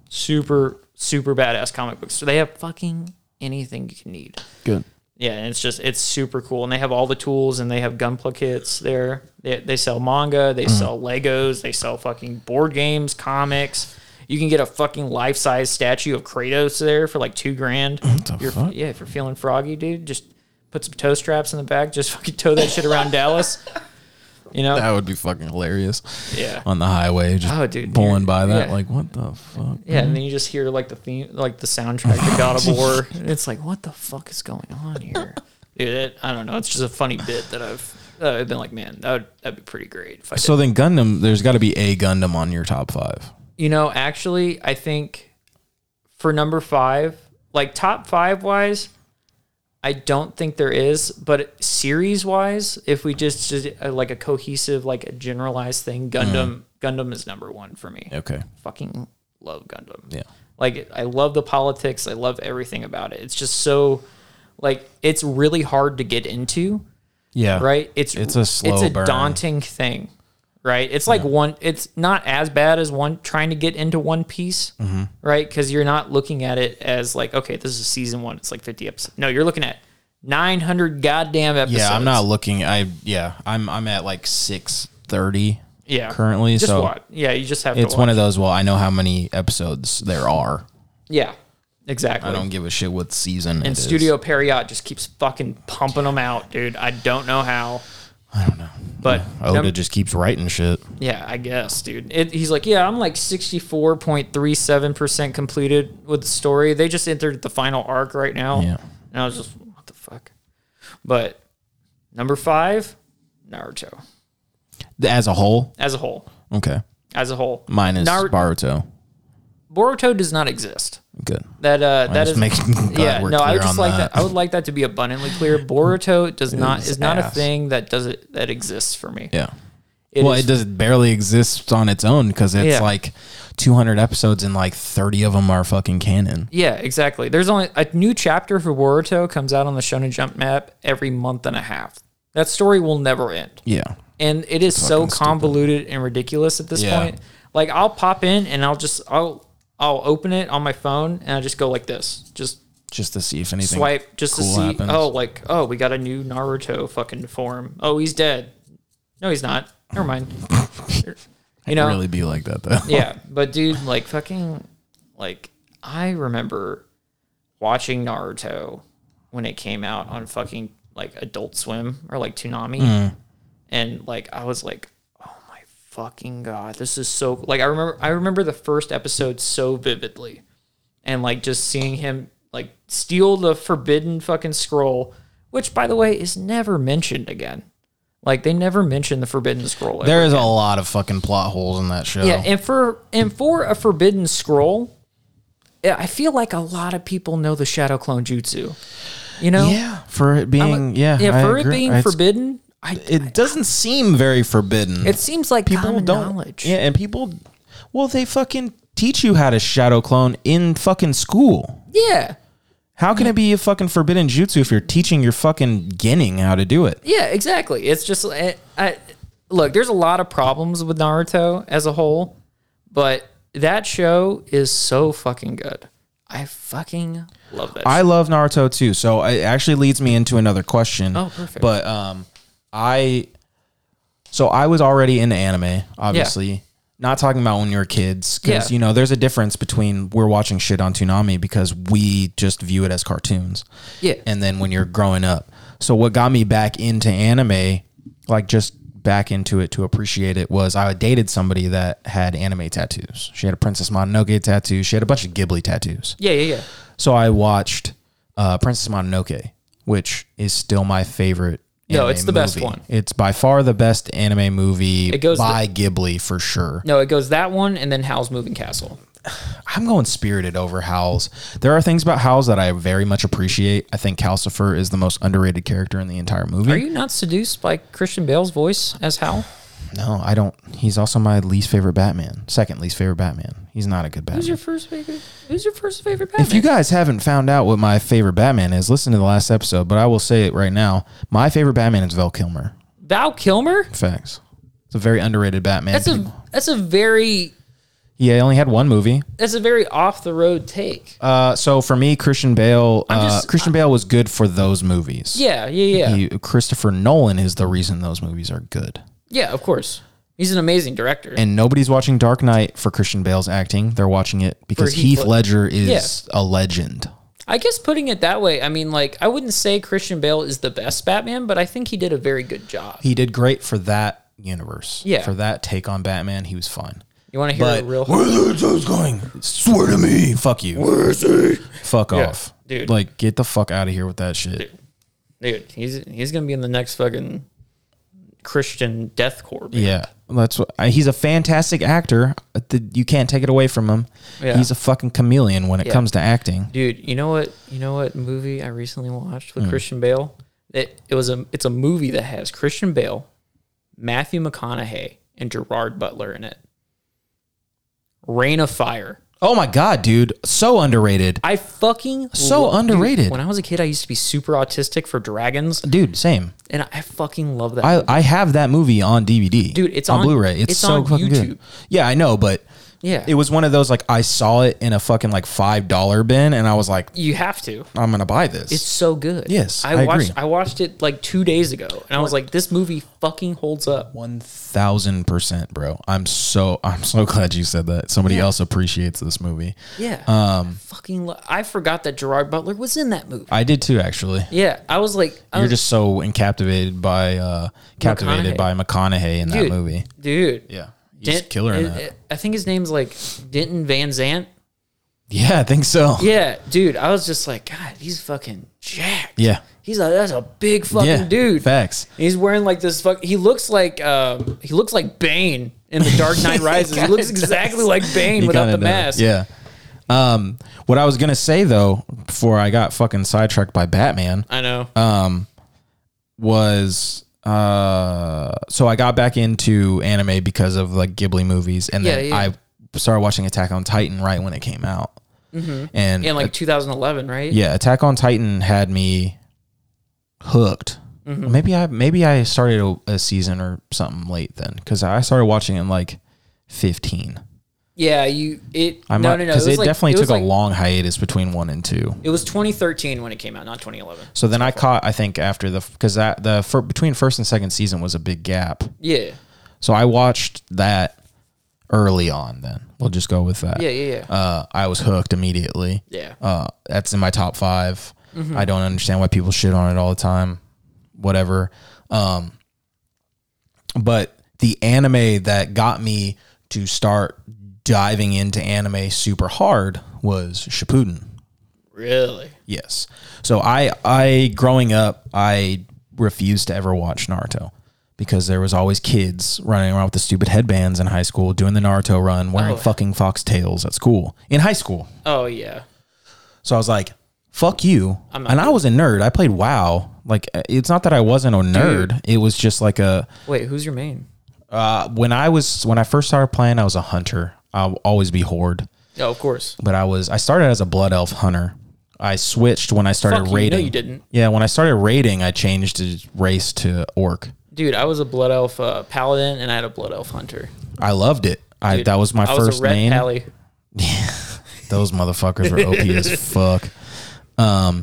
Speaker 2: Super, super badass comic books. So they have fucking anything you can need.
Speaker 1: Good.
Speaker 2: Yeah, and it's just it's super cool, and they have all the tools, and they have gunpla kits there. They, they sell manga,
Speaker 1: Mm-hmm.
Speaker 2: they sell Legos, they sell fucking board games, comics. You can get a fucking life size statue of Kratos there for like two grand. You're-
Speaker 1: fuck?
Speaker 2: Yeah, if you're feeling froggy, dude, just put some toe straps in the back, just fucking tow that shit around Dallas. You know,
Speaker 1: That would be fucking hilarious.
Speaker 2: Yeah.
Speaker 1: On the highway, just
Speaker 2: Oh, dude,
Speaker 1: pulling
Speaker 2: you're-
Speaker 1: by that.
Speaker 2: yeah.
Speaker 1: Like, what the fuck?
Speaker 2: Yeah, and then you just hear like the theme, like the soundtrack to God (laughs) of War, and it's like, what the fuck is going on here? (laughs) Dude, it, I don't know. It's just a funny bit that I've that I've been like, man, that would that'd be pretty great. If I did.
Speaker 1: So then Gundam, there's got to be a Gundam on your top five.
Speaker 2: you know, actually, I think for number five, like top five wise, I don't think there is. But series wise, if we just, just uh, like a cohesive, like a generalized thing, Gundam, Gundam is number one for me.
Speaker 1: Okay.
Speaker 2: Fucking love Gundam.
Speaker 1: Yeah.
Speaker 2: Like I love the politics. I love everything about it. It's just so, like, it's really hard to get into
Speaker 1: Yeah.
Speaker 2: right? It's
Speaker 1: It's a slow
Speaker 2: it's a
Speaker 1: burn.
Speaker 2: daunting thing, right? It's like one. It's not as bad as one trying to get into One Piece,
Speaker 1: Mm-hmm.
Speaker 2: right? Because you're not looking at it as like, okay, this is season one. It's like 50 episodes. No, you're looking at 900 goddamn episodes.
Speaker 1: Yeah, I'm not looking. I yeah, I'm I'm at like six thirty.
Speaker 2: Yeah,
Speaker 1: currently.
Speaker 2: Just
Speaker 1: so
Speaker 2: watch. Yeah, you just have
Speaker 1: it's
Speaker 2: to. Watch.
Speaker 1: one of those. Well, I know how many episodes there are.
Speaker 2: yeah, exactly.
Speaker 1: I don't give a shit what season.
Speaker 2: and
Speaker 1: it is.
Speaker 2: Studio Perriot just keeps fucking pumping them out, dude. I don't know how. I don't know. But
Speaker 1: Oda
Speaker 2: num-
Speaker 1: just keeps writing shit.
Speaker 2: Yeah, I guess, dude. It, he's like, yeah, I'm like 64.37% completed with the story. They just entered the final arc right now.
Speaker 1: Yeah.
Speaker 2: And I was just, what the fuck? But number five, Naruto
Speaker 1: As a whole,
Speaker 2: as a whole.
Speaker 1: okay.
Speaker 2: As a whole.
Speaker 1: Mine is
Speaker 2: Nar-
Speaker 1: Baruto.
Speaker 2: Boruto does not exist.
Speaker 1: Good.
Speaker 2: That, uh, that
Speaker 1: Just
Speaker 2: is.
Speaker 1: make glad (laughs)
Speaker 2: yeah,
Speaker 1: we're
Speaker 2: no, I
Speaker 1: clear
Speaker 2: would just
Speaker 1: on
Speaker 2: like that. I would like that to be abundantly
Speaker 1: (laughs)
Speaker 2: clear. Boruto does not
Speaker 1: is
Speaker 2: is not a
Speaker 1: ass.
Speaker 2: thing that does it that exists for me.
Speaker 1: (laughs) Yeah.
Speaker 2: It
Speaker 1: well,
Speaker 2: is-
Speaker 1: it does barely exist on its own because it's
Speaker 2: Yeah.
Speaker 1: like 200 episodes and like 30 of them are fucking canon.
Speaker 2: Yeah, exactly. There's only a new chapter for Boruto comes out on the Shonen Jump map every month and a half. That story will never end.
Speaker 1: Yeah.
Speaker 2: And it is so convoluted and ridiculous at this
Speaker 1: Yeah.
Speaker 2: point. Like I'll pop in and I'll just I'll I'll open it on my phone and I just go like this. Just
Speaker 1: Just to see if anything.
Speaker 2: swipe just
Speaker 1: cool
Speaker 2: to see
Speaker 1: happens.
Speaker 2: oh like oh we got a new Naruto fucking form. Oh, he's dead. No, he's not. Never
Speaker 1: (laughs)
Speaker 2: mind. you know,
Speaker 1: Really be like that (laughs) though.
Speaker 2: yeah, but dude, like fucking, like I remember watching Naruto when it came out on fucking like Adult Swim or like Toonami, and like I was like, oh my fucking god, this is so like I remember I remember the first episode so vividly, and like just seeing him like steal the forbidden fucking scroll, which by the way is never mentioned again. Like they never mention the forbidden scroll.
Speaker 1: There is a lot of fucking plot holes in that show.
Speaker 2: Yeah, and for and for a forbidden scroll, yeah, I feel like a lot of people know the Shadow Clone Jutsu. You know,
Speaker 1: Yeah, for it being yeah,
Speaker 2: yeah.
Speaker 1: I
Speaker 2: For it
Speaker 1: agree.
Speaker 2: being
Speaker 1: It's-
Speaker 2: forbidden, I
Speaker 1: it doesn't seem very forbidden.
Speaker 2: it seems like
Speaker 1: people
Speaker 2: common
Speaker 1: don't
Speaker 2: knowledge.
Speaker 1: yeah, and people well they fucking teach you how to shadow clone in fucking school.
Speaker 2: yeah,
Speaker 1: How can it be a fucking forbidden jutsu if you're teaching your fucking ginning how to do it?
Speaker 2: yeah, exactly. It's just I, I look. There's a lot of problems with Naruto as a whole, but that show is so fucking good. I fucking love that.
Speaker 1: I love Naruto too, so it actually leads me into another question.
Speaker 2: Oh, perfect.
Speaker 1: But um, I so I was already into anime, obviously. Not talking about when you were kids, because
Speaker 2: Yeah.
Speaker 1: you know there's a difference between we're watching shit on Toonami because we just view it as cartoons.
Speaker 2: Yeah.
Speaker 1: and then when you're growing up. So what got me back into anime, like just back into it to appreciate it, was I dated somebody that had anime tattoos. She had a Princess Mononoke tattoo. She had a bunch of Ghibli tattoos.
Speaker 2: yeah, yeah, yeah.
Speaker 1: So I watched uh, Princess Mononoke, which is still my favorite.
Speaker 2: No,
Speaker 1: anime
Speaker 2: it's the best
Speaker 1: movie.
Speaker 2: one.
Speaker 1: It's by far the best anime movie
Speaker 2: goes
Speaker 1: by Ghibli for sure.
Speaker 2: No, it goes that one and then Howl's Moving Castle.
Speaker 1: I'm going Spirited over Howl's. There are things about Howl's that I very much appreciate. I think Calcifer is the most underrated character in the entire movie.
Speaker 2: Are you not seduced by Christian Bale's voice as Hal?
Speaker 1: No, I don't. He's also my least favorite Batman. Second least favorite Batman. He's not a good Batman.
Speaker 2: Who's your first favorite? Who's your first favorite Batman?
Speaker 1: If you guys haven't found out what my favorite Batman is, listen to the last episode. But I will say it right now. My favorite Batman is Val Kilmer.
Speaker 2: Val Kilmer?
Speaker 1: Facts. It's a very underrated Batman.
Speaker 2: That's a that's a very
Speaker 1: yeah, he only had one movie.
Speaker 2: that's a very off the road take.
Speaker 1: Uh, so for me, Christian Bale, uh,
Speaker 2: just-
Speaker 1: Christian Bale was good for those movies.
Speaker 2: Yeah, yeah, yeah,
Speaker 1: He- Christopher Nolan is the reason those movies are good.
Speaker 2: yeah. Of course, he's an amazing director.
Speaker 1: And nobody's watching Dark Knight for Christian Bale's acting. They're watching it because
Speaker 2: Heath
Speaker 1: Heath Ledger is
Speaker 2: Yeah.
Speaker 1: a legend.
Speaker 2: I guess putting it that way, I mean, like, I wouldn't say Christian Bale is the best Batman, but I think he did a very good job.
Speaker 1: He did great for that universe.
Speaker 2: Yeah.
Speaker 1: For that take on Batman, he was fine.
Speaker 2: You want to hear a
Speaker 1: But-
Speaker 2: real?
Speaker 1: Where's this going? Swear to me. Fuck you. Where is he? Fuck off.
Speaker 2: dude.
Speaker 1: Like, get the fuck out of here with that shit.
Speaker 2: dude, he's he's gonna be in the next fucking Christian deathcore. Band.
Speaker 1: Yeah, that's what I, he's a fantastic actor. Uh, th- You can't take it away from him.
Speaker 2: Yeah.
Speaker 1: He's a fucking chameleon when it
Speaker 2: Yeah.
Speaker 1: comes to acting.
Speaker 2: Dude, you know what? You know what movie I recently watched
Speaker 1: Hmm.
Speaker 2: with Christian Bale? It it was a it's a movie that has Christian Bale, Matthew McConaughey, and Gerard Butler in it. Rain of Fire.
Speaker 1: Oh my god, dude, so underrated.
Speaker 2: I fucking
Speaker 1: So
Speaker 2: lo- dude,
Speaker 1: underrated.
Speaker 2: when I was a kid, I used to be super autistic for dragons,
Speaker 1: Dude, same.
Speaker 2: and I fucking love that.
Speaker 1: I, I have that movie on DVD.
Speaker 2: Dude, it's
Speaker 1: on,
Speaker 2: on-
Speaker 1: Blu-ray. It's,
Speaker 2: it's
Speaker 1: so
Speaker 2: on
Speaker 1: fucking
Speaker 2: YouTube.
Speaker 1: good. Yeah, I know, but
Speaker 2: yeah,
Speaker 1: it was one of those like I saw it in a fucking like five dollar bin, and I was like,
Speaker 2: you have to.
Speaker 1: I'm gonna buy this.
Speaker 2: It's so good.
Speaker 1: Yes,
Speaker 2: I,
Speaker 1: I
Speaker 2: watched.
Speaker 1: agree.
Speaker 2: I watched it like two days ago, and I was like, "This movie fucking holds up."
Speaker 1: one thousand percent, bro. I'm so I'm so (laughs) glad you said that. Somebody else appreciates this movie.
Speaker 2: Yeah. Um. Fucking. Lo- I forgot that Gerard Butler was in that movie.
Speaker 1: I did too, actually.
Speaker 2: Yeah, I was like, I
Speaker 1: You're
Speaker 2: was-
Speaker 1: just so captivated by uh captivated
Speaker 2: Oh. McConaughey.
Speaker 1: by McConaughey in
Speaker 2: dude,
Speaker 1: that movie.
Speaker 2: dude.
Speaker 1: Yeah, he's
Speaker 2: Dent-
Speaker 1: killer in
Speaker 2: I-
Speaker 1: that.
Speaker 2: I think his name's like Denton Van Zant.
Speaker 1: yeah, I think so. Yeah,
Speaker 2: Yeah, dude. I was just like, God, he's fucking jacked.
Speaker 1: (laughs) yeah,
Speaker 2: He's a that's a big fucking
Speaker 1: yeah.
Speaker 2: dude.
Speaker 1: Facts.
Speaker 2: He's wearing like this fuck. He looks like um, he looks like Bane in the Dark
Speaker 1: (laughs)
Speaker 2: Knight Rises. he looks exactly like Bane
Speaker 1: He
Speaker 2: without
Speaker 1: kinda
Speaker 2: the
Speaker 1: does.
Speaker 2: mask.
Speaker 1: Yeah. Um, what I was gonna say though, before I got fucking sidetracked by Batman,
Speaker 2: I know.
Speaker 1: Uh, was uh, so I got back into anime because of like Ghibli movies, and then
Speaker 2: Yeah, yeah.
Speaker 1: I started watching Attack on Titan right when it came out, and
Speaker 2: in Mm-hmm. like 2011, right?
Speaker 1: yeah, Attack on Titan had me hooked.
Speaker 2: Mm-hmm.
Speaker 1: Maybe I maybe I started a, a season or something late then because I started watching it in like fifteen.
Speaker 2: Yeah, you it
Speaker 1: I
Speaker 2: no
Speaker 1: might
Speaker 2: no no.
Speaker 1: because
Speaker 2: was
Speaker 1: it,
Speaker 2: like-
Speaker 1: definitely
Speaker 2: was
Speaker 1: took
Speaker 2: like-
Speaker 1: a long hiatus between one and two.
Speaker 2: It was 2013 when it came out, not 2011.
Speaker 1: So then I caught I think after the because that the fir- between first and second season was a big gap.
Speaker 2: Yeah,
Speaker 1: So I watched that early on. Then we'll just go with that.
Speaker 2: yeah, yeah, yeah.
Speaker 1: Uh, I was hooked immediately.
Speaker 2: yeah.
Speaker 1: Uh, that's in my top 5 I don't understand why people shit on it all the time. Whatever. Um, but the anime that got me to start diving into anime super hard was Shippuden.
Speaker 2: really?
Speaker 1: Yes. So I I growing up, I refused to ever watch Naruto because there was always kids running around with the stupid headbands in high school doing the Naruto run, wearing fucking foxtails at school. In high school.
Speaker 2: Oh yeah.
Speaker 1: So I was like, fuck you.
Speaker 2: I'm
Speaker 1: And
Speaker 2: not
Speaker 1: I was a nerd. I played WoW. Like eh, it's not that I wasn't a nerd. It was just like a
Speaker 2: Wait, who's your main?
Speaker 1: uh, when I was when I first started playing, I was a hunter. I'll always be horde.
Speaker 2: Oh, of course.
Speaker 1: But I was I started as a blood elf hunter. I switched when I started
Speaker 2: Fuck you, no,
Speaker 1: raiding.
Speaker 2: you didn't.
Speaker 1: Yeah, when I started raiding, I changed to race to orc.
Speaker 2: Dude, I was a blood elf uh, paladin and I had a blood elf hunter.
Speaker 1: I loved it. I that was my
Speaker 2: I
Speaker 1: first
Speaker 2: was a red
Speaker 1: name.
Speaker 2: pally.
Speaker 1: Those motherfuckers were OP as
Speaker 2: (laughs)
Speaker 1: fuck. Um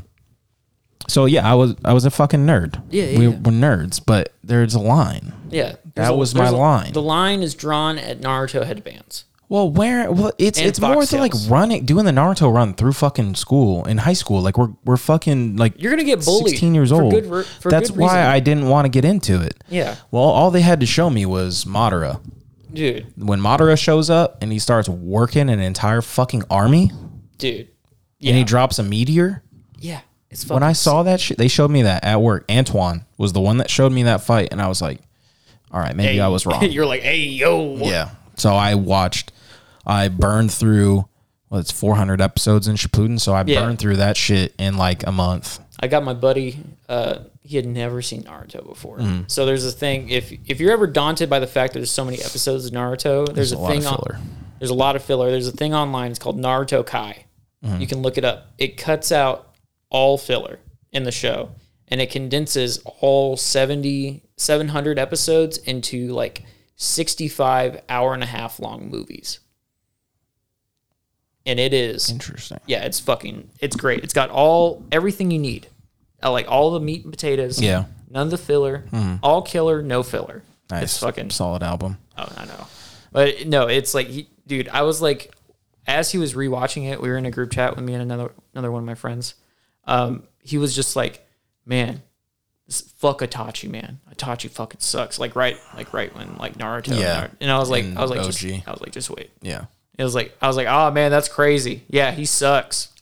Speaker 1: so yeah, I was I was a fucking nerd.
Speaker 2: Yeah, yeah,
Speaker 1: we
Speaker 2: yeah.
Speaker 1: were nerds, but there's a line.
Speaker 2: Yeah. There's
Speaker 1: That was my
Speaker 2: there's
Speaker 1: line.
Speaker 2: The line is drawn at Naruto headbands.
Speaker 1: Well, where well, it's
Speaker 2: And
Speaker 1: it's more to like
Speaker 2: foxtails.
Speaker 1: running, doing the Naruto run through fucking school in high school. Like we're we're fucking like
Speaker 2: You're gonna get bullied.
Speaker 1: Sixteen years
Speaker 2: for
Speaker 1: old.
Speaker 2: Good, re- for
Speaker 1: That's
Speaker 2: good
Speaker 1: why
Speaker 2: reason.
Speaker 1: I didn't want to get into it.
Speaker 2: Yeah.
Speaker 1: Well, all they had to show me was Madara.
Speaker 2: Dude,
Speaker 1: When Madara shows up and he starts working an entire fucking army
Speaker 2: dude.
Speaker 1: and he
Speaker 2: Yeah.
Speaker 1: drops a meteor.
Speaker 2: Yeah. It's fucking
Speaker 1: When I saw that shit, they showed me that at work. Antoine was the one that showed me that fight, and I was like, "All right, maybe I was
Speaker 2: (laughs)
Speaker 1: wrong."
Speaker 2: You're like, hey yo.
Speaker 1: Yeah. So I watched, I burned through, well, it's 400 episodes in Shippuden. So I
Speaker 2: Yeah.
Speaker 1: burned through that shit in like a month.
Speaker 2: I got my buddy. Uh, he had never seen Naruto before,
Speaker 1: Mm-hmm.
Speaker 2: so there's a thing. If if you're ever daunted by the fact that there's so many episodes of Naruto, there's, a,
Speaker 1: a lot
Speaker 2: thing
Speaker 1: of filler.
Speaker 2: on. There's a lot of filler. There's a thing online. It's called Naruto Kai.
Speaker 1: Mm-hmm.
Speaker 2: You can look it up. It cuts out all filler in the show, and it condenses all 70, 700 episodes into like 65 hour and a half long movies. And it is
Speaker 1: Interesting.
Speaker 2: yeah, it's fucking it's great. It's got all everything you need. I like all the meat and potatoes.
Speaker 1: Yeah. Mm-hmm.
Speaker 2: None of the filler. All killer, no filler.
Speaker 1: Nice.
Speaker 2: It's fucking
Speaker 1: solid album.
Speaker 2: oh I know. But no, it's like he, dude, I was like as he was rewatching it, we were in a group chat with me and another another one of my friends. Um, he was just like, Man, this fuck Itachi, man. Itachi fucking sucks. Like right like right when like Naruto
Speaker 1: Yeah.
Speaker 2: and I was like
Speaker 1: And
Speaker 2: I was like just,
Speaker 1: OG.
Speaker 2: I was like, just wait.
Speaker 1: Yeah.
Speaker 2: It was like I was like, "Ah, oh man, that's crazy. Yeah, he sucks.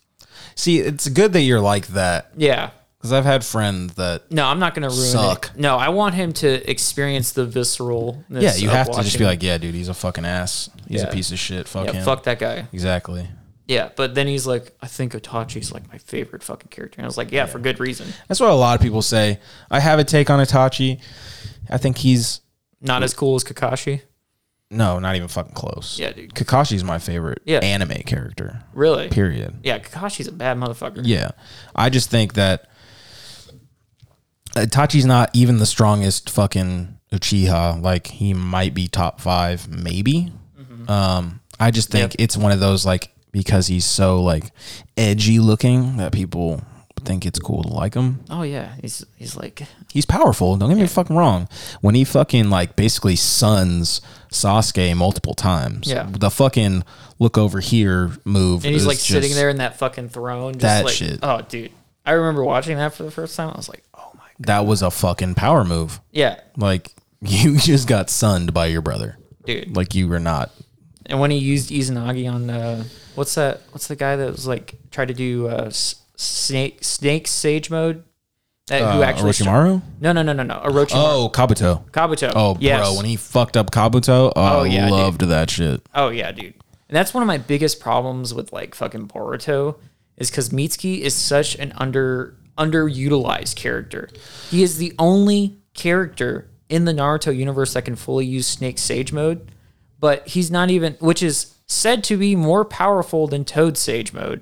Speaker 1: See, it's good that you're like that
Speaker 2: Yeah.
Speaker 1: Because I've had friends that
Speaker 2: No, I'm not going to ruin
Speaker 1: Suck.
Speaker 2: it. No, I want him to experience the visceral.
Speaker 1: yeah, you have to just be like, yeah, dude, he's a fucking ass. He's
Speaker 2: Yeah.
Speaker 1: a piece of shit. Fuck
Speaker 2: yeah,
Speaker 1: him.
Speaker 2: fuck that guy.
Speaker 1: Exactly.
Speaker 2: Yeah, but then he's like, I think Itachi's like my favorite fucking character. And I was like, yeah, for good reason.
Speaker 1: That's what a lot of people say. I have a take on Itachi. I think he's
Speaker 2: Not as cool as Kakashi.
Speaker 1: no, not even fucking close.
Speaker 2: Yeah, dude.
Speaker 1: Kakashi's my favorite
Speaker 2: Yeah.
Speaker 1: anime character.
Speaker 2: Really?
Speaker 1: Period.
Speaker 2: Yeah, Kakashi's a bad motherfucker.
Speaker 1: Yeah. I just think that Itachi's not even the strongest fucking Uchiha. Like he might be top five, maybe.
Speaker 2: Mm-hmm.
Speaker 1: Um, I just think it's one of those like because he's so like edgy looking that people think it's cool to like him.
Speaker 2: Oh yeah, he's he's like,
Speaker 1: He's powerful. Don't get me fucking wrong. When he fucking like basically sons Sasuke multiple times.
Speaker 2: Yeah.
Speaker 1: The fucking look over here move.
Speaker 2: and he's
Speaker 1: is
Speaker 2: like
Speaker 1: just-
Speaker 2: sitting there in that fucking throne. Just
Speaker 1: That
Speaker 2: like,
Speaker 1: shit.
Speaker 2: Oh, dude, I remember watching that for the first time. I was like, oh my.
Speaker 1: That was a fucking power move.
Speaker 2: Yeah,
Speaker 1: Like (laughs) you just got sunned by your brother.
Speaker 2: dude.
Speaker 1: Like you were not.
Speaker 2: And when he used Izanagi on uh, what's that? What's the guy that was like tried to do uh, s- snake snake sage mode? That who
Speaker 1: Uh,
Speaker 2: actually?
Speaker 1: Orochimaru?
Speaker 2: No, no, no, no, no. Orochimaru.
Speaker 1: Oh, Kabuto.
Speaker 2: Kabuto.
Speaker 1: Oh,
Speaker 2: yes.
Speaker 1: bro, when he fucked up Kabuto, oh,
Speaker 2: Oh, yeah,
Speaker 1: I
Speaker 2: dude.
Speaker 1: loved that shit.
Speaker 2: Oh yeah, dude. And that's one of my biggest problems with like fucking Boruto is because Mitsuki is such an under underutilized character. He is the only character in the Naruto universe that can fully use Snake Sage mode, but he's not even which is said to be more powerful than Toad Sage mode.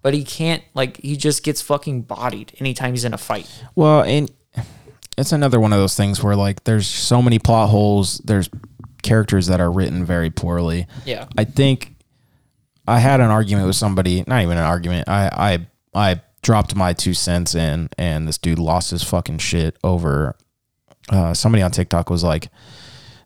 Speaker 2: But he can't like he just gets fucking bodied anytime he's in a fight.
Speaker 1: Well, and it's another one of those things where like there's so many plot holes. There's characters that are written very poorly.
Speaker 2: Yeah.
Speaker 1: I think I had an argument with somebody, not even an argument. I I I dropped my two cents in and this dude lost his fucking shit over uh, somebody on TikTok was like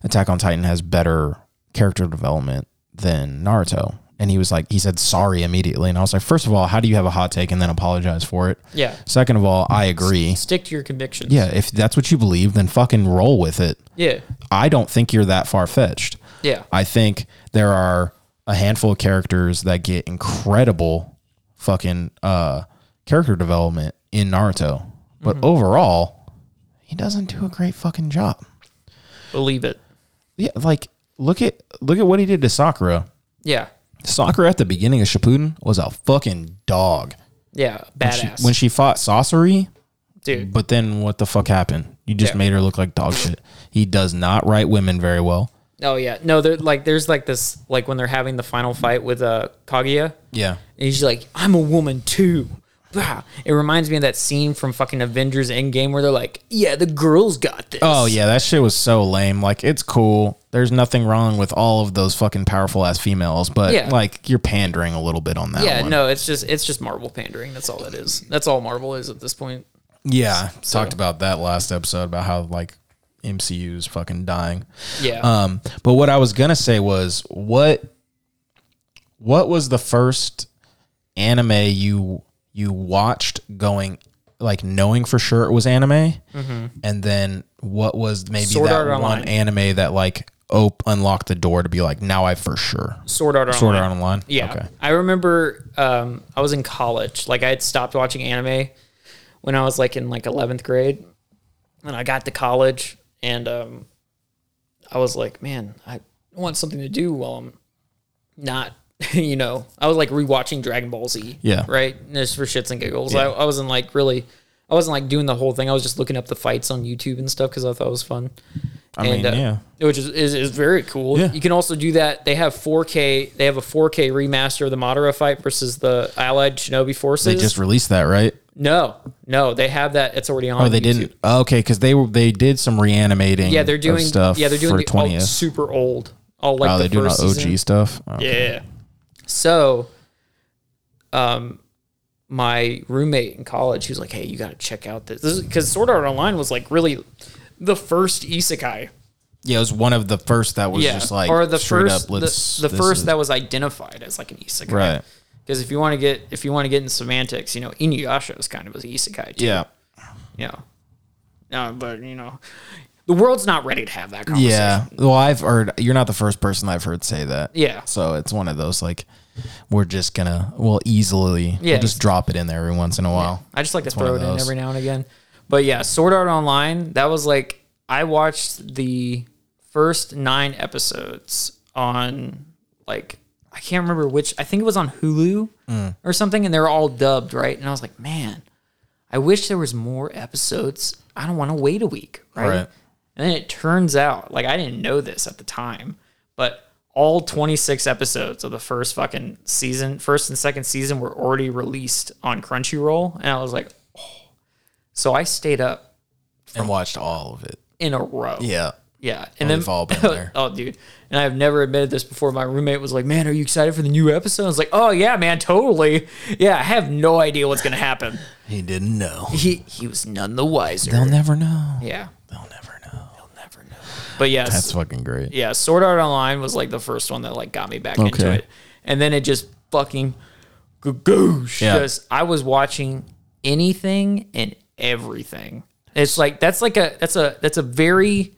Speaker 1: Attack on Titan has better character development than Naruto. And he was like, he said sorry immediately. And I was like, first of all, how do you have a hot take and then apologize for it?
Speaker 2: Yeah.
Speaker 1: Second of all, I agree.
Speaker 2: Stick to your convictions.
Speaker 1: Yeah, if that's what you believe, then fucking roll with it.
Speaker 2: Yeah.
Speaker 1: I don't think you're that far fetched.
Speaker 2: Yeah.
Speaker 1: I think there are a handful of characters that get incredible fucking uh, character development in Naruto. But overall, he doesn't do a great fucking job.
Speaker 2: Believe it.
Speaker 1: Yeah, like look at look at what he did to Sakura.
Speaker 2: Yeah.
Speaker 1: Sakura at the beginning of Shippuden was a fucking dog.
Speaker 2: Yeah.
Speaker 1: She-
Speaker 2: Badass.
Speaker 1: when she fought Sorcery,
Speaker 2: dude.
Speaker 1: But then what the fuck happened? You just
Speaker 2: Yeah.
Speaker 1: made her look like dog shit. He does not write women very well.
Speaker 2: Oh yeah, no, they're like there's like this like when they're having the final fight with uh Kaguya, and
Speaker 1: Yeah.
Speaker 2: he's like, "I'm a woman too." Bah. It reminds me of that scene from fucking Avengers Endgame where they're like, "Yeah, the girls got this."
Speaker 1: Oh yeah, that shit was so lame. Like it's cool. There's nothing wrong with all of those fucking powerful ass females, but
Speaker 2: Yeah.
Speaker 1: like you're pandering a little bit on that
Speaker 2: yeah,
Speaker 1: one.
Speaker 2: no, it's just it's just Marvel pandering. That's all that is. That's all Marvel is at this point.
Speaker 1: Yeah. Talked about that last episode about how like MCU is fucking dying.
Speaker 2: Yeah,
Speaker 1: Um, but what I was gonna say was what what was the first anime you you watched going like knowing for sure it was anime, and then what was maybe
Speaker 2: Mm-hmm. Sword
Speaker 1: that
Speaker 2: Art
Speaker 1: one
Speaker 2: Online.
Speaker 1: anime that like op- unlocked the door to be like now I for sure
Speaker 2: Sword Art Online.
Speaker 1: Sword Art Online.
Speaker 2: Yeah.
Speaker 1: Okay.
Speaker 2: I remember um, I was in college. Like I had stopped watching anime when I was like in like 11th grade. And I got to college and um, I was like, man, I want something to do while I'm not, (laughs) you know, I was like rewatching Dragon Ball Z.
Speaker 1: Yeah.
Speaker 2: Right. And Just for shits and giggles. I, I wasn't like really, I wasn't like doing the whole thing. I was just looking up the fights on YouTube and stuff because I thought it was fun uh,
Speaker 1: I mean, yeah.
Speaker 2: which is, is, is very cool.
Speaker 1: Yeah.
Speaker 2: You can also do that. They have 4K. They have a 4K remaster of the Madara fight versus the Allied Shinobi forces.
Speaker 1: They just released that, right?
Speaker 2: no, no, they have that. It's already on.
Speaker 1: Oh, they didn't. Oh, okay, because they were they did some reanimating.
Speaker 2: Yeah, they're
Speaker 1: of
Speaker 2: doing
Speaker 1: stuff.
Speaker 2: Yeah, they're doing
Speaker 1: for
Speaker 2: the all
Speaker 1: twentieth.
Speaker 2: super old. All like
Speaker 1: Oh,
Speaker 2: the
Speaker 1: they're doing all
Speaker 2: first
Speaker 1: OG
Speaker 2: season.
Speaker 1: stuff. Oh.
Speaker 2: Yeah. So, um, my roommate in college, he was like, "Hey, you got to check out this because Sword Art Online was like really the first isekai."
Speaker 1: Yeah, it was one of the first that was
Speaker 2: yeah,
Speaker 1: just like
Speaker 2: or the
Speaker 1: straight
Speaker 2: first
Speaker 1: up. Let's,
Speaker 2: the, the
Speaker 1: this
Speaker 2: first
Speaker 1: is-
Speaker 2: that was identified as like an isekai.
Speaker 1: right?
Speaker 2: Because if you want to get if you want to get in semantics, you know, Inuyasha is kind of an isekai. Too,
Speaker 1: Yeah,
Speaker 2: You know. No, Uh, but you know, the world's not ready to have that conversation.
Speaker 1: Yeah. Well, I've heard you're not the first person I've heard say that.
Speaker 2: Yeah.
Speaker 1: So it's one of those like we're just gonna we'll easily
Speaker 2: Yeah.
Speaker 1: we'll just drop it in there every once in a while.
Speaker 2: I just like to
Speaker 1: one
Speaker 2: throw
Speaker 1: of
Speaker 2: it in
Speaker 1: those.
Speaker 2: every now and again. But yeah, Sword Art Online, that was like I watched the first 9 episodes on like I can't remember which. I think it was on Hulu
Speaker 1: Mm.
Speaker 2: or something and they were all dubbed, right? And I was like, "Man, I wish there was more episodes. I don't want to wait a week, right?"
Speaker 1: Right.
Speaker 2: And then it turns out, like I didn't know this at the time, but all 26 episodes of the first fucking season, first and second season were already released on Crunchyroll, and I was like, oh. so I stayed up
Speaker 1: And watched all of it.
Speaker 2: in a row.
Speaker 1: Yeah.
Speaker 2: Yeah,
Speaker 1: Well,
Speaker 2: and then
Speaker 1: we've all been there.
Speaker 2: (laughs) oh, dude, and I've never admitted this before. My roommate was like, "Man, are you excited for the new episode?" I was like, "Oh yeah, man, totally. Yeah, I have no idea what's gonna happen."
Speaker 1: He didn't know.
Speaker 2: He he was none the wiser.
Speaker 1: They'll never know.
Speaker 2: yeah,
Speaker 1: They'll never know.
Speaker 2: never know. But yes,
Speaker 1: That's fucking great.
Speaker 2: yeah, Sword Art Online was like the first one that like got me back into
Speaker 1: Okay.
Speaker 2: it, and then it just fucking goosh.
Speaker 1: Yeah.
Speaker 2: Just I was watching anything and everything. It's like that's like a that's a that's a very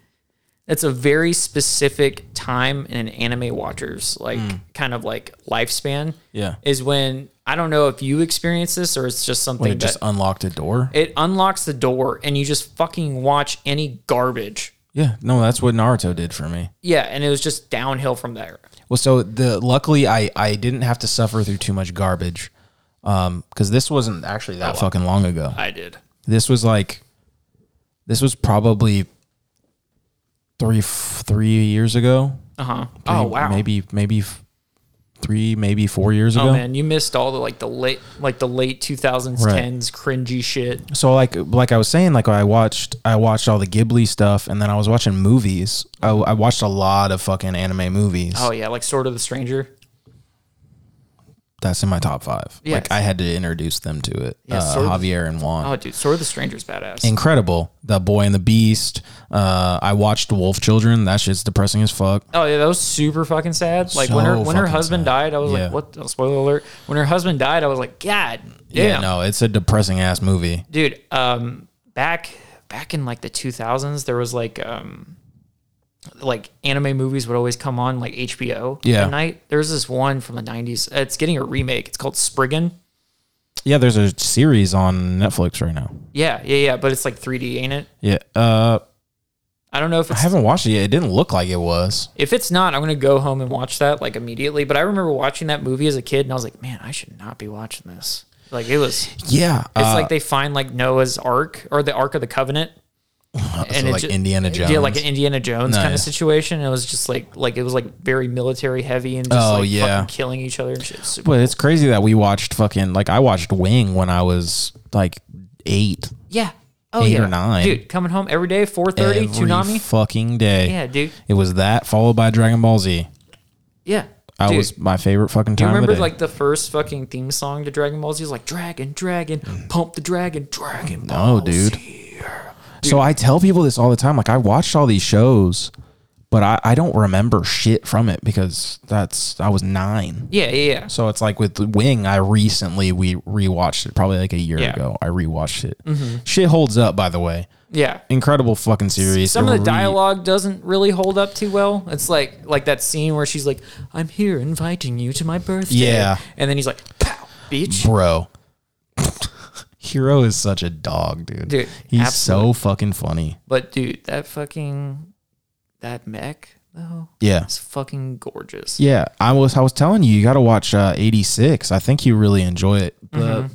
Speaker 2: that's a very specific time in an anime watcher's like kind of like lifespan.
Speaker 1: Hmm. Yeah.
Speaker 2: is when I don't know if you experience this or it's just something
Speaker 1: It just
Speaker 2: that
Speaker 1: unlocked a door.
Speaker 2: it unlocks the door and you just fucking watch any garbage.
Speaker 1: yeah. No, that's what Naruto did for me.
Speaker 2: Yeah, and it was just downhill from there.
Speaker 1: Well, so the luckily I I didn't have to suffer through too much garbage, um, because this wasn't actually that fucking long ago.
Speaker 2: I did.
Speaker 1: This was like, this was probably three f- three years ago.
Speaker 2: Uh huh. Oh
Speaker 1: Uh-huh. Maybe- Maybe
Speaker 2: wow.
Speaker 1: maybe f- three, maybe four years ago.
Speaker 2: Oh man, you missed all the like the late like the late 2010s cringy shit.
Speaker 1: so like like I was saying, like I watched I watched all the Ghibli stuff, and then I was watching movies. I, I watched a lot of fucking anime movies.
Speaker 2: Oh yeah, like Sword of the Stranger.
Speaker 1: That's in my top five.
Speaker 2: Yes.
Speaker 1: Like I had to introduce them to it.
Speaker 2: Yes,
Speaker 1: uh,
Speaker 2: sort of.
Speaker 1: Javier and Juan.
Speaker 2: Oh dude, Sword of the Stranger's badass.
Speaker 1: incredible. The Boy and the Beast. Uh, I watched Wolf Children. That shit's depressing as fuck.
Speaker 2: oh yeah, that was super fucking sad. Like when
Speaker 1: So
Speaker 2: her when her
Speaker 1: fucking
Speaker 2: husband
Speaker 1: sad.
Speaker 2: died, I was
Speaker 1: Yeah.
Speaker 2: like, what? the- spoiler alert. When her husband died, I was like, God damn,
Speaker 1: Yeah, no, it's a depressing ass movie.
Speaker 2: dude. Um, back back in like the 2000s, there was like um. Like anime movies would always come on like HBO
Speaker 1: Yeah.
Speaker 2: at night. There's this one from the 90s. It's getting a remake. It's called Spriggan.
Speaker 1: Yeah, there's a series on Netflix right now.
Speaker 2: Yeah, yeah, yeah. But it's like 3D, ain't it?
Speaker 1: Yeah, uh,
Speaker 2: I don't know if
Speaker 1: I
Speaker 2: it's
Speaker 1: haven't watched it yet. It didn't look like it was.
Speaker 2: if it's not, I'm gonna go home and watch that like immediately. But I remember watching that movie as a kid, and I was like, man, I should not be watching this. Like it was, it's
Speaker 1: Yeah, it's
Speaker 2: like they find like Noah's Ark or the Ark of
Speaker 1: (laughs)
Speaker 2: the Covenant, and it
Speaker 1: like
Speaker 2: ju-
Speaker 1: Indiana Jones.
Speaker 2: yeah, like an Indiana Jones kind
Speaker 1: yeah.
Speaker 2: of situation. It was just like like it was like very military heavy and just
Speaker 1: Oh,
Speaker 2: like
Speaker 1: yeah.
Speaker 2: fucking killing each other and shit. It's Super,
Speaker 1: but it's crazy that we watched fucking like I watched Wing when I was like eight
Speaker 2: yeah, oh
Speaker 1: Eight
Speaker 2: yeah,
Speaker 1: or nine.
Speaker 2: dude, coming home every day, four thirty,
Speaker 1: every
Speaker 2: tsunami.
Speaker 1: fucking day.
Speaker 2: yeah, dude,
Speaker 1: It was that followed by Dragon Ball Z.
Speaker 2: yeah.
Speaker 1: I
Speaker 2: dude.
Speaker 1: was my favorite fucking
Speaker 2: Do
Speaker 1: time.
Speaker 2: you
Speaker 1: of
Speaker 2: remember
Speaker 1: day.
Speaker 2: like the first fucking theme song to Dragon Ball Z? It was like Dragon, Dragon, pump the Dragon, Dragon Ball
Speaker 1: Mm. No, Oh, dude.
Speaker 2: Z.
Speaker 1: So I tell people this all the time. Like I watched all these shows, but I, I don't remember shit from it because that's I was nine.
Speaker 2: Yeah, yeah, yeah.
Speaker 1: So it's like with Wing, I recently we rewatched it probably like a year
Speaker 2: Yeah. Mm-hmm.
Speaker 1: ago. I rewatched it. Shit holds up, by the way.
Speaker 2: Yeah.
Speaker 1: Incredible fucking series.
Speaker 2: Some of
Speaker 1: Re-
Speaker 2: the dialogue doesn't really hold up too well. It's like like that scene where she's like, "I'm here inviting you to my birthday."
Speaker 1: Yeah.
Speaker 2: And then he's like, "Pow, bitch."
Speaker 1: bro. (laughs) Hero is such a dog, dude.
Speaker 2: Dude,
Speaker 1: He's
Speaker 2: absolutely.
Speaker 1: so fucking funny.
Speaker 2: But dude, that fucking that mech though,
Speaker 1: Yeah.
Speaker 2: it's fucking gorgeous.
Speaker 1: Yeah, I was I was telling you, you got to watch uh, 86. I think you really enjoy it. The
Speaker 2: Mm-hmm.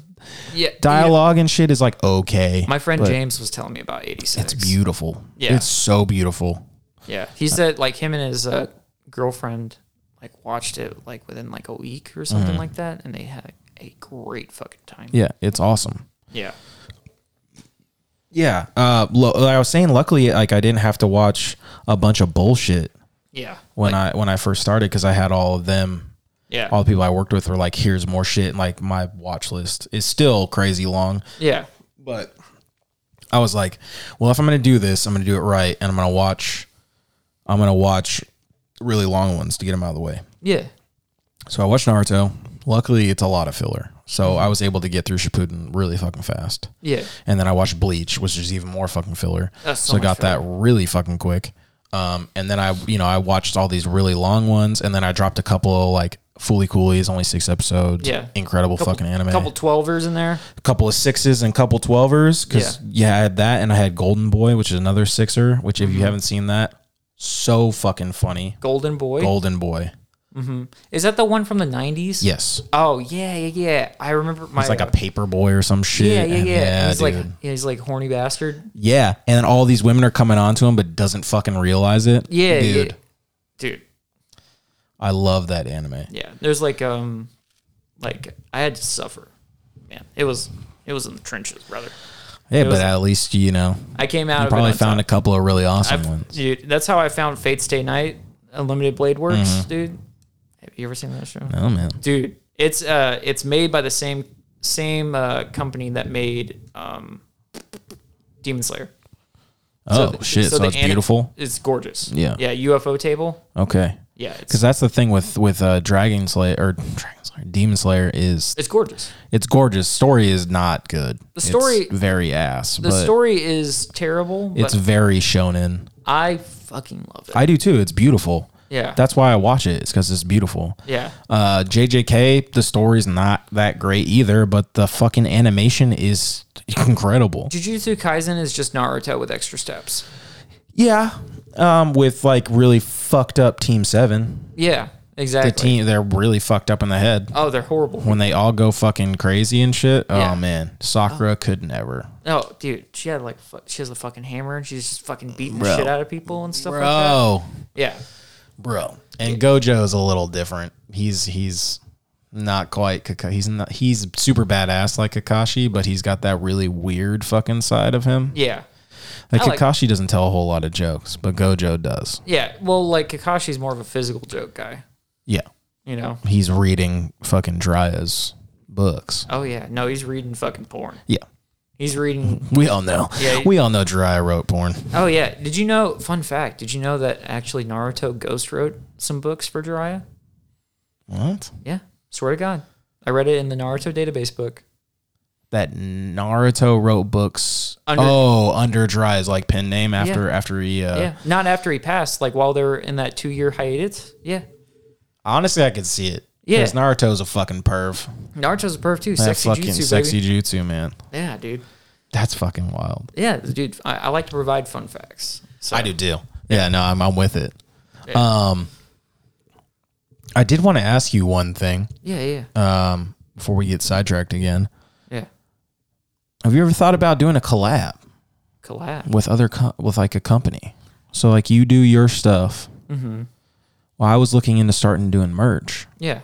Speaker 2: Yeah.
Speaker 1: dialogue and shit is like okay.
Speaker 2: My friend
Speaker 1: but-
Speaker 2: James was telling me about 86.
Speaker 1: It's beautiful.
Speaker 2: Yeah.
Speaker 1: It's so beautiful.
Speaker 2: Yeah, he said like him and his uh, girlfriend like watched it like within like a week or
Speaker 1: Mm-hmm.
Speaker 2: something like that, and they had a great fucking time.
Speaker 1: Yeah, it's awesome.
Speaker 2: Yeah,
Speaker 1: Yeah. Uh lo- like I was saying luckily like I didn't have to watch a bunch of bullshit
Speaker 2: yeah,
Speaker 1: when I when I first started cuz I had all of them
Speaker 2: yeah,
Speaker 1: all the people I worked with were like here's more shit and like my watch list is still crazy long,
Speaker 2: yeah,
Speaker 1: but I was like, well if I'm going to do this, I'm going to do it right and I'm going to watch I'm going to watch really long ones to get them out of the way.
Speaker 2: yeah.
Speaker 1: So I watched Naruto. Luckily, it's a lot of filler. So I was able to get through Shippuden really fucking fast.
Speaker 2: Yeah.
Speaker 1: And then I watched Bleach, which is even more fucking filler.
Speaker 2: That's
Speaker 1: so
Speaker 2: so
Speaker 1: I
Speaker 2: much
Speaker 1: got that really fucking quick. Um, and then I, you know, I watched all these really long ones, and then I dropped a couple of like Fooly Coolies, only six episodes.
Speaker 2: Yeah.
Speaker 1: incredible fucking anime.
Speaker 2: couple 12ers in there.
Speaker 1: couple of sixes and couple twelvers because yeah. I had that and I had Golden Boy, which is another sixer. Which if
Speaker 2: Mm-hmm.
Speaker 1: you haven't seen that, so fucking funny.
Speaker 2: Golden Boy.
Speaker 1: Golden Boy,
Speaker 2: Is that the one from the 90s?
Speaker 1: yes,
Speaker 2: Oh, yeah, yeah, yeah. I remember my uh,
Speaker 1: it's like a paper boy or some shit.
Speaker 2: Yeah, yeah, yeah.
Speaker 1: and
Speaker 2: he's like
Speaker 1: dude.
Speaker 2: yeah, he's like horny bastard.
Speaker 1: yeah, and then all these women are coming onto him, but doesn't fucking realize it.
Speaker 2: Yeah,
Speaker 1: dude,
Speaker 2: yeah. Dude.
Speaker 1: I love that anime.
Speaker 2: Yeah. There's like um like I had to suffer. Man, it was it was in the trenches, brother.
Speaker 1: Yeah,
Speaker 2: was-
Speaker 1: but at least you know
Speaker 2: I came out
Speaker 1: you
Speaker 2: of
Speaker 1: probably
Speaker 2: it on
Speaker 1: found a couple of really awesome
Speaker 2: top.
Speaker 1: ones.
Speaker 2: Dude, that's how I found Fate Stay Night, Unlimited Blade Works,
Speaker 1: Mm-hmm.
Speaker 2: dude. Have you ever seen that show?
Speaker 1: Oh man,
Speaker 2: Dude, it's uh it's made by the same same uh company that made um Demon Slayer.
Speaker 1: oh
Speaker 2: the-
Speaker 1: shit, so,
Speaker 2: the
Speaker 1: it's
Speaker 2: ani-
Speaker 1: beautiful.
Speaker 2: It's gorgeous.
Speaker 1: Yeah.
Speaker 2: Yeah, UFO table.
Speaker 1: Okay,
Speaker 2: Yeah, it's
Speaker 1: because that's the thing with with uh, Dragon Slayer or Dragon Slayer, Demon Slayer is
Speaker 2: it's gorgeous.
Speaker 1: It's gorgeous. Story is not good. The
Speaker 2: story-
Speaker 1: very ass.
Speaker 2: The
Speaker 1: but
Speaker 2: story is terrible, but
Speaker 1: It's very shonen.
Speaker 2: I fucking love it.
Speaker 1: I do too. It's beautiful.
Speaker 2: yeah.
Speaker 1: That's why I watch it. It's because it's beautiful.
Speaker 2: yeah.
Speaker 1: Uh, JJK. The story's not that great either, but the fucking animation is incredible.
Speaker 2: Jujutsu Kaisen is just Naruto with extra steps.
Speaker 1: Yeah. Um, with like really fucked up Team Seven.
Speaker 2: Yeah,
Speaker 1: The
Speaker 2: exactly.
Speaker 1: team they're really fucked up in the head
Speaker 2: Oh, they're horrible.
Speaker 1: when they all go fucking crazy and shit.
Speaker 2: Yeah.
Speaker 1: Oh man, Sakura could never.
Speaker 2: Oh, dude, she had like fu- she has a fucking hammer and she's just fucking beating the
Speaker 1: Bro.
Speaker 2: shit out of people and stuff like
Speaker 1: Bro.
Speaker 2: that. Yeah.
Speaker 1: bro. And Gojo's a little different. He's he's not quite Kaka- he's not he's super badass like Kakashi, but he's got that really weird fucking side of him.
Speaker 2: Yeah.
Speaker 1: Like
Speaker 2: I like-
Speaker 1: Kakashi doesn't tell a whole lot of jokes, but Gojo does.
Speaker 2: Yeah. Well, like Kakashi's more of a physical joke guy,
Speaker 1: Yeah,
Speaker 2: you know.
Speaker 1: he's reading fucking Jiraiya's books.
Speaker 2: Oh yeah. No, he's reading fucking porn.
Speaker 1: Yeah,
Speaker 2: He's reading
Speaker 1: we all know.
Speaker 2: Yeah.
Speaker 1: we all know Jiraiya wrote porn.
Speaker 2: Oh yeah. Did you know fun fact, did you know that actually Naruto ghost wrote some books for Jiraiya?
Speaker 1: What?
Speaker 2: Yeah. Swear to God. I read it in the Naruto database book.
Speaker 1: That Naruto wrote books.
Speaker 2: Under-
Speaker 1: oh, under Jiraiya's like pen name after after he. Uh,
Speaker 2: Yeah. Not after he passed, like while they were in that two year hiatus. Yeah.
Speaker 1: Honestly, I could see it.
Speaker 2: Yeah.
Speaker 1: because Naruto's a fucking perv.
Speaker 2: Naruto's a perv too.
Speaker 1: That
Speaker 2: Sexy
Speaker 1: fucking
Speaker 2: jutsu,
Speaker 1: sexy
Speaker 2: baby.
Speaker 1: jutsu, man.
Speaker 2: Yeah, dude.
Speaker 1: That's fucking wild.
Speaker 2: Yeah, dude. I, I like to provide fun facts. So
Speaker 1: I do too. Yeah, no, I'm, I'm with it. Um, I did want to ask you one thing
Speaker 2: Yeah, yeah.
Speaker 1: um, before we get sidetracked again.
Speaker 2: yeah.
Speaker 1: Have you ever thought about doing a collab
Speaker 2: Collab.
Speaker 1: with other co- with like a company? So like you do your stuff. Mm-hmm. Well, I was looking into starting doing merch.
Speaker 2: Yeah.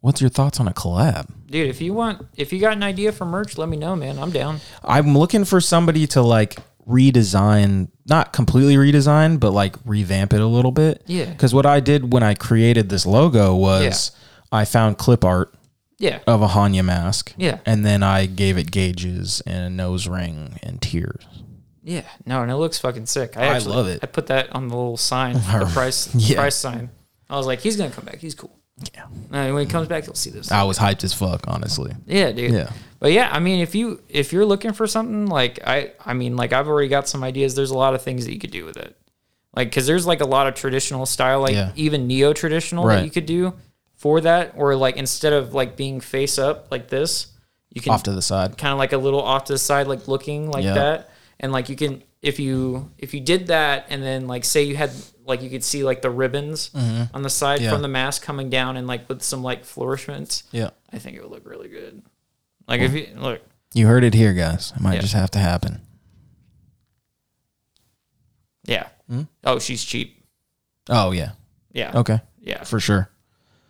Speaker 1: What's your thoughts on a collab?
Speaker 2: Dude, if you want if you got an idea for merch, let me know, man. I'm down.
Speaker 1: I'm looking for somebody to like redesign, not completely redesign, but like revamp it a little bit.
Speaker 2: Yeah.
Speaker 1: Because what I did when I created this logo was I found clip art
Speaker 2: Yeah.
Speaker 1: of a Hanya mask.
Speaker 2: Yeah.
Speaker 1: And then I gave it gauges and a nose ring and tears.
Speaker 2: Yeah. No, and it looks fucking sick. I, actually,
Speaker 1: love it.
Speaker 2: I put that on the little
Speaker 1: (laughs)
Speaker 2: sign, the price
Speaker 1: Yeah.
Speaker 2: price sign. I was like, he's gonna come back. He's cool.
Speaker 1: Yeah.
Speaker 2: And when he comes back, you'll see this.
Speaker 1: I was hyped as fuck, honestly.
Speaker 2: Yeah, dude.
Speaker 1: Yeah.
Speaker 2: But yeah, I mean, if you if you're looking for something like I I mean, like I've already got some ideas. There's a lot of things that you could do with it. Like cuz there's like a lot of traditional style like
Speaker 1: Yeah.
Speaker 2: even neo traditional that
Speaker 1: Right.
Speaker 2: you could do for that or like instead of like being face up like this, you can
Speaker 1: Off to the side.
Speaker 2: kind of like a little off to the side like looking like
Speaker 1: Yeah.
Speaker 2: that and like you can if you if you did that and then like say you had like you could see like the ribbons on the side
Speaker 1: Mm-hmm. Yeah.
Speaker 2: from the mask coming down and like with some like flourishments
Speaker 1: Yeah.
Speaker 2: i think it would look really good like if you look
Speaker 1: You heard it here, guys. It might
Speaker 2: Yeah.
Speaker 1: just have to happen.
Speaker 2: yeah oh she's cheap
Speaker 1: Oh, yeah.
Speaker 2: yeah
Speaker 1: Hmm? Okay.
Speaker 2: yeah
Speaker 1: For sure.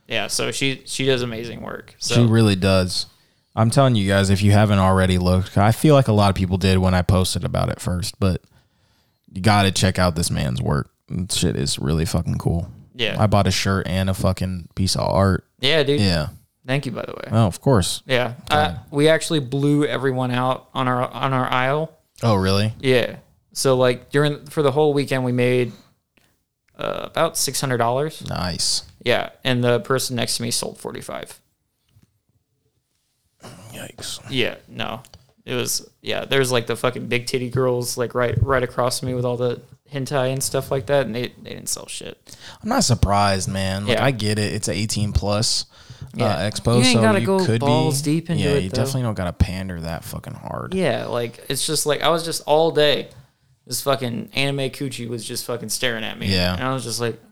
Speaker 2: yeah so she she does amazing work so
Speaker 1: She really does. I'm telling you guys, if you haven't already looked, I feel like a lot of people did when I posted about it first, but you got to check out this man's work. Shit is really fucking cool.
Speaker 2: yeah
Speaker 1: I bought a shirt and a fucking piece of art.
Speaker 2: yeah dude
Speaker 1: Yeah.
Speaker 2: thank you by the way
Speaker 1: Oh, of course.
Speaker 2: yeah uh, we actually blew everyone out on our on our aisle
Speaker 1: Oh, really?
Speaker 2: Yeah. So like during for the whole weekend we made uh, about six hundred dollars.
Speaker 1: Nice.
Speaker 2: Yeah, and the person next to me sold forty five.
Speaker 1: yikes.
Speaker 2: Yeah, no. It was yeah, there's like the fucking big titty girls like right right across from me with all the hentai and stuff like that and they, they didn't sell shit.
Speaker 1: I'm not surprised, man. Like
Speaker 2: Yeah.
Speaker 1: I get it. It's a 18 plus uh,
Speaker 2: Yeah.
Speaker 1: expo,
Speaker 2: You ain't
Speaker 1: so
Speaker 2: gotta
Speaker 1: you
Speaker 2: go
Speaker 1: could
Speaker 2: balls
Speaker 1: be.
Speaker 2: deep into
Speaker 1: yeah,
Speaker 2: it,
Speaker 1: you
Speaker 2: though.
Speaker 1: definitely don't gotta pander that fucking hard.
Speaker 2: Yeah, like it's just like I was just all day this fucking anime coochie was just fucking staring at me.
Speaker 1: Yeah.
Speaker 2: And I was just like, what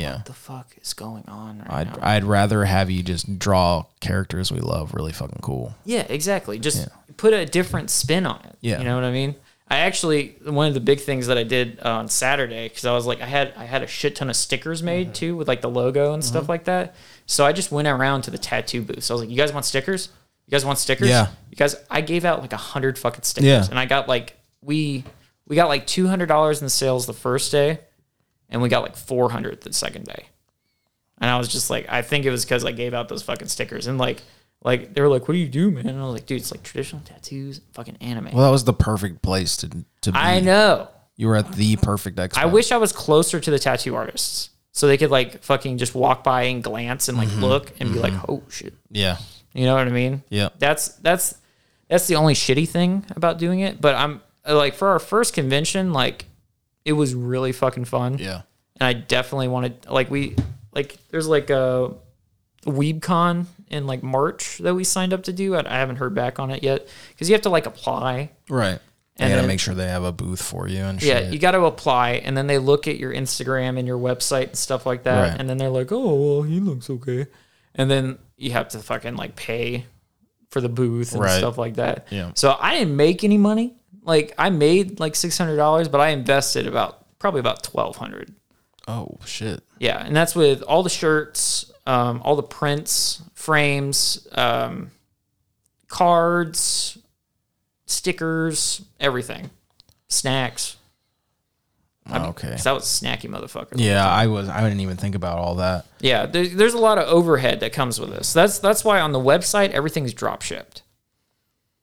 Speaker 1: Yeah.
Speaker 2: the fuck is going on right
Speaker 1: I'd
Speaker 2: now?
Speaker 1: I'd rather have you just draw characters we love really fucking cool.
Speaker 2: Yeah, exactly. Just put a different spin on it.
Speaker 1: Yeah.
Speaker 2: you know what I mean. I actually one of the big things that I did uh, on Saturday because I was like I had I had a shit ton of stickers made too with like the logo and
Speaker 1: Mm-hmm.
Speaker 2: stuff like that. So I just went around to the tattoo booth. So I was like, "You guys want stickers? You guys want stickers?
Speaker 1: Yeah.
Speaker 2: You guys, I gave out like a hundred fucking stickers,
Speaker 1: Yeah.
Speaker 2: and I got like we we got like two hundred dollars in sales the first day, and we got like four hundred the second day. And I was just like, I think it was because I gave out those fucking stickers. And like, like they were like, "What do you do, man?" And I was like, "Dude, it's like traditional tattoos, fucking anime."
Speaker 1: Well, that was the perfect place to to be.
Speaker 2: I know.
Speaker 1: You were at the perfect expo.
Speaker 2: I wish I was closer to the tattoo artists, so they could like fucking just walk by and glance and like look and be like, "Oh shit,"
Speaker 1: Yeah.
Speaker 2: you know what I mean?
Speaker 1: Yeah.
Speaker 2: That's that's that's the only shitty thing about doing it. But I'm like, for our first convention, like, it was really fucking fun.
Speaker 1: Yeah.
Speaker 2: and I definitely wanted like we like there's like a WeebCon in like March that we signed up to do. I, I haven't heard back on it yet because you have to like apply.
Speaker 1: Right. And
Speaker 2: And
Speaker 1: you gotta
Speaker 2: then-
Speaker 1: make sure they have a booth for you and
Speaker 2: Yeah,
Speaker 1: shit.
Speaker 2: you got to apply, and then they look at your Instagram and your website and stuff like that,
Speaker 1: Right.
Speaker 2: and then they're like, "Oh, well, he looks okay," and then you have to fucking like pay for the booth and
Speaker 1: Right.
Speaker 2: stuff like that.
Speaker 1: Yeah.
Speaker 2: So I didn't make any money. Like I made like six hundred dollars, but I invested about probably about twelve hundred.
Speaker 1: Oh shit.
Speaker 2: Yeah, and that's with all the shirts, um, all the prints, frames, um, cards, stickers, everything, snacks.
Speaker 1: okay.
Speaker 2: 'Cause I was a snacky motherfucker.
Speaker 1: Yeah, I was. I didn't even think about all that.
Speaker 2: yeah. There, there's a lot of overhead that comes with this. That's that's why on the website everything's drop shipped.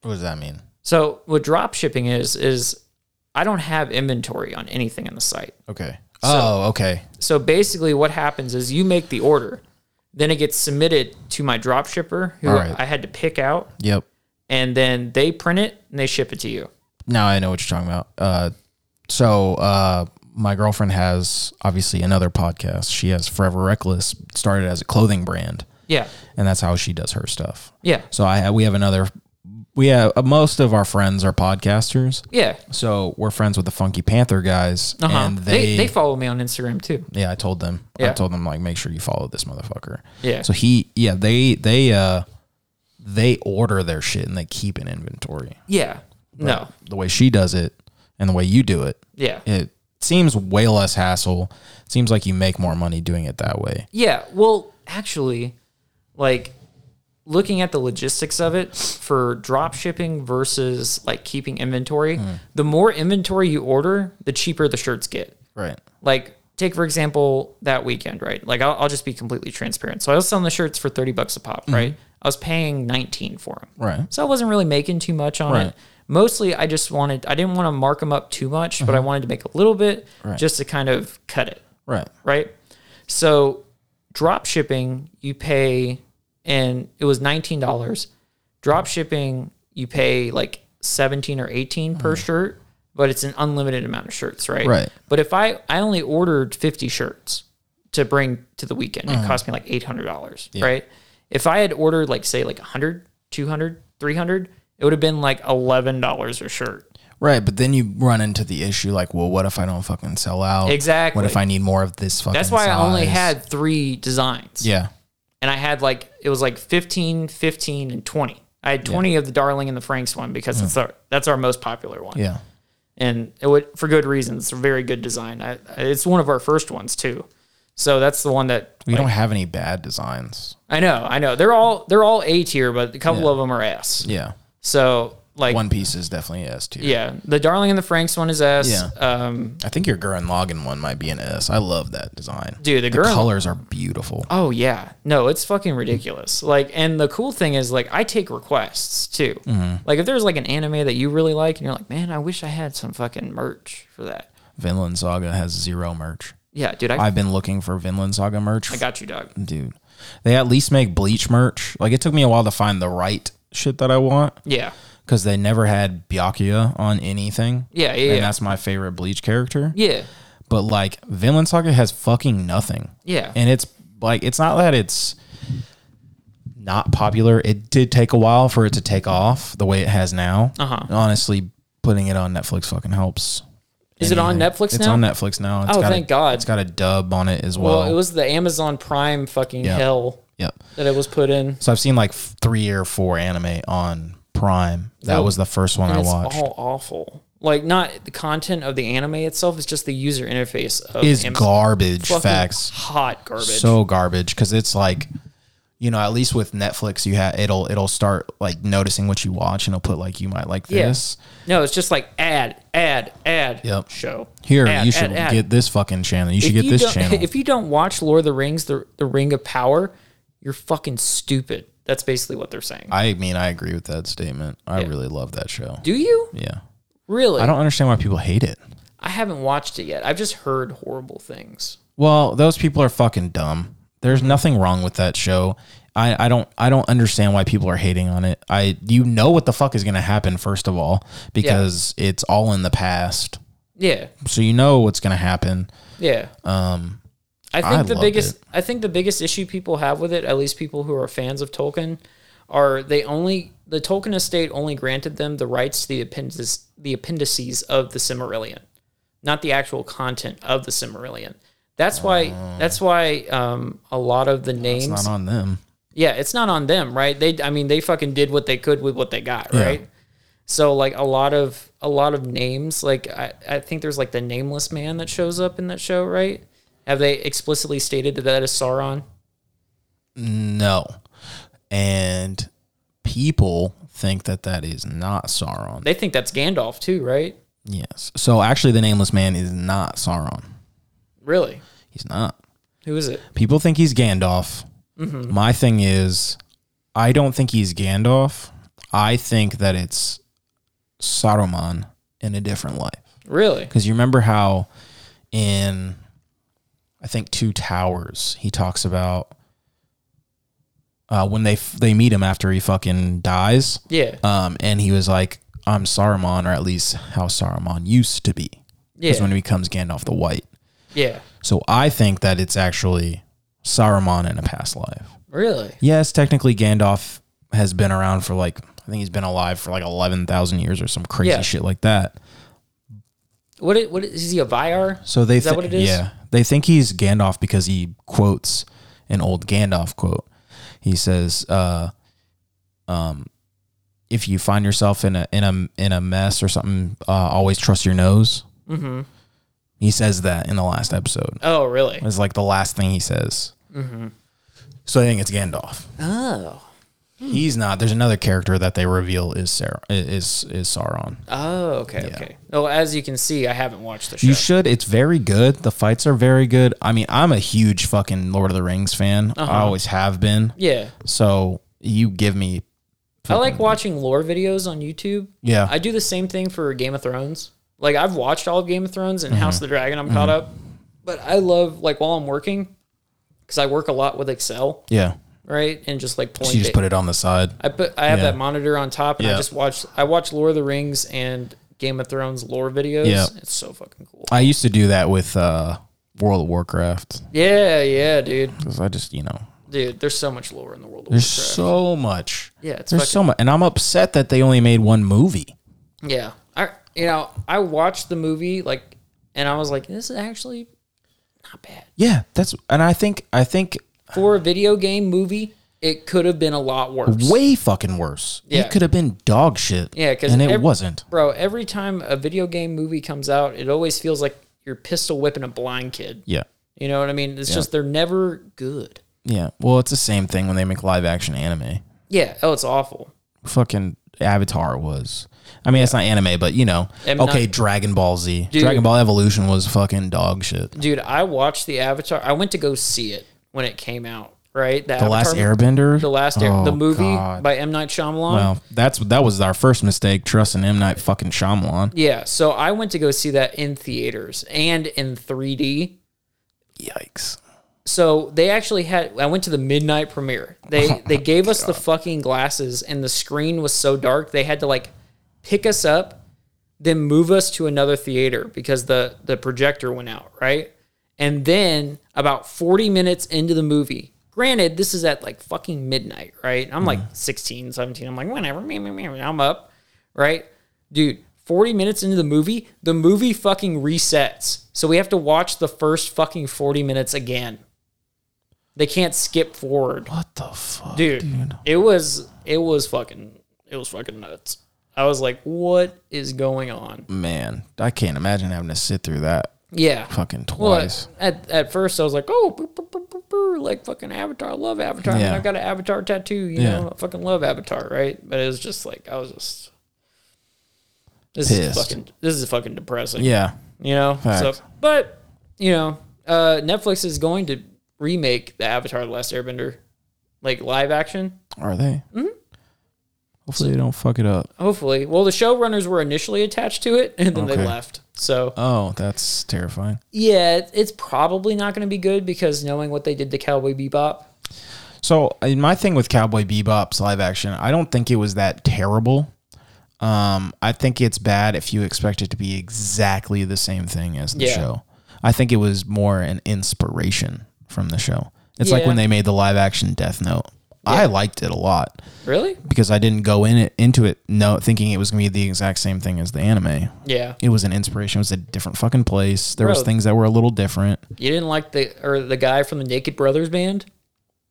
Speaker 1: What does that mean?
Speaker 2: So what drop shipping is is I don't have inventory on anything on the site.
Speaker 1: Okay. oh, okay.
Speaker 2: So basically, what happens is you make the order, then it gets submitted to my drop shipper, who
Speaker 1: All right.
Speaker 2: I had to pick out,
Speaker 1: Yep.
Speaker 2: and then they print it and they ship it to you.
Speaker 1: Now I know what you're talking about. Uh, so uh, my girlfriend has obviously another podcast. She has Forever Reckless, started as a clothing brand,
Speaker 2: Yeah,
Speaker 1: and that's how she does her stuff.
Speaker 2: yeah,
Speaker 1: So I we have another. We have uh, most of our friends are podcasters.
Speaker 2: yeah.
Speaker 1: So we're friends with the Funky Panther guys,
Speaker 2: Uh-huh.
Speaker 1: and
Speaker 2: they, they follow me on Instagram too.
Speaker 1: Yeah, I told them. I
Speaker 2: Yeah.
Speaker 1: told them like make sure you follow this motherfucker.
Speaker 2: Yeah.
Speaker 1: So he yeah, they they uh they order their shit and they keep an inventory.
Speaker 2: Yeah, no,
Speaker 1: The way she does it and the way you do it,
Speaker 2: yeah, yeah.
Speaker 1: it seems way less hassle. Seems like you make more money doing it that way.
Speaker 2: Well, actually, like looking at the logistics of it for drop shipping versus like keeping inventory, the more inventory you order, the cheaper the shirts get.
Speaker 1: Right.
Speaker 2: like take for example that weekend right like i'll, I'll just be completely transparent so i was selling the shirts for 30 bucks a pop right i was paying 19 for them
Speaker 1: Right.
Speaker 2: so i wasn't really making too much on
Speaker 1: Right.
Speaker 2: it mostly i just wanted i didn't want to mark them up too much but i wanted to make a little bit just to kind of cut it
Speaker 1: Right.
Speaker 2: right so drop shipping you pay and it was $19 drop shipping you pay like 17 or 18 per shirt but it's an unlimited amount of shirts right
Speaker 1: Right.
Speaker 2: but if i i only ordered 50 shirts to bring to the weekend it cost me like $800 right if i had ordered like say like 100 200 300 it would have been like $11 a shirt
Speaker 1: Right. But then you run into the issue like, well, what if I don't fucking sell out?
Speaker 2: Exactly.
Speaker 1: What if I need more of this fucking
Speaker 2: that's why i only
Speaker 1: size?
Speaker 2: had three designs
Speaker 1: Yeah.
Speaker 2: and I had like it was like 15, 15, and 20. I had 20 of the Darling and the Franks one because it's our, that's our most popular one.
Speaker 1: Yeah.
Speaker 2: And it would for good reasons. It's a very good design. I, it's one of our first ones too. So that's the one that
Speaker 1: We don't have any bad designs.
Speaker 2: I know, I know. They're all they're all A tier, but a couple of them are S.
Speaker 1: Yeah.
Speaker 2: So like
Speaker 1: One piece is definitely S tier.
Speaker 2: yeah, the Darling and the Franks one is S.
Speaker 1: Yeah.
Speaker 2: Um
Speaker 1: I think your Gurren Lagann one might be an S. I love that design.
Speaker 2: Dude, the
Speaker 1: the
Speaker 2: Gurren-
Speaker 1: colors are beautiful.
Speaker 2: Oh yeah, no, it's fucking ridiculous. Like, and the cool thing is, like, I take requests too.
Speaker 1: Mm-hmm.
Speaker 2: Like, if there's like an anime that you really like, and you're like, man, I wish I had some fucking merch for that.
Speaker 1: Vinland Saga has zero merch.
Speaker 2: Yeah, dude, I, I,
Speaker 1: I've been looking for Vinland Saga merch.
Speaker 2: got you, dog.
Speaker 1: Dude, they at least make Bleach merch. Like it took me a while to find the right shit that I want
Speaker 2: Yeah.
Speaker 1: because they never had Byakuya on anything.
Speaker 2: Yeah, yeah,
Speaker 1: And
Speaker 2: yeah.
Speaker 1: that's my favorite Bleach character.
Speaker 2: Yeah.
Speaker 1: But like Vinland Saga has fucking nothing.
Speaker 2: Yeah.
Speaker 1: And it's like it's not that it's not popular. It did take a while for it to take off the way it has now.
Speaker 2: Uh-huh.
Speaker 1: Honestly, putting it on Netflix fucking helps.
Speaker 2: Is it on Netflix
Speaker 1: it's
Speaker 2: now?
Speaker 1: on Netflix now. It's
Speaker 2: Oh,
Speaker 1: got a-
Speaker 2: thank God.
Speaker 1: It's got a dub on it as well.
Speaker 2: well, it was the Amazon Prime fucking
Speaker 1: Yeah.
Speaker 2: hell
Speaker 1: yep.
Speaker 2: that it was put in.
Speaker 1: So I've seen like f- three or four anime on Prime. That
Speaker 2: Nope.
Speaker 1: was the first one I
Speaker 2: It's
Speaker 1: watched.
Speaker 2: all awful. Like not the content of the anime itself, it's just the user interface of
Speaker 1: is
Speaker 2: Amazon.
Speaker 1: garbage
Speaker 2: Fucking
Speaker 1: facts.
Speaker 2: Hot garbage.
Speaker 1: So garbage because it's like, you know, at least with Netflix, you have it'll it'll start like noticing what you watch and it'll put like you might like
Speaker 2: Yeah.
Speaker 1: this.
Speaker 2: No, it's just like ad, ad, ad.
Speaker 1: Yep.
Speaker 2: Show
Speaker 1: Here,
Speaker 2: Ad,
Speaker 1: you
Speaker 2: ad,
Speaker 1: should
Speaker 2: ad.
Speaker 1: get this fucking channel. You should
Speaker 2: If
Speaker 1: get
Speaker 2: you
Speaker 1: this
Speaker 2: don't- (laughs)
Speaker 1: channel.
Speaker 2: If you don't watch Lord of the Rings, the the Ring of Power, you're fucking stupid. That's basically what they're saying.
Speaker 1: I mean, I agree with that statement. I really love that show.
Speaker 2: Do you
Speaker 1: Yeah,
Speaker 2: really?
Speaker 1: I don't understand why people hate it.
Speaker 2: I haven't watched it yet. I've just heard horrible things.
Speaker 1: Well, those people are fucking dumb. There's nothing wrong with that show. I, I don't I don't understand why people are hating on it. I you know what the fuck is gonna happen first of all because it's all in the past.
Speaker 2: Yeah,
Speaker 1: So you know what's gonna happen.
Speaker 2: yeah.
Speaker 1: Um,
Speaker 2: I think
Speaker 1: I
Speaker 2: the
Speaker 1: loved
Speaker 2: biggest
Speaker 1: it.
Speaker 2: I think the biggest issue people have with it, at least people who are fans of Tolkien, are they only the Tolkien estate only granted them the rights to the appendices the appendices of the Cimmerillion, not the actual content of the Cimmerillion. That's why that's why um, a lot of the names
Speaker 1: it's Oh. not on them.
Speaker 2: yeah, it's not on them, right? They, I mean, they fucking did what they could with what they got,
Speaker 1: Yeah.
Speaker 2: right? So like a lot of a lot of names, like I, I think there's like the nameless man that shows up in that show, right? Have they explicitly stated that that is Sauron?
Speaker 1: No, and people think that that is not Sauron.
Speaker 2: They think that's Gandalf too, right?
Speaker 1: yes. So actually, the Nameless Man is not Sauron.
Speaker 2: Really?
Speaker 1: He's not.
Speaker 2: Who is it?
Speaker 1: People think he's Gandalf. My thing is, I don't think he's Gandalf. I think that it's Saruman in a different life.
Speaker 2: Really?
Speaker 1: Because you remember how in, I think, Two Towers, he talks about uh, when they f- they meet him after he fucking dies.
Speaker 2: Yeah,
Speaker 1: Um, and he was like, I'm Saruman, or at least how Saruman used to be. Because
Speaker 2: yeah,
Speaker 1: when he becomes Gandalf the White.
Speaker 2: yeah.
Speaker 1: So I think that it's actually Saruman in a past life.
Speaker 2: Really?
Speaker 1: Yes, technically Gandalf has been around for like I think he's been alive for like eleven thousand years or some crazy
Speaker 2: Yeah.
Speaker 1: shit like that.
Speaker 2: What? i- What i- is he a Viar?
Speaker 1: So they
Speaker 2: Is that
Speaker 1: thi-
Speaker 2: what it is?
Speaker 1: yeah they think he's Gandalf because he quotes an old Gandalf quote. He says, uh, um, "If you find yourself in a in a in a mess or something, uh, always trust your nose."
Speaker 2: Mm-hmm.
Speaker 1: He says that in the last episode.
Speaker 2: Oh, really?
Speaker 1: It's like the last thing he says.
Speaker 2: Mm-hmm.
Speaker 1: So I think it's Gandalf.
Speaker 2: Oh,
Speaker 1: He's not. There's another character that they reveal is Sar- is is Sauron.
Speaker 2: oh, okay, okay. Well, as you can see, I haven't watched the show.
Speaker 1: You should. It's very good. The fights are very good. I mean, I'm a huge fucking Lord of the Rings fan.
Speaker 2: Uh-huh.
Speaker 1: I always have been.
Speaker 2: yeah.
Speaker 1: So you give me,
Speaker 2: I like watching lore videos on YouTube.
Speaker 1: yeah,
Speaker 2: I do the same thing for Game of Thrones. Like I've watched all of Game of Thrones and House of the Dragon. I'm caught
Speaker 1: Mm-hmm.
Speaker 2: up, but I love like while I'm working because I work a lot with Excel,
Speaker 1: yeah.
Speaker 2: right? And just like pulling.
Speaker 1: So you just
Speaker 2: da-
Speaker 1: put it on the side.
Speaker 2: I put I have
Speaker 1: Yeah.
Speaker 2: that monitor on top, and I
Speaker 1: Yeah.
Speaker 2: just watch. I watch Lord of the Rings and Game of Thrones lore videos.
Speaker 1: Yeah.
Speaker 2: It's so fucking cool.
Speaker 1: I used to do that with uh, World of Warcraft
Speaker 2: Yeah, yeah, dude,
Speaker 1: because I just you know
Speaker 2: dude. There's so much lore in the world. Of
Speaker 1: there's
Speaker 2: Warcraft.
Speaker 1: so much.
Speaker 2: yeah, it's
Speaker 1: There's
Speaker 2: fucking,
Speaker 1: so much, and I'm upset that they only made one movie.
Speaker 2: yeah. I you know I watched the movie like, and I was like, this is actually not bad.
Speaker 1: Yeah, that's and I think I think
Speaker 2: for a video game movie, it could have been a lot worse.
Speaker 1: way fucking worse.
Speaker 2: Yeah.
Speaker 1: It could have been dog shit.
Speaker 2: Yeah, 'cause
Speaker 1: and it
Speaker 2: ev-
Speaker 1: wasn't.
Speaker 2: Bro, every time a video game movie comes out, it always feels like you're pistol whipping a blind kid.
Speaker 1: Yeah.
Speaker 2: You know what I mean? It's just they're never good.
Speaker 1: Yeah. Well, it's the same thing when they make live action anime.
Speaker 2: Yeah. Oh, it's awful.
Speaker 1: Fucking Avatar was. I mean, it's not anime, but you know.
Speaker 2: And
Speaker 1: okay,
Speaker 2: not-
Speaker 1: Dragon Ball Z. Dragon Ball Evolution was fucking dog shit. The
Speaker 2: Dude, I watched the Avatar. I went to go see it when it came out, right? The, Avatar
Speaker 1: Last
Speaker 2: mo-
Speaker 1: Airbender.
Speaker 2: The last air,
Speaker 1: Oh,
Speaker 2: the movie
Speaker 1: God.
Speaker 2: by M. Night Shyamalan.
Speaker 1: Well, that's that was our first mistake trusting M Night fucking Shyamalan.
Speaker 2: Yeah. So I went to go see that in theaters and in 3D.
Speaker 1: Yikes.
Speaker 2: So they actually had. I went to the midnight premiere. They they gave us the fucking glasses, and the screen was so dark they had to like pick us up, then move us to another theater because the the projector went out, right? And then about forty minutes into the movie, granted this is at like fucking midnight, right? I'm like 16, 17. I'm like whatever, meh, meh, meh, meh, I'm up, right? Dude, 40 minutes into the movie, the movie fucking resets. So we have to watch the first fucking 40 minutes again. They can't skip forward.
Speaker 1: What the fuck,
Speaker 2: Dude, it was it was fucking it was fucking nuts. I was like, what is going on?
Speaker 1: Man, I can't imagine having to sit through that
Speaker 2: Yeah.
Speaker 1: fucking
Speaker 2: Well,
Speaker 1: twice.
Speaker 2: at, at first I was like, oh, boop, boop, boop, boop, boop, like fucking Avatar, I love Avatar. I mean,
Speaker 1: Yeah.
Speaker 2: I've got an Avatar tattoo, you
Speaker 1: Yeah.
Speaker 2: know, I fucking love Avatar, right? But it was just like I was just this is
Speaker 1: Pissed.
Speaker 2: fucking this is fucking depressing.
Speaker 1: yeah,
Speaker 2: you know.
Speaker 1: Facts.
Speaker 2: So, but you know, uh, Netflix is going to remake the Avatar: The Last Airbender, like live action.
Speaker 1: are they?
Speaker 2: Mm-hmm.
Speaker 1: Hopefully they don't fuck it up.
Speaker 2: Hopefully, well, the showrunners were initially attached to it, and then they
Speaker 1: Okay.
Speaker 2: left. So,
Speaker 1: Oh, that's terrifying.
Speaker 2: yeah, it- it's probably not going to be good because knowing what they did to Cowboy Bebop,
Speaker 1: So I- my thing with Cowboy Bebop's live action, I don't think it was that terrible. Um, I think it's bad if you expect it to be exactly the same thing as the
Speaker 2: Yeah.
Speaker 1: show. I think it was more an inspiration from the show. It's like when
Speaker 2: Yeah.
Speaker 1: they made the live action Death Note. I liked it a lot
Speaker 2: really?
Speaker 1: because I didn't go in it into it no thinking it was gonna be the exact same thing as the anime.
Speaker 2: Yeah,
Speaker 1: It was an inspiration. It was a different fucking place. There was
Speaker 2: Bro.
Speaker 1: things that were a little different.
Speaker 2: you didn't like the or the guy from the Naked Brothers band.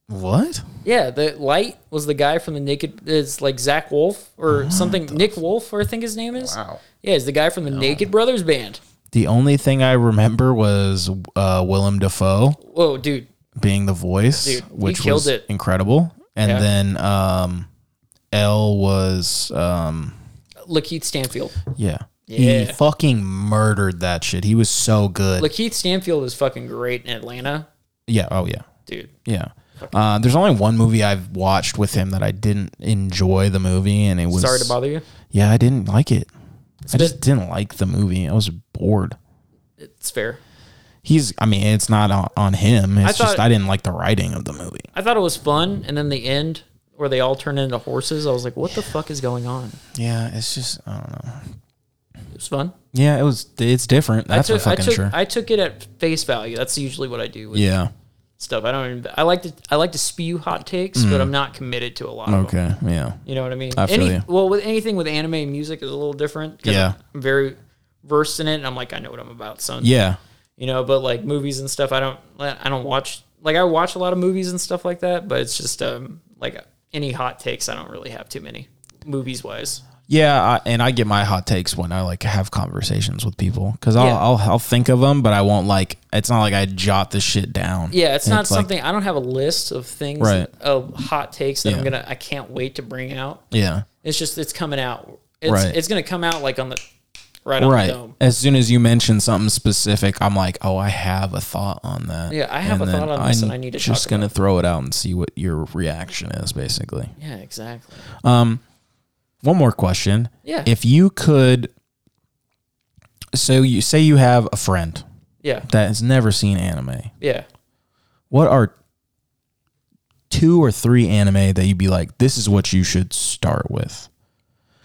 Speaker 1: What?
Speaker 2: Yeah, the light was the guy from the Naked. It's like Zach Wolf or
Speaker 1: Ah,
Speaker 2: something. Nick Wolf, or I think his name is. Wow. Yeah, he's the guy from the Naked Brothers band.
Speaker 1: The only thing I remember was uh, Willem Dafoe.
Speaker 2: Whoa, dude.
Speaker 1: being the voice,
Speaker 2: Dude, he
Speaker 1: which
Speaker 2: killed
Speaker 1: was
Speaker 2: it.
Speaker 1: incredible. And
Speaker 2: Yeah.
Speaker 1: then um, L was um,
Speaker 2: Lakeith Stanfield.
Speaker 1: yeah. He
Speaker 2: Yeah.
Speaker 1: fucking murdered that shit. He was so good.
Speaker 2: Lakeith Stanfield is fucking great in Atlanta,
Speaker 1: yeah. Oh yeah.
Speaker 2: dude.
Speaker 1: Yeah. Uh, there's only one movie I've watched with him that I didn't enjoy the movie, and it was
Speaker 2: Sorry to bother you.
Speaker 1: Yeah, I didn't like it. I
Speaker 2: been-
Speaker 1: just didn't like the movie. I was bored.
Speaker 2: It's fair.
Speaker 1: He's. I mean, it's not on, on him. It's just
Speaker 2: thought-
Speaker 1: I didn't like the writing of the movie.
Speaker 2: I thought it was fun, and then the end where they all turn into horses. I was like, what the fuck is going on?
Speaker 1: Yeah, it's just I don't know.
Speaker 2: It was fun.
Speaker 1: Yeah, it was. It's different. That's
Speaker 2: I
Speaker 1: for
Speaker 2: took, I
Speaker 1: fucking
Speaker 2: took,
Speaker 1: sure.
Speaker 2: I took it at face value. That's usually what I do with
Speaker 1: yeah.
Speaker 2: stuff. I don't. Even, I like to. I like to spew hot takes, but I'm not committed to a lot. Of them.
Speaker 1: Mm. Okay. Yeah.
Speaker 2: You know what I mean?
Speaker 1: I feel
Speaker 2: Any,
Speaker 1: you.
Speaker 2: Well, with anything with anime and music is a little different. 'cause
Speaker 1: Yeah.
Speaker 2: I'm very versed in it, and I'm like, I know what I'm about, son.
Speaker 1: Yeah.
Speaker 2: you know but like movies and stuff i don't i don't watch like i watch a lot of movies and stuff like that but it's just um like any hot takes i don't really have too many movies wise
Speaker 1: Yeah. I, and I get my hot takes when I like have conversations with people because I'll,
Speaker 2: Yeah.
Speaker 1: I'll I'll think of them, but I won't like. It's not like I jot the shit down.
Speaker 2: yeah it's not
Speaker 1: like-
Speaker 2: something i don't have a list of things
Speaker 1: Right.
Speaker 2: of hot takes that i'm
Speaker 1: Yeah.
Speaker 2: gonna i can't wait to bring out
Speaker 1: yeah.
Speaker 2: it's just it's coming out it's,
Speaker 1: Right.
Speaker 2: it's gonna come out like on the right on the
Speaker 1: Right.
Speaker 2: dome
Speaker 1: As soon as you mention something specific, I'm like, oh, I have a thought on that.
Speaker 2: Yeah, I have a
Speaker 1: then
Speaker 2: thought on this and I need to
Speaker 1: just
Speaker 2: talk
Speaker 1: gonna throw it out and see what your reaction is, basically.
Speaker 2: yeah exactly
Speaker 1: One more question.
Speaker 2: Yeah.
Speaker 1: If you could, so you say you have a friend
Speaker 2: yeah
Speaker 1: that has never seen anime.
Speaker 2: yeah
Speaker 1: what are two or three anime that you'd be like, this is what you should start with?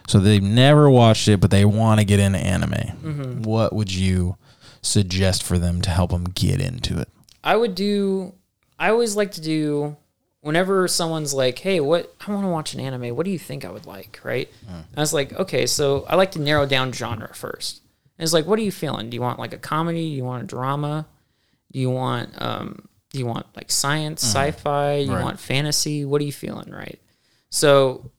Speaker 1: So they've never watched it, but they want to get into anime.
Speaker 2: Mm-hmm.
Speaker 1: What would you suggest for them to help them get into it?
Speaker 2: I would do. I always like to do whenever someone's like, "Hey, what? I want to watch an anime. What do you think I would like?" Right? I was like, "Okay, so I like to narrow down genre first. And it's like, "What are you feeling? Do you want like a comedy? Do you want a drama? Do you want um? Do you want like science, sci-fi? You want fantasy? What are you feeling?" Right? So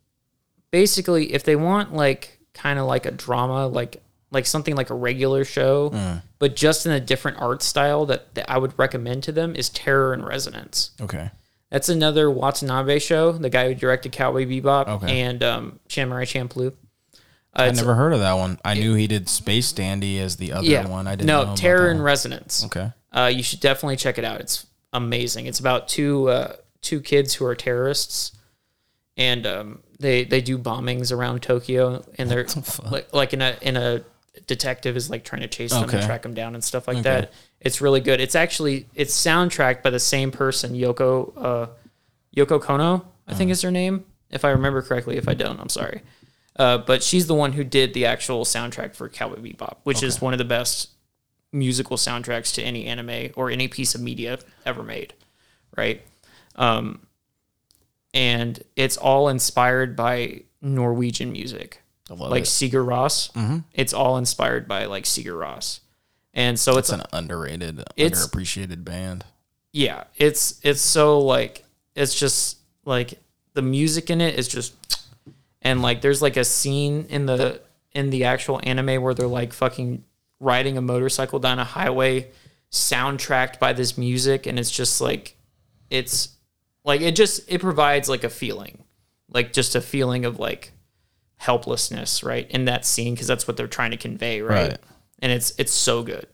Speaker 2: basically, if they want like kind of like a drama, like like something like a regular show,
Speaker 1: Mm.
Speaker 2: but just in a different art style that, that I would recommend to them is Terror and Resonance.
Speaker 1: Okay.
Speaker 2: That's another Watanabe show. The guy who directed Cowboy Bebop
Speaker 1: Okay.
Speaker 2: and um, Samurai Champloo.
Speaker 1: I never heard of that one. I knew he did Space Dandy as the other
Speaker 2: Yeah,
Speaker 1: one. I didn't know.
Speaker 2: no
Speaker 1: about
Speaker 2: Terror
Speaker 1: that
Speaker 2: and
Speaker 1: one.
Speaker 2: Resonance.
Speaker 1: Okay.
Speaker 2: Uh, you should definitely check it out. It's amazing. It's about two uh, two kids who are terrorists, and um, they they do bombings around Tokyo, and they're like, like in a in a detective is like trying to chase them
Speaker 1: Okay.
Speaker 2: and track them down and stuff like that. It's really good. It's actually it's soundtracked by the same person, Yoko uh, Yoko Kono, I think is her name, if I remember correctly. If I don't, I'm sorry. Uh, but she's the one who did the actual soundtrack for Cowboy Bebop, which is one of the best musical soundtracks to any anime or any piece of media ever made, right? Um, and it's all inspired by Norwegian music,
Speaker 1: I love
Speaker 2: like
Speaker 1: it. Mm-hmm.
Speaker 2: Sigur Ross. It's all inspired by like Sigur Ross, and so it's
Speaker 1: It's an underrated,
Speaker 2: It's-
Speaker 1: underappreciated band.
Speaker 2: yeah, it's it's so like it's just like the music in it is just and like there's like a scene in the in the actual anime where they're like fucking riding a motorcycle down a highway soundtracked by this music and it's just like it's like it just it provides like a feeling like just a feeling of like helplessness right in that scene because that's what they're trying to convey
Speaker 1: Right.
Speaker 2: right and it's it's so good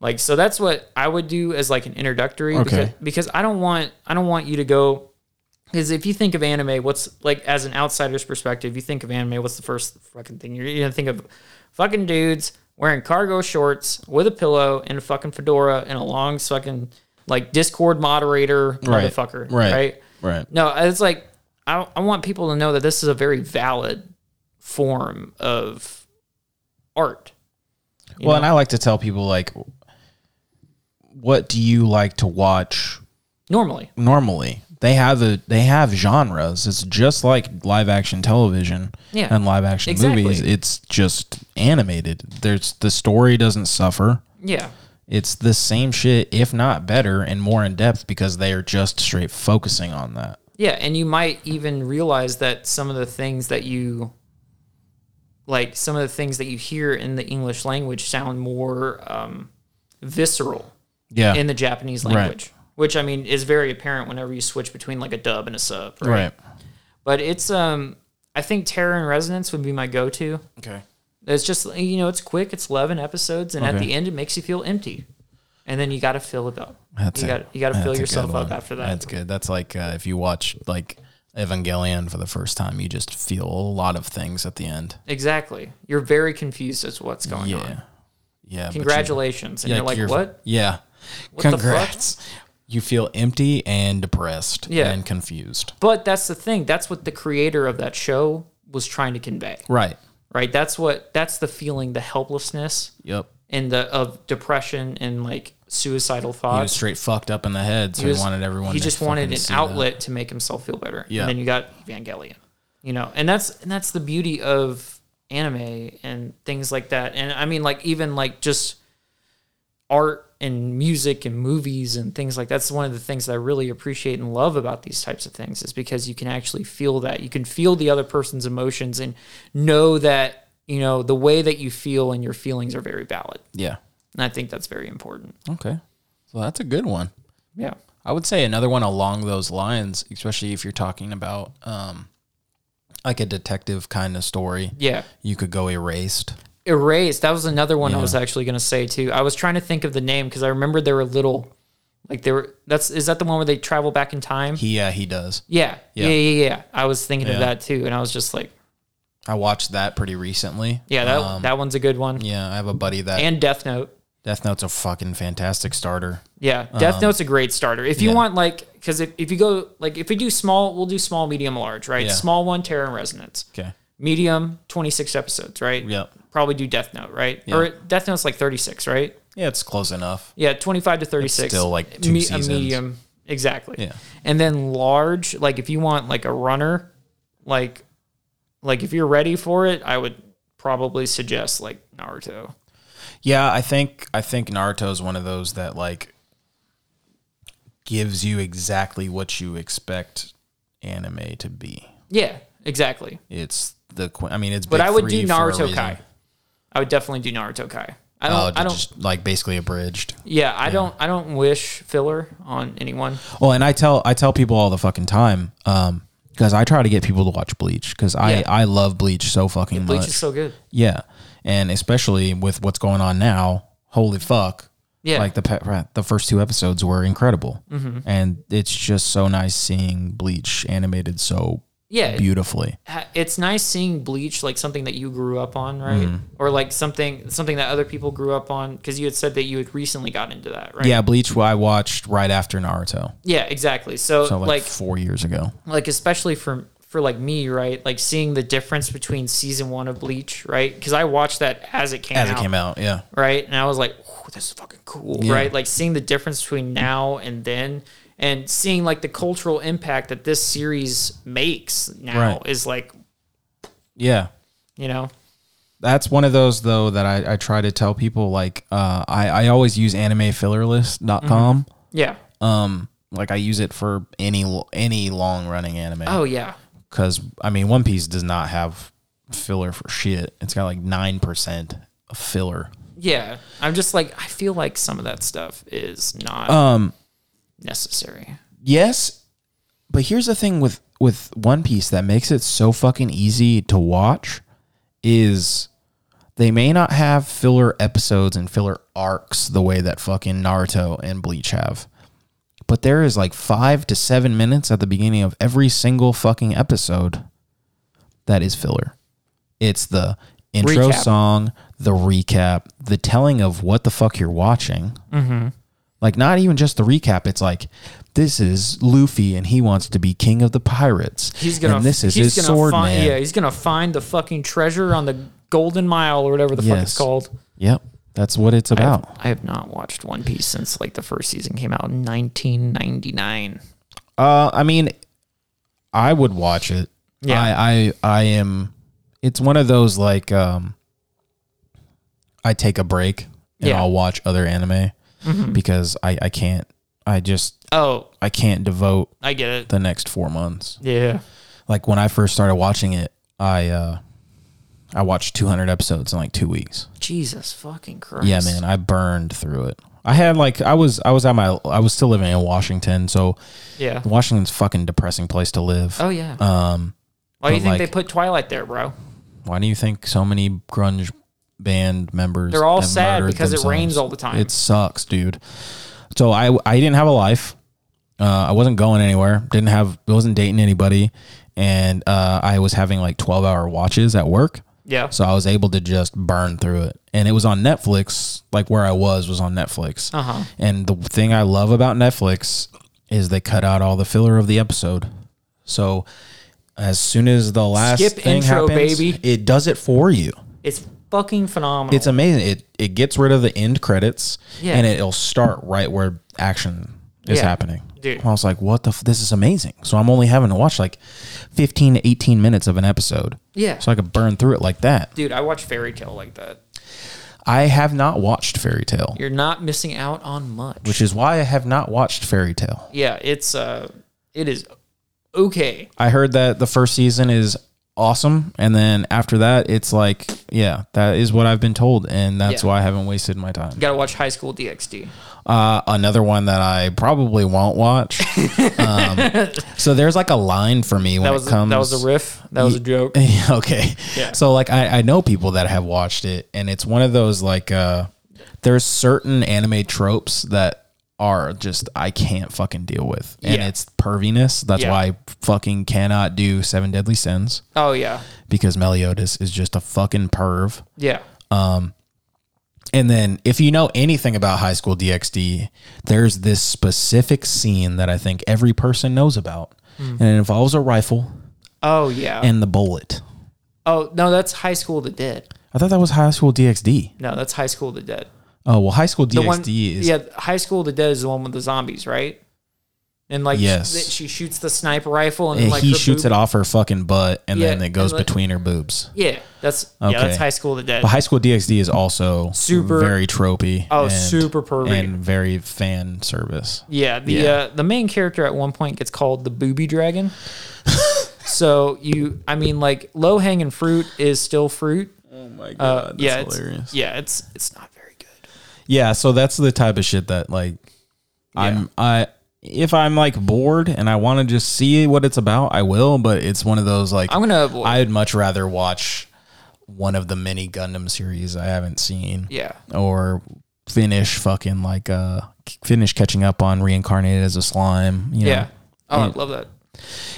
Speaker 2: like so that's what I would do as like an introductory because,
Speaker 1: Okay.
Speaker 2: because I don't want I don't want you to go because if you think of anime, what's like as an outsider's perspective, you think of anime, what's the first fucking thing you're gonna think of? Fucking dudes wearing cargo shorts with a pillow and a fucking fedora and a long fucking like Discord moderator
Speaker 1: Right.
Speaker 2: motherfucker,
Speaker 1: Right.
Speaker 2: right?
Speaker 1: Right.
Speaker 2: No, it's like I, I want people to know that this is a very valid form of art. you
Speaker 1: well,
Speaker 2: know?
Speaker 1: and I like to tell people like, what do you like to watch
Speaker 2: normally.
Speaker 1: normally? They have a they have genres. It's just like live action television
Speaker 2: Yeah.
Speaker 1: and live action
Speaker 2: Exactly.
Speaker 1: movies. It's just animated. There's the story doesn't suffer.
Speaker 2: Yeah.
Speaker 1: It's the same shit, if not better and more in depth, because they are just straight focusing on that.
Speaker 2: Yeah, and you might even realize that some of the things that you like some of the things that you hear in the English language sound more um, visceral
Speaker 1: Yeah.
Speaker 2: in the Japanese language, which I mean is very apparent whenever you switch between like a dub and a sub, right?
Speaker 1: right.
Speaker 2: But it's um I think Terror and Resonance would be my go-to.
Speaker 1: Okay.
Speaker 2: It's just you know, it's quick, it's 11 episodes and at
Speaker 1: Okay.
Speaker 2: the end it makes you feel empty. And then you got to fill it up.
Speaker 1: That's it.
Speaker 2: you got you got to
Speaker 1: That's
Speaker 2: fill
Speaker 1: a good
Speaker 2: yourself up
Speaker 1: one.
Speaker 2: after that.
Speaker 1: That's good. That's like uh, if you watch like Evangelion for the first time, you just feel a lot of things at the end.
Speaker 2: Exactly. You're very confused as to what's going on.
Speaker 1: Yeah, yeah. but you-
Speaker 2: congratulations and
Speaker 1: yeah,
Speaker 2: you're like
Speaker 1: you're-
Speaker 2: what
Speaker 1: Yeah.
Speaker 2: the fuck?
Speaker 1: Congrats. You feel empty and depressed.
Speaker 2: Yeah.
Speaker 1: and confused.
Speaker 2: but that's the thing that's what the creator of that show was trying to convey
Speaker 1: Right.
Speaker 2: right that's what that's the feeling the helplessness
Speaker 1: Yep.
Speaker 2: and the of depression and like suicidal
Speaker 1: He
Speaker 2: thoughts
Speaker 1: was straight fucked up in the head, so he,
Speaker 2: was-
Speaker 1: wanted everyone.
Speaker 2: he
Speaker 1: to
Speaker 2: just
Speaker 1: fucking
Speaker 2: wanted an
Speaker 1: see that.
Speaker 2: outlet to make himself feel better
Speaker 1: Yeah.
Speaker 2: and then you got evangelion you know and that's and that's the beauty of anime and things like that and i mean like even like just art and music and movies and things like that's one of the things that i really appreciate and love about these types of things is because you can actually feel that you can feel the other person's emotions and know that you know the way that you feel and your feelings are very valid
Speaker 1: Yeah.
Speaker 2: and i think that's very important
Speaker 1: Okay. So that's a good one.
Speaker 2: yeah
Speaker 1: I would say another one along those lines, especially if you're talking about um, like a detective kind of story.
Speaker 2: yeah
Speaker 1: You could go erased.
Speaker 2: Erased. That was another one I was actually going to say too. I was trying to think of the name because I remember there were little, like there were. That's is that the one where they travel back in time?
Speaker 1: He yeah, he does.
Speaker 2: yeah,
Speaker 1: Yeah.
Speaker 2: yeah, yeah, yeah, I was thinking
Speaker 1: Yeah.
Speaker 2: of that too, and I was just like,
Speaker 1: I watched that pretty recently.
Speaker 2: yeah, that
Speaker 1: Um,
Speaker 2: that one's a good one.
Speaker 1: yeah, I have a buddy that
Speaker 2: And Death Note.
Speaker 1: Death Note's a fucking fantastic starter.
Speaker 2: Yeah, Death Note's a great starter. If you
Speaker 1: Um, yeah.
Speaker 2: want like, because if, if you go like if we do small, we'll do small, medium, large, right?
Speaker 1: Yeah.
Speaker 2: Small one, Terror and Resonance.
Speaker 1: Okay.
Speaker 2: Medium, twenty six episodes, right?
Speaker 1: Yep.
Speaker 2: Probably do Death Note, right? Or Death Note's like thirty six, right?
Speaker 1: Yeah, it's close enough.
Speaker 2: Yeah, 25 to 36.
Speaker 1: still, like, two seasons.
Speaker 2: A medium. Exactly.
Speaker 1: Yeah.
Speaker 2: And then large, like if you want like a runner, like like if you're ready for it, I would probably suggest like Naruto.
Speaker 1: Yeah, I think I think Naruto's one of those that like gives you exactly what you expect anime to be.
Speaker 2: Yeah, exactly.
Speaker 1: It's the qu- I mean it's
Speaker 2: But I would do Naruto Kai. I would definitely do Naruto Kai. I don't
Speaker 1: Oh,
Speaker 2: I don't
Speaker 1: just like basically abridged.
Speaker 2: yeah, I don't I don't wish filler on anyone.
Speaker 1: Well, and I tell I tell people all the fucking time um because I try to get people to watch Bleach because I
Speaker 2: Yeah.
Speaker 1: I love Bleach so fucking much.
Speaker 2: Bleach is so good.
Speaker 1: Yeah, and especially with what's going on now, holy fuck!
Speaker 2: Yeah. Mm-hmm.
Speaker 1: like the pe- the first two episodes were incredible, and it's just so nice seeing Bleach animated so
Speaker 2: yeah,
Speaker 1: beautifully.
Speaker 2: ha- it's nice seeing bleach like something that you grew up on right
Speaker 1: Mm-hmm.
Speaker 2: or like something something that other people grew up on because you had said that you had recently got into that right
Speaker 1: Yeah, Bleach I watched right after Naruto,
Speaker 2: yeah exactly so,
Speaker 1: so like,
Speaker 2: like
Speaker 1: four years ago.
Speaker 2: like especially for for like me right like seeing the difference between season one of bleach right because i watched that as it came
Speaker 1: As
Speaker 2: out
Speaker 1: it came out, yeah,
Speaker 2: right? And I was like, "Ooh, this is fucking cool, right? Like seeing the difference between now and then and seeing like the cultural impact that this series makes now
Speaker 1: Right.
Speaker 2: is like,
Speaker 1: yeah.
Speaker 2: you know,
Speaker 1: That's one of those though that I, I try to tell people like uh, I I always use animefillerlist.com.
Speaker 2: yeah.
Speaker 1: Um, like I use it for any any long running anime.
Speaker 2: Oh yeah.
Speaker 1: because I mean, One Piece does not have filler for shit. It's got like nine percent of filler.
Speaker 2: Yeah. I'm just like I feel like some of that stuff is not
Speaker 1: Um,
Speaker 2: necessary.
Speaker 1: yes, but here's the thing with with One Piece that makes it so fucking easy to watch is they may not have filler episodes and filler arcs the way that fucking Naruto and Bleach have. But there is like five to seven minutes at the beginning of every single fucking episode that is filler. It's the intro
Speaker 2: Recap.
Speaker 1: song, the recap, the telling of what the fuck you're watching. Mm-hmm. Like, not even just the recap. It's like, this is Luffy and he wants to be king of the pirates.
Speaker 2: He's gonna
Speaker 1: and this is
Speaker 2: he's
Speaker 1: his
Speaker 2: gonna
Speaker 1: sword
Speaker 2: find
Speaker 1: man.
Speaker 2: yeah, he's gonna find the fucking treasure on the golden mile or whatever the fuck
Speaker 1: Yes. Oh.
Speaker 2: it's called.
Speaker 1: Yep, that's what it's about.
Speaker 2: I have not watched One Piece since like the first season came out in 1999.
Speaker 1: Uh, I mean, I would watch it.
Speaker 2: Yeah.
Speaker 1: I, I, I am. It's one of those like, um, I take a break and
Speaker 2: Yeah. Mm-hmm.
Speaker 1: I'll watch other anime because I, I can't. I just
Speaker 2: Oh,
Speaker 1: I can't devote
Speaker 2: I get it.
Speaker 1: the next four months.
Speaker 2: Yeah.
Speaker 1: Like when I first started watching it, I uh, I watched 200 episodes in like two weeks.
Speaker 2: Jesus fucking Christ.
Speaker 1: Yeah, man, I burned through it. I had like I was I was at my I was still living in Washington, so
Speaker 2: Yeah.
Speaker 1: Washington's a fucking depressing place to live.
Speaker 2: Oh yeah.
Speaker 1: Um,
Speaker 2: Why do you
Speaker 1: but,
Speaker 2: think they
Speaker 1: like-
Speaker 2: put Twilight there, bro?
Speaker 1: why do you think so many grunge band members
Speaker 2: They're all
Speaker 1: have
Speaker 2: sad
Speaker 1: murdered
Speaker 2: because it
Speaker 1: themselves?
Speaker 2: rains all the time.
Speaker 1: It sucks, dude. So I I didn't have a life. Uh, I wasn't going anywhere. Didn't have wasn't dating anybody, and uh, I was having like twelve hour watches at work.
Speaker 2: yeah.
Speaker 1: So I was able to just burn through it, and it was on Netflix. Like where I was was on Netflix.
Speaker 2: Uh-huh.
Speaker 1: And the thing I love about Netflix is they cut out all the filler of the episode. So as soon as the last
Speaker 2: Skip
Speaker 1: thing
Speaker 2: intro,
Speaker 1: happens,
Speaker 2: baby.
Speaker 1: it does it for you.
Speaker 2: It's fucking phenomenal.
Speaker 1: It's amazing. It it gets rid of the end credits
Speaker 2: Yeah.
Speaker 1: and it'll start right where action is
Speaker 2: Yeah.
Speaker 1: happening.
Speaker 2: Dude.
Speaker 1: I was like, what the f- this is amazing. So I'm only having to watch like 15 to 18 minutes of an episode.
Speaker 2: Yeah.
Speaker 1: So I could burn through it like that.
Speaker 2: Dude, I watch Fairy Tale like that.
Speaker 1: I have not watched Fairy Tale,
Speaker 2: You're not missing out on much.
Speaker 1: which is why I have not watched Fairy Tale.
Speaker 2: yeah, it's uh it is okay.
Speaker 1: I heard that the first season is awesome and then after that it's like yeah that is what i've been told and that's
Speaker 2: Yeah.
Speaker 1: why i haven't wasted my time
Speaker 2: You gotta watch High School DxD.
Speaker 1: Uh, another one that I probably won't
Speaker 2: (laughs)
Speaker 1: watch. um, so there's like a line for me when
Speaker 2: That was
Speaker 1: it comes.
Speaker 2: that was a riff. That was a joke.
Speaker 1: (laughs) okay.
Speaker 2: Yeah.
Speaker 1: So like I, I know people that have watched it, and it's one of those like uh, there's certain anime tropes that are just I can't fucking deal with, and
Speaker 2: Yeah.
Speaker 1: it's perviness. That's
Speaker 2: Yeah.
Speaker 1: why I fucking cannot do Seven Deadly Sins
Speaker 2: Oh yeah.
Speaker 1: because Meliodas is just a fucking perv.
Speaker 2: Yeah.
Speaker 1: And then, if you know anything about High School DxD, there's this specific scene that I think every person knows about,
Speaker 2: Hmm.
Speaker 1: and it involves a rifle
Speaker 2: Oh yeah.
Speaker 1: and the bullet.
Speaker 2: oh no, that's High School of the Dead.
Speaker 1: I thought that was High School DxD.
Speaker 2: No, that's High School of the Dead.
Speaker 1: Oh well, High School
Speaker 2: the
Speaker 1: DxD
Speaker 2: one,
Speaker 1: is
Speaker 2: yeah. High School of the Dead is the one with the zombies, right? And like,
Speaker 1: Yes.
Speaker 2: she, she shoots the sniper rifle, and
Speaker 1: and
Speaker 2: like
Speaker 1: he shoots it off her fucking butt, and
Speaker 2: Yeah,
Speaker 1: then it goes
Speaker 2: and like-
Speaker 1: between her boobs.
Speaker 2: Yeah, that's yeah,
Speaker 1: Okay.
Speaker 2: that's High School of the Dead.
Speaker 1: But High School DxD is also
Speaker 2: Super-
Speaker 1: very tropey.
Speaker 2: Oh, super pervy.
Speaker 1: and very fan service.
Speaker 2: yeah, the
Speaker 1: Yeah.
Speaker 2: Uh, the main character at one point gets called the booby dragon.
Speaker 1: (laughs)
Speaker 2: so you, I mean, like low hanging fruit is still fruit.
Speaker 1: Oh my
Speaker 2: Uh, yeah, it's, yeah, it's it's not very good.
Speaker 1: Yeah, so that's the type of shit that like I'm I if I'm like bored and I want to just see what it's about, I will, but it's one of those like
Speaker 2: I'm gonna avoid.
Speaker 1: I'd much rather watch one of the many Gundam series I haven't seen
Speaker 2: yeah,
Speaker 1: or finish fucking like uh c- finish catching up on reincarnated as a slime, you know.
Speaker 2: yeah. Oh, I love that.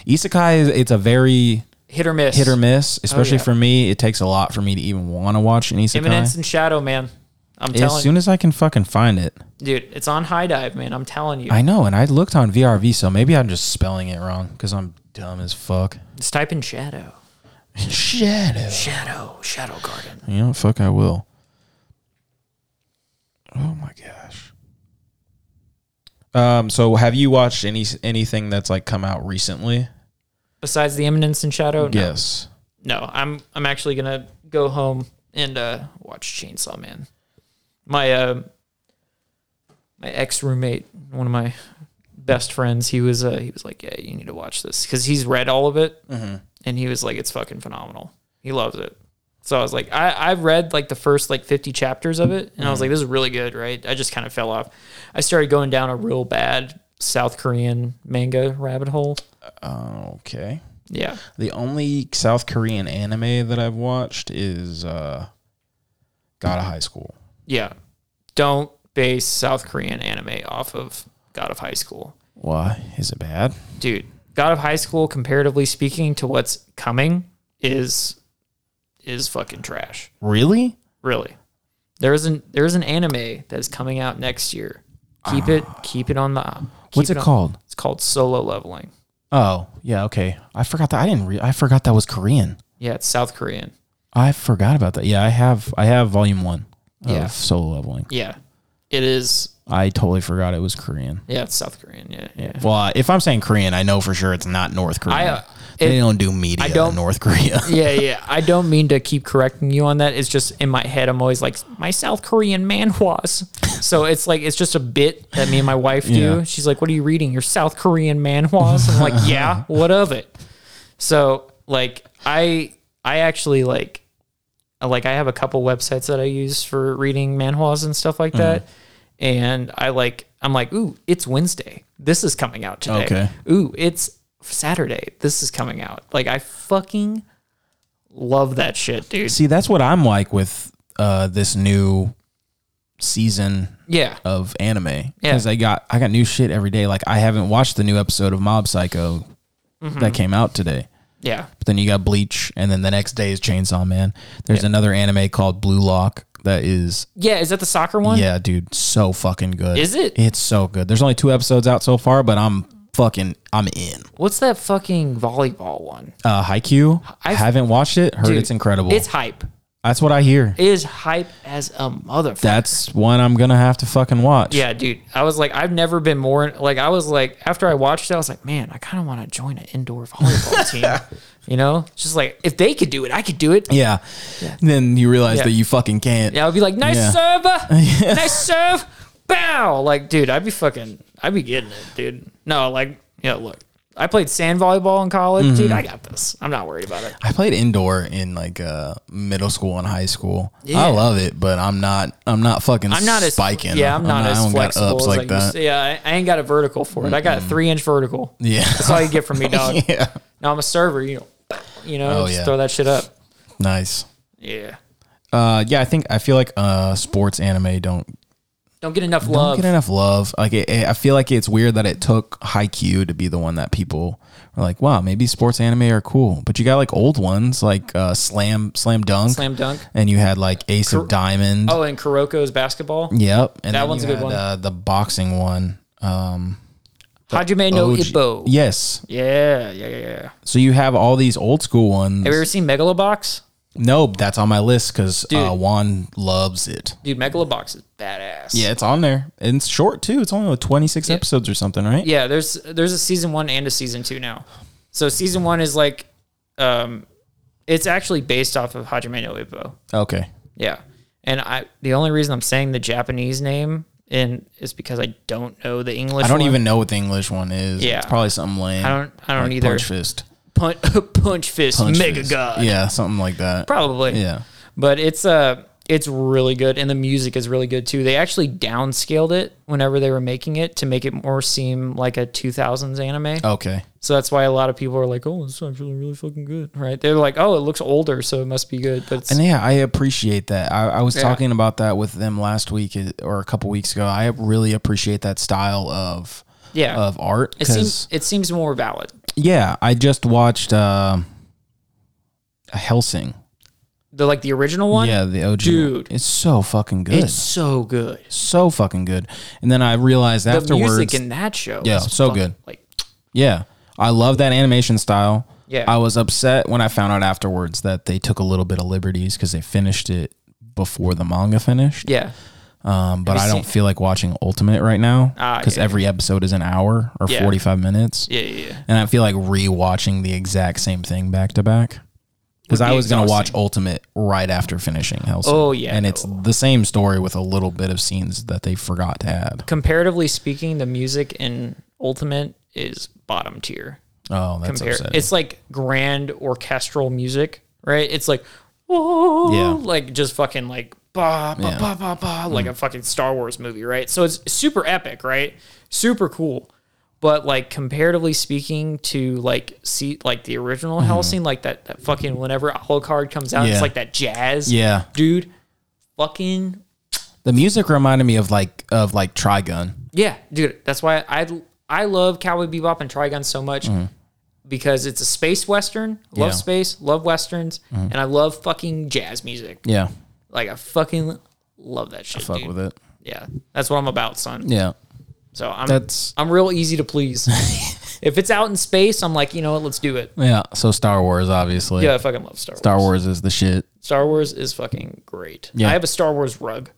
Speaker 1: isekai is it's a very
Speaker 2: Hit or miss.
Speaker 1: hit or miss, especially
Speaker 2: Oh, yeah.
Speaker 1: for me. It takes a lot for me to even want to watch an isekai.
Speaker 2: Imminence and Shadow, man. I'm telling
Speaker 1: as soon as I can fucking find it,
Speaker 2: you, dude. It's on High Dive, man. I'm telling you.
Speaker 1: I know. And I looked on VRV, so maybe I'm just spelling it wrong because I'm dumb as fuck. (laughs)
Speaker 2: Just type in Shadow.
Speaker 1: Shadow.
Speaker 2: Shadow. Shadow Garden.
Speaker 1: You know, fuck, I will. Oh my gosh. Um. So, have you watched any anything that's like come out recently?
Speaker 2: Besides the Imminence and Shadow, no.
Speaker 1: Yes.
Speaker 2: no, I'm I'm actually gonna go home and uh, watch Chainsaw Man. My uh, my ex roommate, one of my best friends, he was uh, he was like, yeah, you need to watch this because he's read all of it, and he was like, it's fucking phenomenal. He loves it. So I was like, I I read like the first like 50 chapters of it, and I was like, this is really good, right? I just kind of fell off. I started going down a real bad South Korean manga rabbit hole.
Speaker 1: Oh, Okay.
Speaker 2: Yeah,
Speaker 1: The only South Korean anime that I've watched is uh, God of High School.
Speaker 2: Yeah. Don't base South Korean anime off of God of High School.
Speaker 1: Why is it bad?
Speaker 2: Dude, God of High School comparatively speaking to what's coming is is fucking trash.
Speaker 1: Really?
Speaker 2: Really. There isn't there is an anime that is coming out next year. Keep it keep it on the keep
Speaker 1: Ah. What's it
Speaker 2: on-
Speaker 1: called?
Speaker 2: It's called Solo Leveling.
Speaker 1: Oh, yeah. Okay. I forgot that. I didn't. Re- I forgot that was Korean.
Speaker 2: Yeah, it's South Korean.
Speaker 1: I forgot about that. Yeah, I have. I have volume one. Of
Speaker 2: Yeah.
Speaker 1: Solo leveling.
Speaker 2: Yeah. It is
Speaker 1: I totally forgot it was Korean.
Speaker 2: yeah, it's South Korean. Yeah. Yeah.
Speaker 1: Well, if I'm saying Korean, I know for sure it's not North Korea.
Speaker 2: I, uh,
Speaker 1: they don't do media
Speaker 2: don't-
Speaker 1: in North
Speaker 2: (laughs)
Speaker 1: Korea.
Speaker 2: yeah, yeah. I don't mean to keep correcting you on that. It's just in my head, I'm always like, my South Korean man (laughs) was. So it's like, it's just a bit that me and my wife do.
Speaker 1: Yeah.
Speaker 2: She's like, what are you reading? Your South Korean man was? I'm
Speaker 1: (laughs)
Speaker 2: like, yeah, what of it? So like, I, I actually like, uh, like I have a couple websites that I use for reading manhwas and stuff like that.
Speaker 1: Mm-hmm.
Speaker 2: And I like I'm like, ooh, it's Wednesday. This is coming out today.
Speaker 1: Okay.
Speaker 2: Ooh, it's Saturday. This is coming out. Like I fucking love that shit, dude.
Speaker 1: See, that's what I'm like with uh, this new season
Speaker 2: Yeah.
Speaker 1: of anime
Speaker 2: Yeah.
Speaker 1: because I got I got new shit every day. Like I haven't watched the new episode of Mob Psycho
Speaker 2: Mm-hmm.
Speaker 1: that came out today.
Speaker 2: Yeah.
Speaker 1: But then you got Bleach, and then the next day is Chainsaw Man. There's another anime called Blue Lock that is
Speaker 2: Yeah, is that the soccer one?
Speaker 1: yeah, dude, so fucking good.
Speaker 2: Is it?
Speaker 1: It's so good. There's only two episodes out so far, but I'm fucking I'm in.
Speaker 2: What's that fucking volleyball one?
Speaker 1: Uh, Haikyuu. I
Speaker 2: I've-
Speaker 1: haven't watched it. Heard
Speaker 2: Dude,
Speaker 1: it's incredible.
Speaker 2: It's hype.
Speaker 1: That's what I hear.
Speaker 2: It is hype as a motherfucker.
Speaker 1: That's one I'm gonna have to fucking watch.
Speaker 2: Yeah, dude. I was like, I've never been more like I was like after I watched it, I was like, man, I kind of want to join an
Speaker 1: (laughs)
Speaker 2: indoor volleyball team. You know, It's just like if they could do it, I could do it.
Speaker 1: Yeah. Then you realize
Speaker 2: Yeah.
Speaker 1: that you fucking can't.
Speaker 2: Yeah, I'd be like,
Speaker 1: (laughs)
Speaker 2: nice
Speaker 1: Yeah.
Speaker 2: serve, uh, nice serve, bow. Like, dude, I'd be fucking, I'd be getting it, dude. No, like, yeah, look, I played sand volleyball in college,
Speaker 1: Mm-hmm.
Speaker 2: dude. I got this. I'm not worried about it.
Speaker 1: I played indoor in like uh, middle school and high school. I love it, but I'm not. I'm not fucking.
Speaker 2: I'm not as
Speaker 1: spiking.
Speaker 2: Yeah, I'm not,
Speaker 1: I
Speaker 2: as
Speaker 1: don't got
Speaker 2: flexible
Speaker 1: ups
Speaker 2: as
Speaker 1: like
Speaker 2: I used
Speaker 1: that.
Speaker 2: to. Yeah, I, I ain't got a vertical for it. I got a three inch vertical.
Speaker 1: (laughs) (laughs)
Speaker 2: That's
Speaker 1: Yeah.
Speaker 2: all you get from me, dog.
Speaker 1: yeah.
Speaker 2: Now I'm a server. You know, bow, you know,
Speaker 1: Oh,
Speaker 2: just
Speaker 1: yeah.
Speaker 2: throw that shit up.
Speaker 1: Nice.
Speaker 2: Yeah.
Speaker 1: Uh, yeah, I think I feel like uh, sports anime don't
Speaker 2: Don't get enough
Speaker 1: don't
Speaker 2: love.
Speaker 1: get enough love. Like it, it- I feel like it's weird that it took Haikyuu to be the one that people were like, wow, maybe sports anime are cool. But you got like old ones like uh, Slam Slam Dunk,
Speaker 2: Slam Dunk.
Speaker 1: and you had like Ace of Diamond.
Speaker 2: Oh, and Kuroko's basketball.
Speaker 1: Yep, and
Speaker 2: That
Speaker 1: then
Speaker 2: one's
Speaker 1: you
Speaker 2: a good
Speaker 1: had,
Speaker 2: one.
Speaker 1: Uh, the boxing one. Um,
Speaker 2: Hajime no
Speaker 1: OG
Speaker 2: Ippo.
Speaker 1: Yes.
Speaker 2: Yeah, yeah, yeah, yeah.
Speaker 1: So you have all these old school ones.
Speaker 2: Have you ever seen Megalobox?
Speaker 1: no, that's on my list because uh,
Speaker 2: Dude.
Speaker 1: Juan loves it.
Speaker 2: Dude, Megalobox is badass.
Speaker 1: Yeah, it's on there, and it's short too. It's only like twenty six episodes or something, right?
Speaker 2: Yeah, there's there's a season one and a season two now. So season one is like um it's actually based off of Hajime no Ippo.
Speaker 1: Okay.
Speaker 2: Yeah. And I the only reason I'm saying the Japanese name and is because I don't know the English
Speaker 1: I don't
Speaker 2: one.
Speaker 1: even know what the English one is.
Speaker 2: Yeah.
Speaker 1: It's probably something lame.
Speaker 2: I don't I don't
Speaker 1: Like
Speaker 2: either.
Speaker 1: Punch fist.
Speaker 2: Punch, (laughs) punch fist,
Speaker 1: Punch
Speaker 2: mega
Speaker 1: Fist.
Speaker 2: god.
Speaker 1: Yeah, something like that.
Speaker 2: Probably.
Speaker 1: Yeah.
Speaker 2: but it's uh it's really good and the music is really good too they actually downscaled it whenever they were making it to make it more seem like a 2000s anime
Speaker 1: Okay.
Speaker 2: so that's why a lot of people are like oh it's actually really fucking good right they're like oh it looks older so it must be good but it's,
Speaker 1: And yeah, I appreciate that. I, I was talking about that with them last week uh, or a couple weeks ago. I really appreciate that style of
Speaker 2: Yeah.
Speaker 1: of art.
Speaker 2: It
Speaker 1: 'cause-
Speaker 2: seems it seems more valid.
Speaker 1: yeah, I just watched uh, Helsing.
Speaker 2: The like the original one.
Speaker 1: Yeah, the OG.
Speaker 2: Dude.
Speaker 1: It's so fucking good.
Speaker 2: It's so good.
Speaker 1: so fucking good. And then I realized
Speaker 2: The
Speaker 1: afterwards.
Speaker 2: music in that show.
Speaker 1: Yeah,
Speaker 2: is
Speaker 1: so
Speaker 2: fucking,
Speaker 1: good.
Speaker 2: Like
Speaker 1: yeah. I love that animation style.
Speaker 2: Yeah.
Speaker 1: I was upset when I found out afterwards that they took a little bit of liberties because they finished it before the manga finished.
Speaker 2: yeah.
Speaker 1: Um, but
Speaker 2: you
Speaker 1: I don't
Speaker 2: seen-
Speaker 1: feel like watching Ultimate right now
Speaker 2: Ah,
Speaker 1: because
Speaker 2: yeah.
Speaker 1: every episode is an hour or
Speaker 2: Yeah.
Speaker 1: 45 minutes.
Speaker 2: Yeah. Yeah. yeah.
Speaker 1: And I feel like rewatching the exact same thing back to back. Because
Speaker 2: Would
Speaker 1: I
Speaker 2: be
Speaker 1: was going to watch
Speaker 2: exhausting.
Speaker 1: Ultimate right after finishing Hellsing.
Speaker 2: Oh, yeah,
Speaker 1: And it's
Speaker 2: no.
Speaker 1: the same story with a little bit of scenes that they forgot to add.
Speaker 2: Comparatively speaking, the music in Ultimate is bottom tier.
Speaker 1: Oh, that's
Speaker 2: compare.
Speaker 1: upsetting.
Speaker 2: It's like grand orchestral music, right? It's like, whoa,
Speaker 1: Yeah.
Speaker 2: like just fucking like ba ba
Speaker 1: Yeah. Mm.
Speaker 2: ba ba ba, like a fucking Star Wars movie, right? So it's super epic, right? Super cool. But like comparatively speaking to like see like the original Hellsing, like that that fucking whenever Alucard comes out,
Speaker 1: Mm-hmm. Yeah.
Speaker 2: it's like that jazz,
Speaker 1: yeah.
Speaker 2: dude. Fucking
Speaker 1: The music reminded me of like of like Trigun.
Speaker 2: Yeah, dude, that's why I I love Cowboy Bebop and Trigun so much because it's a space western.
Speaker 1: Mm-hmm. Yeah.
Speaker 2: Love
Speaker 1: Mm-hmm.
Speaker 2: space, love westerns, and I love fucking jazz music.
Speaker 1: Yeah.
Speaker 2: Like I fucking love that shit.
Speaker 1: Fuck
Speaker 2: dude.
Speaker 1: with it.
Speaker 2: Yeah, that's what I'm about, son.
Speaker 1: Yeah.
Speaker 2: So I'm
Speaker 1: That's
Speaker 2: I'm real easy
Speaker 1: (laughs)
Speaker 2: to please. if it's out in space, I'm like, you know what? Let's do it.
Speaker 1: yeah. So Star Wars, obviously.
Speaker 2: Yeah, I fucking love Star Wars.
Speaker 1: Star Wars is the shit.
Speaker 2: Star Wars is fucking great.
Speaker 1: Yeah.
Speaker 2: I have a Star Wars rug,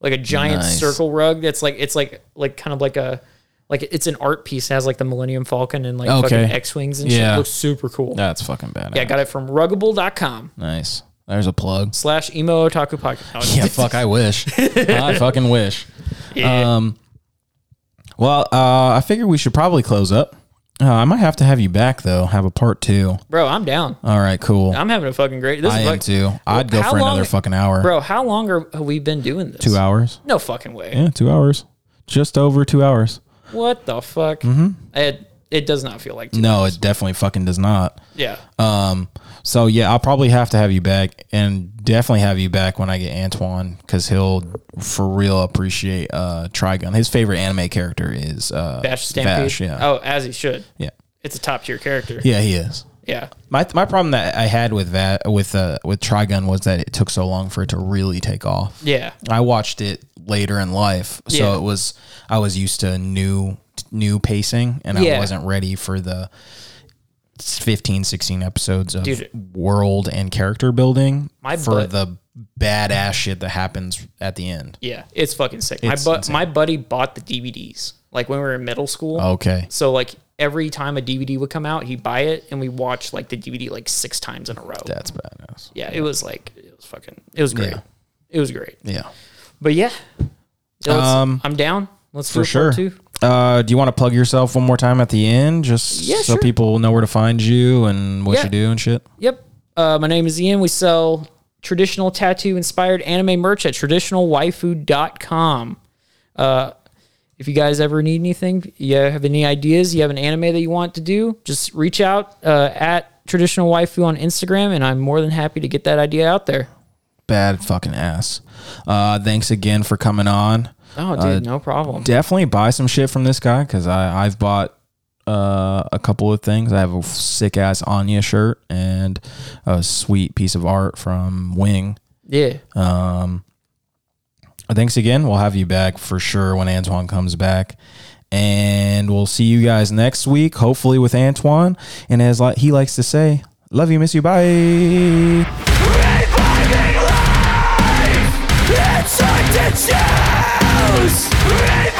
Speaker 2: like a giant
Speaker 1: Nice.
Speaker 2: circle rug that's like it's like like kind of like a like it's an art piece. It has like the Millennium Falcon and like
Speaker 1: Okay.
Speaker 2: fucking X wings and shit.
Speaker 1: Yeah.
Speaker 2: It looks super cool. Yeah.
Speaker 1: That's fucking badass.
Speaker 2: I got it from Ruggable.com
Speaker 1: nice. There's a plug.
Speaker 2: slash emo otaku podcast. No,
Speaker 1: (laughs)
Speaker 2: it's- (laughs)
Speaker 1: Yeah, fuck, I wish. I fucking wish.
Speaker 2: yeah.
Speaker 1: Um Well, uh I figure we should probably close up. Uh, I might have to have you back though, have a part 2.
Speaker 2: bro, I'm down.
Speaker 1: All right, cool.
Speaker 2: I'm having a fucking great. This
Speaker 1: I
Speaker 2: is
Speaker 1: am
Speaker 2: like,
Speaker 1: too. I'd go
Speaker 2: how
Speaker 1: for
Speaker 2: long-
Speaker 1: another fucking hour.
Speaker 2: bro. How long are, have we been doing this?
Speaker 1: 2 hours?
Speaker 2: No fucking way.
Speaker 1: Yeah, 2 hours. Just over 2 hours.
Speaker 2: What the fuck? Mm-hmm. It it does not feel like. Two.
Speaker 1: No, it definitely fucking does not.
Speaker 2: Yeah.
Speaker 1: Um, so yeah, I'll probably have to have you back, and definitely have you back when I get Antoine, because he'll for real appreciate uh Trigun. His favorite anime character is uh
Speaker 2: Bash Stampede.
Speaker 1: Bash, yeah,
Speaker 2: Oh, as he should.
Speaker 1: yeah,
Speaker 2: It's a top tier character.
Speaker 1: yeah, he is.
Speaker 2: yeah.
Speaker 1: My my problem that I had with that with uh with Trigun was that it took so long for it to really take off.
Speaker 2: Yeah.
Speaker 1: I watched it later in life, so
Speaker 2: Yeah.
Speaker 1: it was I was used to new new pacing, and I
Speaker 2: Yeah.
Speaker 1: wasn't ready for the 15, 16 episodes of
Speaker 2: Dude.
Speaker 1: world and character building
Speaker 2: My
Speaker 1: for
Speaker 2: butt-
Speaker 1: the badass shit that happens at the end.
Speaker 2: Yeah, it's fucking sick.
Speaker 1: It's
Speaker 2: my bu-
Speaker 1: insane. Oh.
Speaker 2: my buddy bought the DVDs like when we were in middle school.
Speaker 1: Okay,
Speaker 2: So like every time a DVD would come out, he'd buy it and we watched like the DVD like six times in a row.
Speaker 1: that's badass.
Speaker 2: yeah, it was like it was fucking it was great.
Speaker 1: Yeah.
Speaker 2: It was great.
Speaker 1: Yeah,
Speaker 2: But yeah. So let's-
Speaker 1: Um,
Speaker 2: I'm down. Let's do
Speaker 1: for
Speaker 2: a
Speaker 1: sure.
Speaker 2: part two.
Speaker 1: Uh, do you want to plug yourself one more time at the end, just
Speaker 2: Yeah,
Speaker 1: so
Speaker 2: sure.
Speaker 1: people know where to find you and what
Speaker 2: Yeah.
Speaker 1: you do and shit?
Speaker 2: Yep. Uh, my name is Ian. We sell traditional tattoo inspired anime merch at traditionalwaifu.com. Uh, if you guys ever need anything, you have any ideas, you have an anime that you want to do, just reach out uh, at traditional waifu on Instagram, and I'm more than happy to get that idea out there.
Speaker 1: Bad fucking ass. Uh, thanks again for coming on.
Speaker 2: Oh, dude, no problem.
Speaker 1: definitely buy some shit from this guy because I I've bought uh, a couple of things. I have a sick ass Anya shirt and a sweet piece of art from Wing.
Speaker 2: yeah.
Speaker 1: Thanks again. We'll have you back for sure when Antoine comes back. And we'll see you guys next week, hopefully with Antoine. And as li- he likes to say, love you, miss you, bye.
Speaker 3: It's hard to choose. Read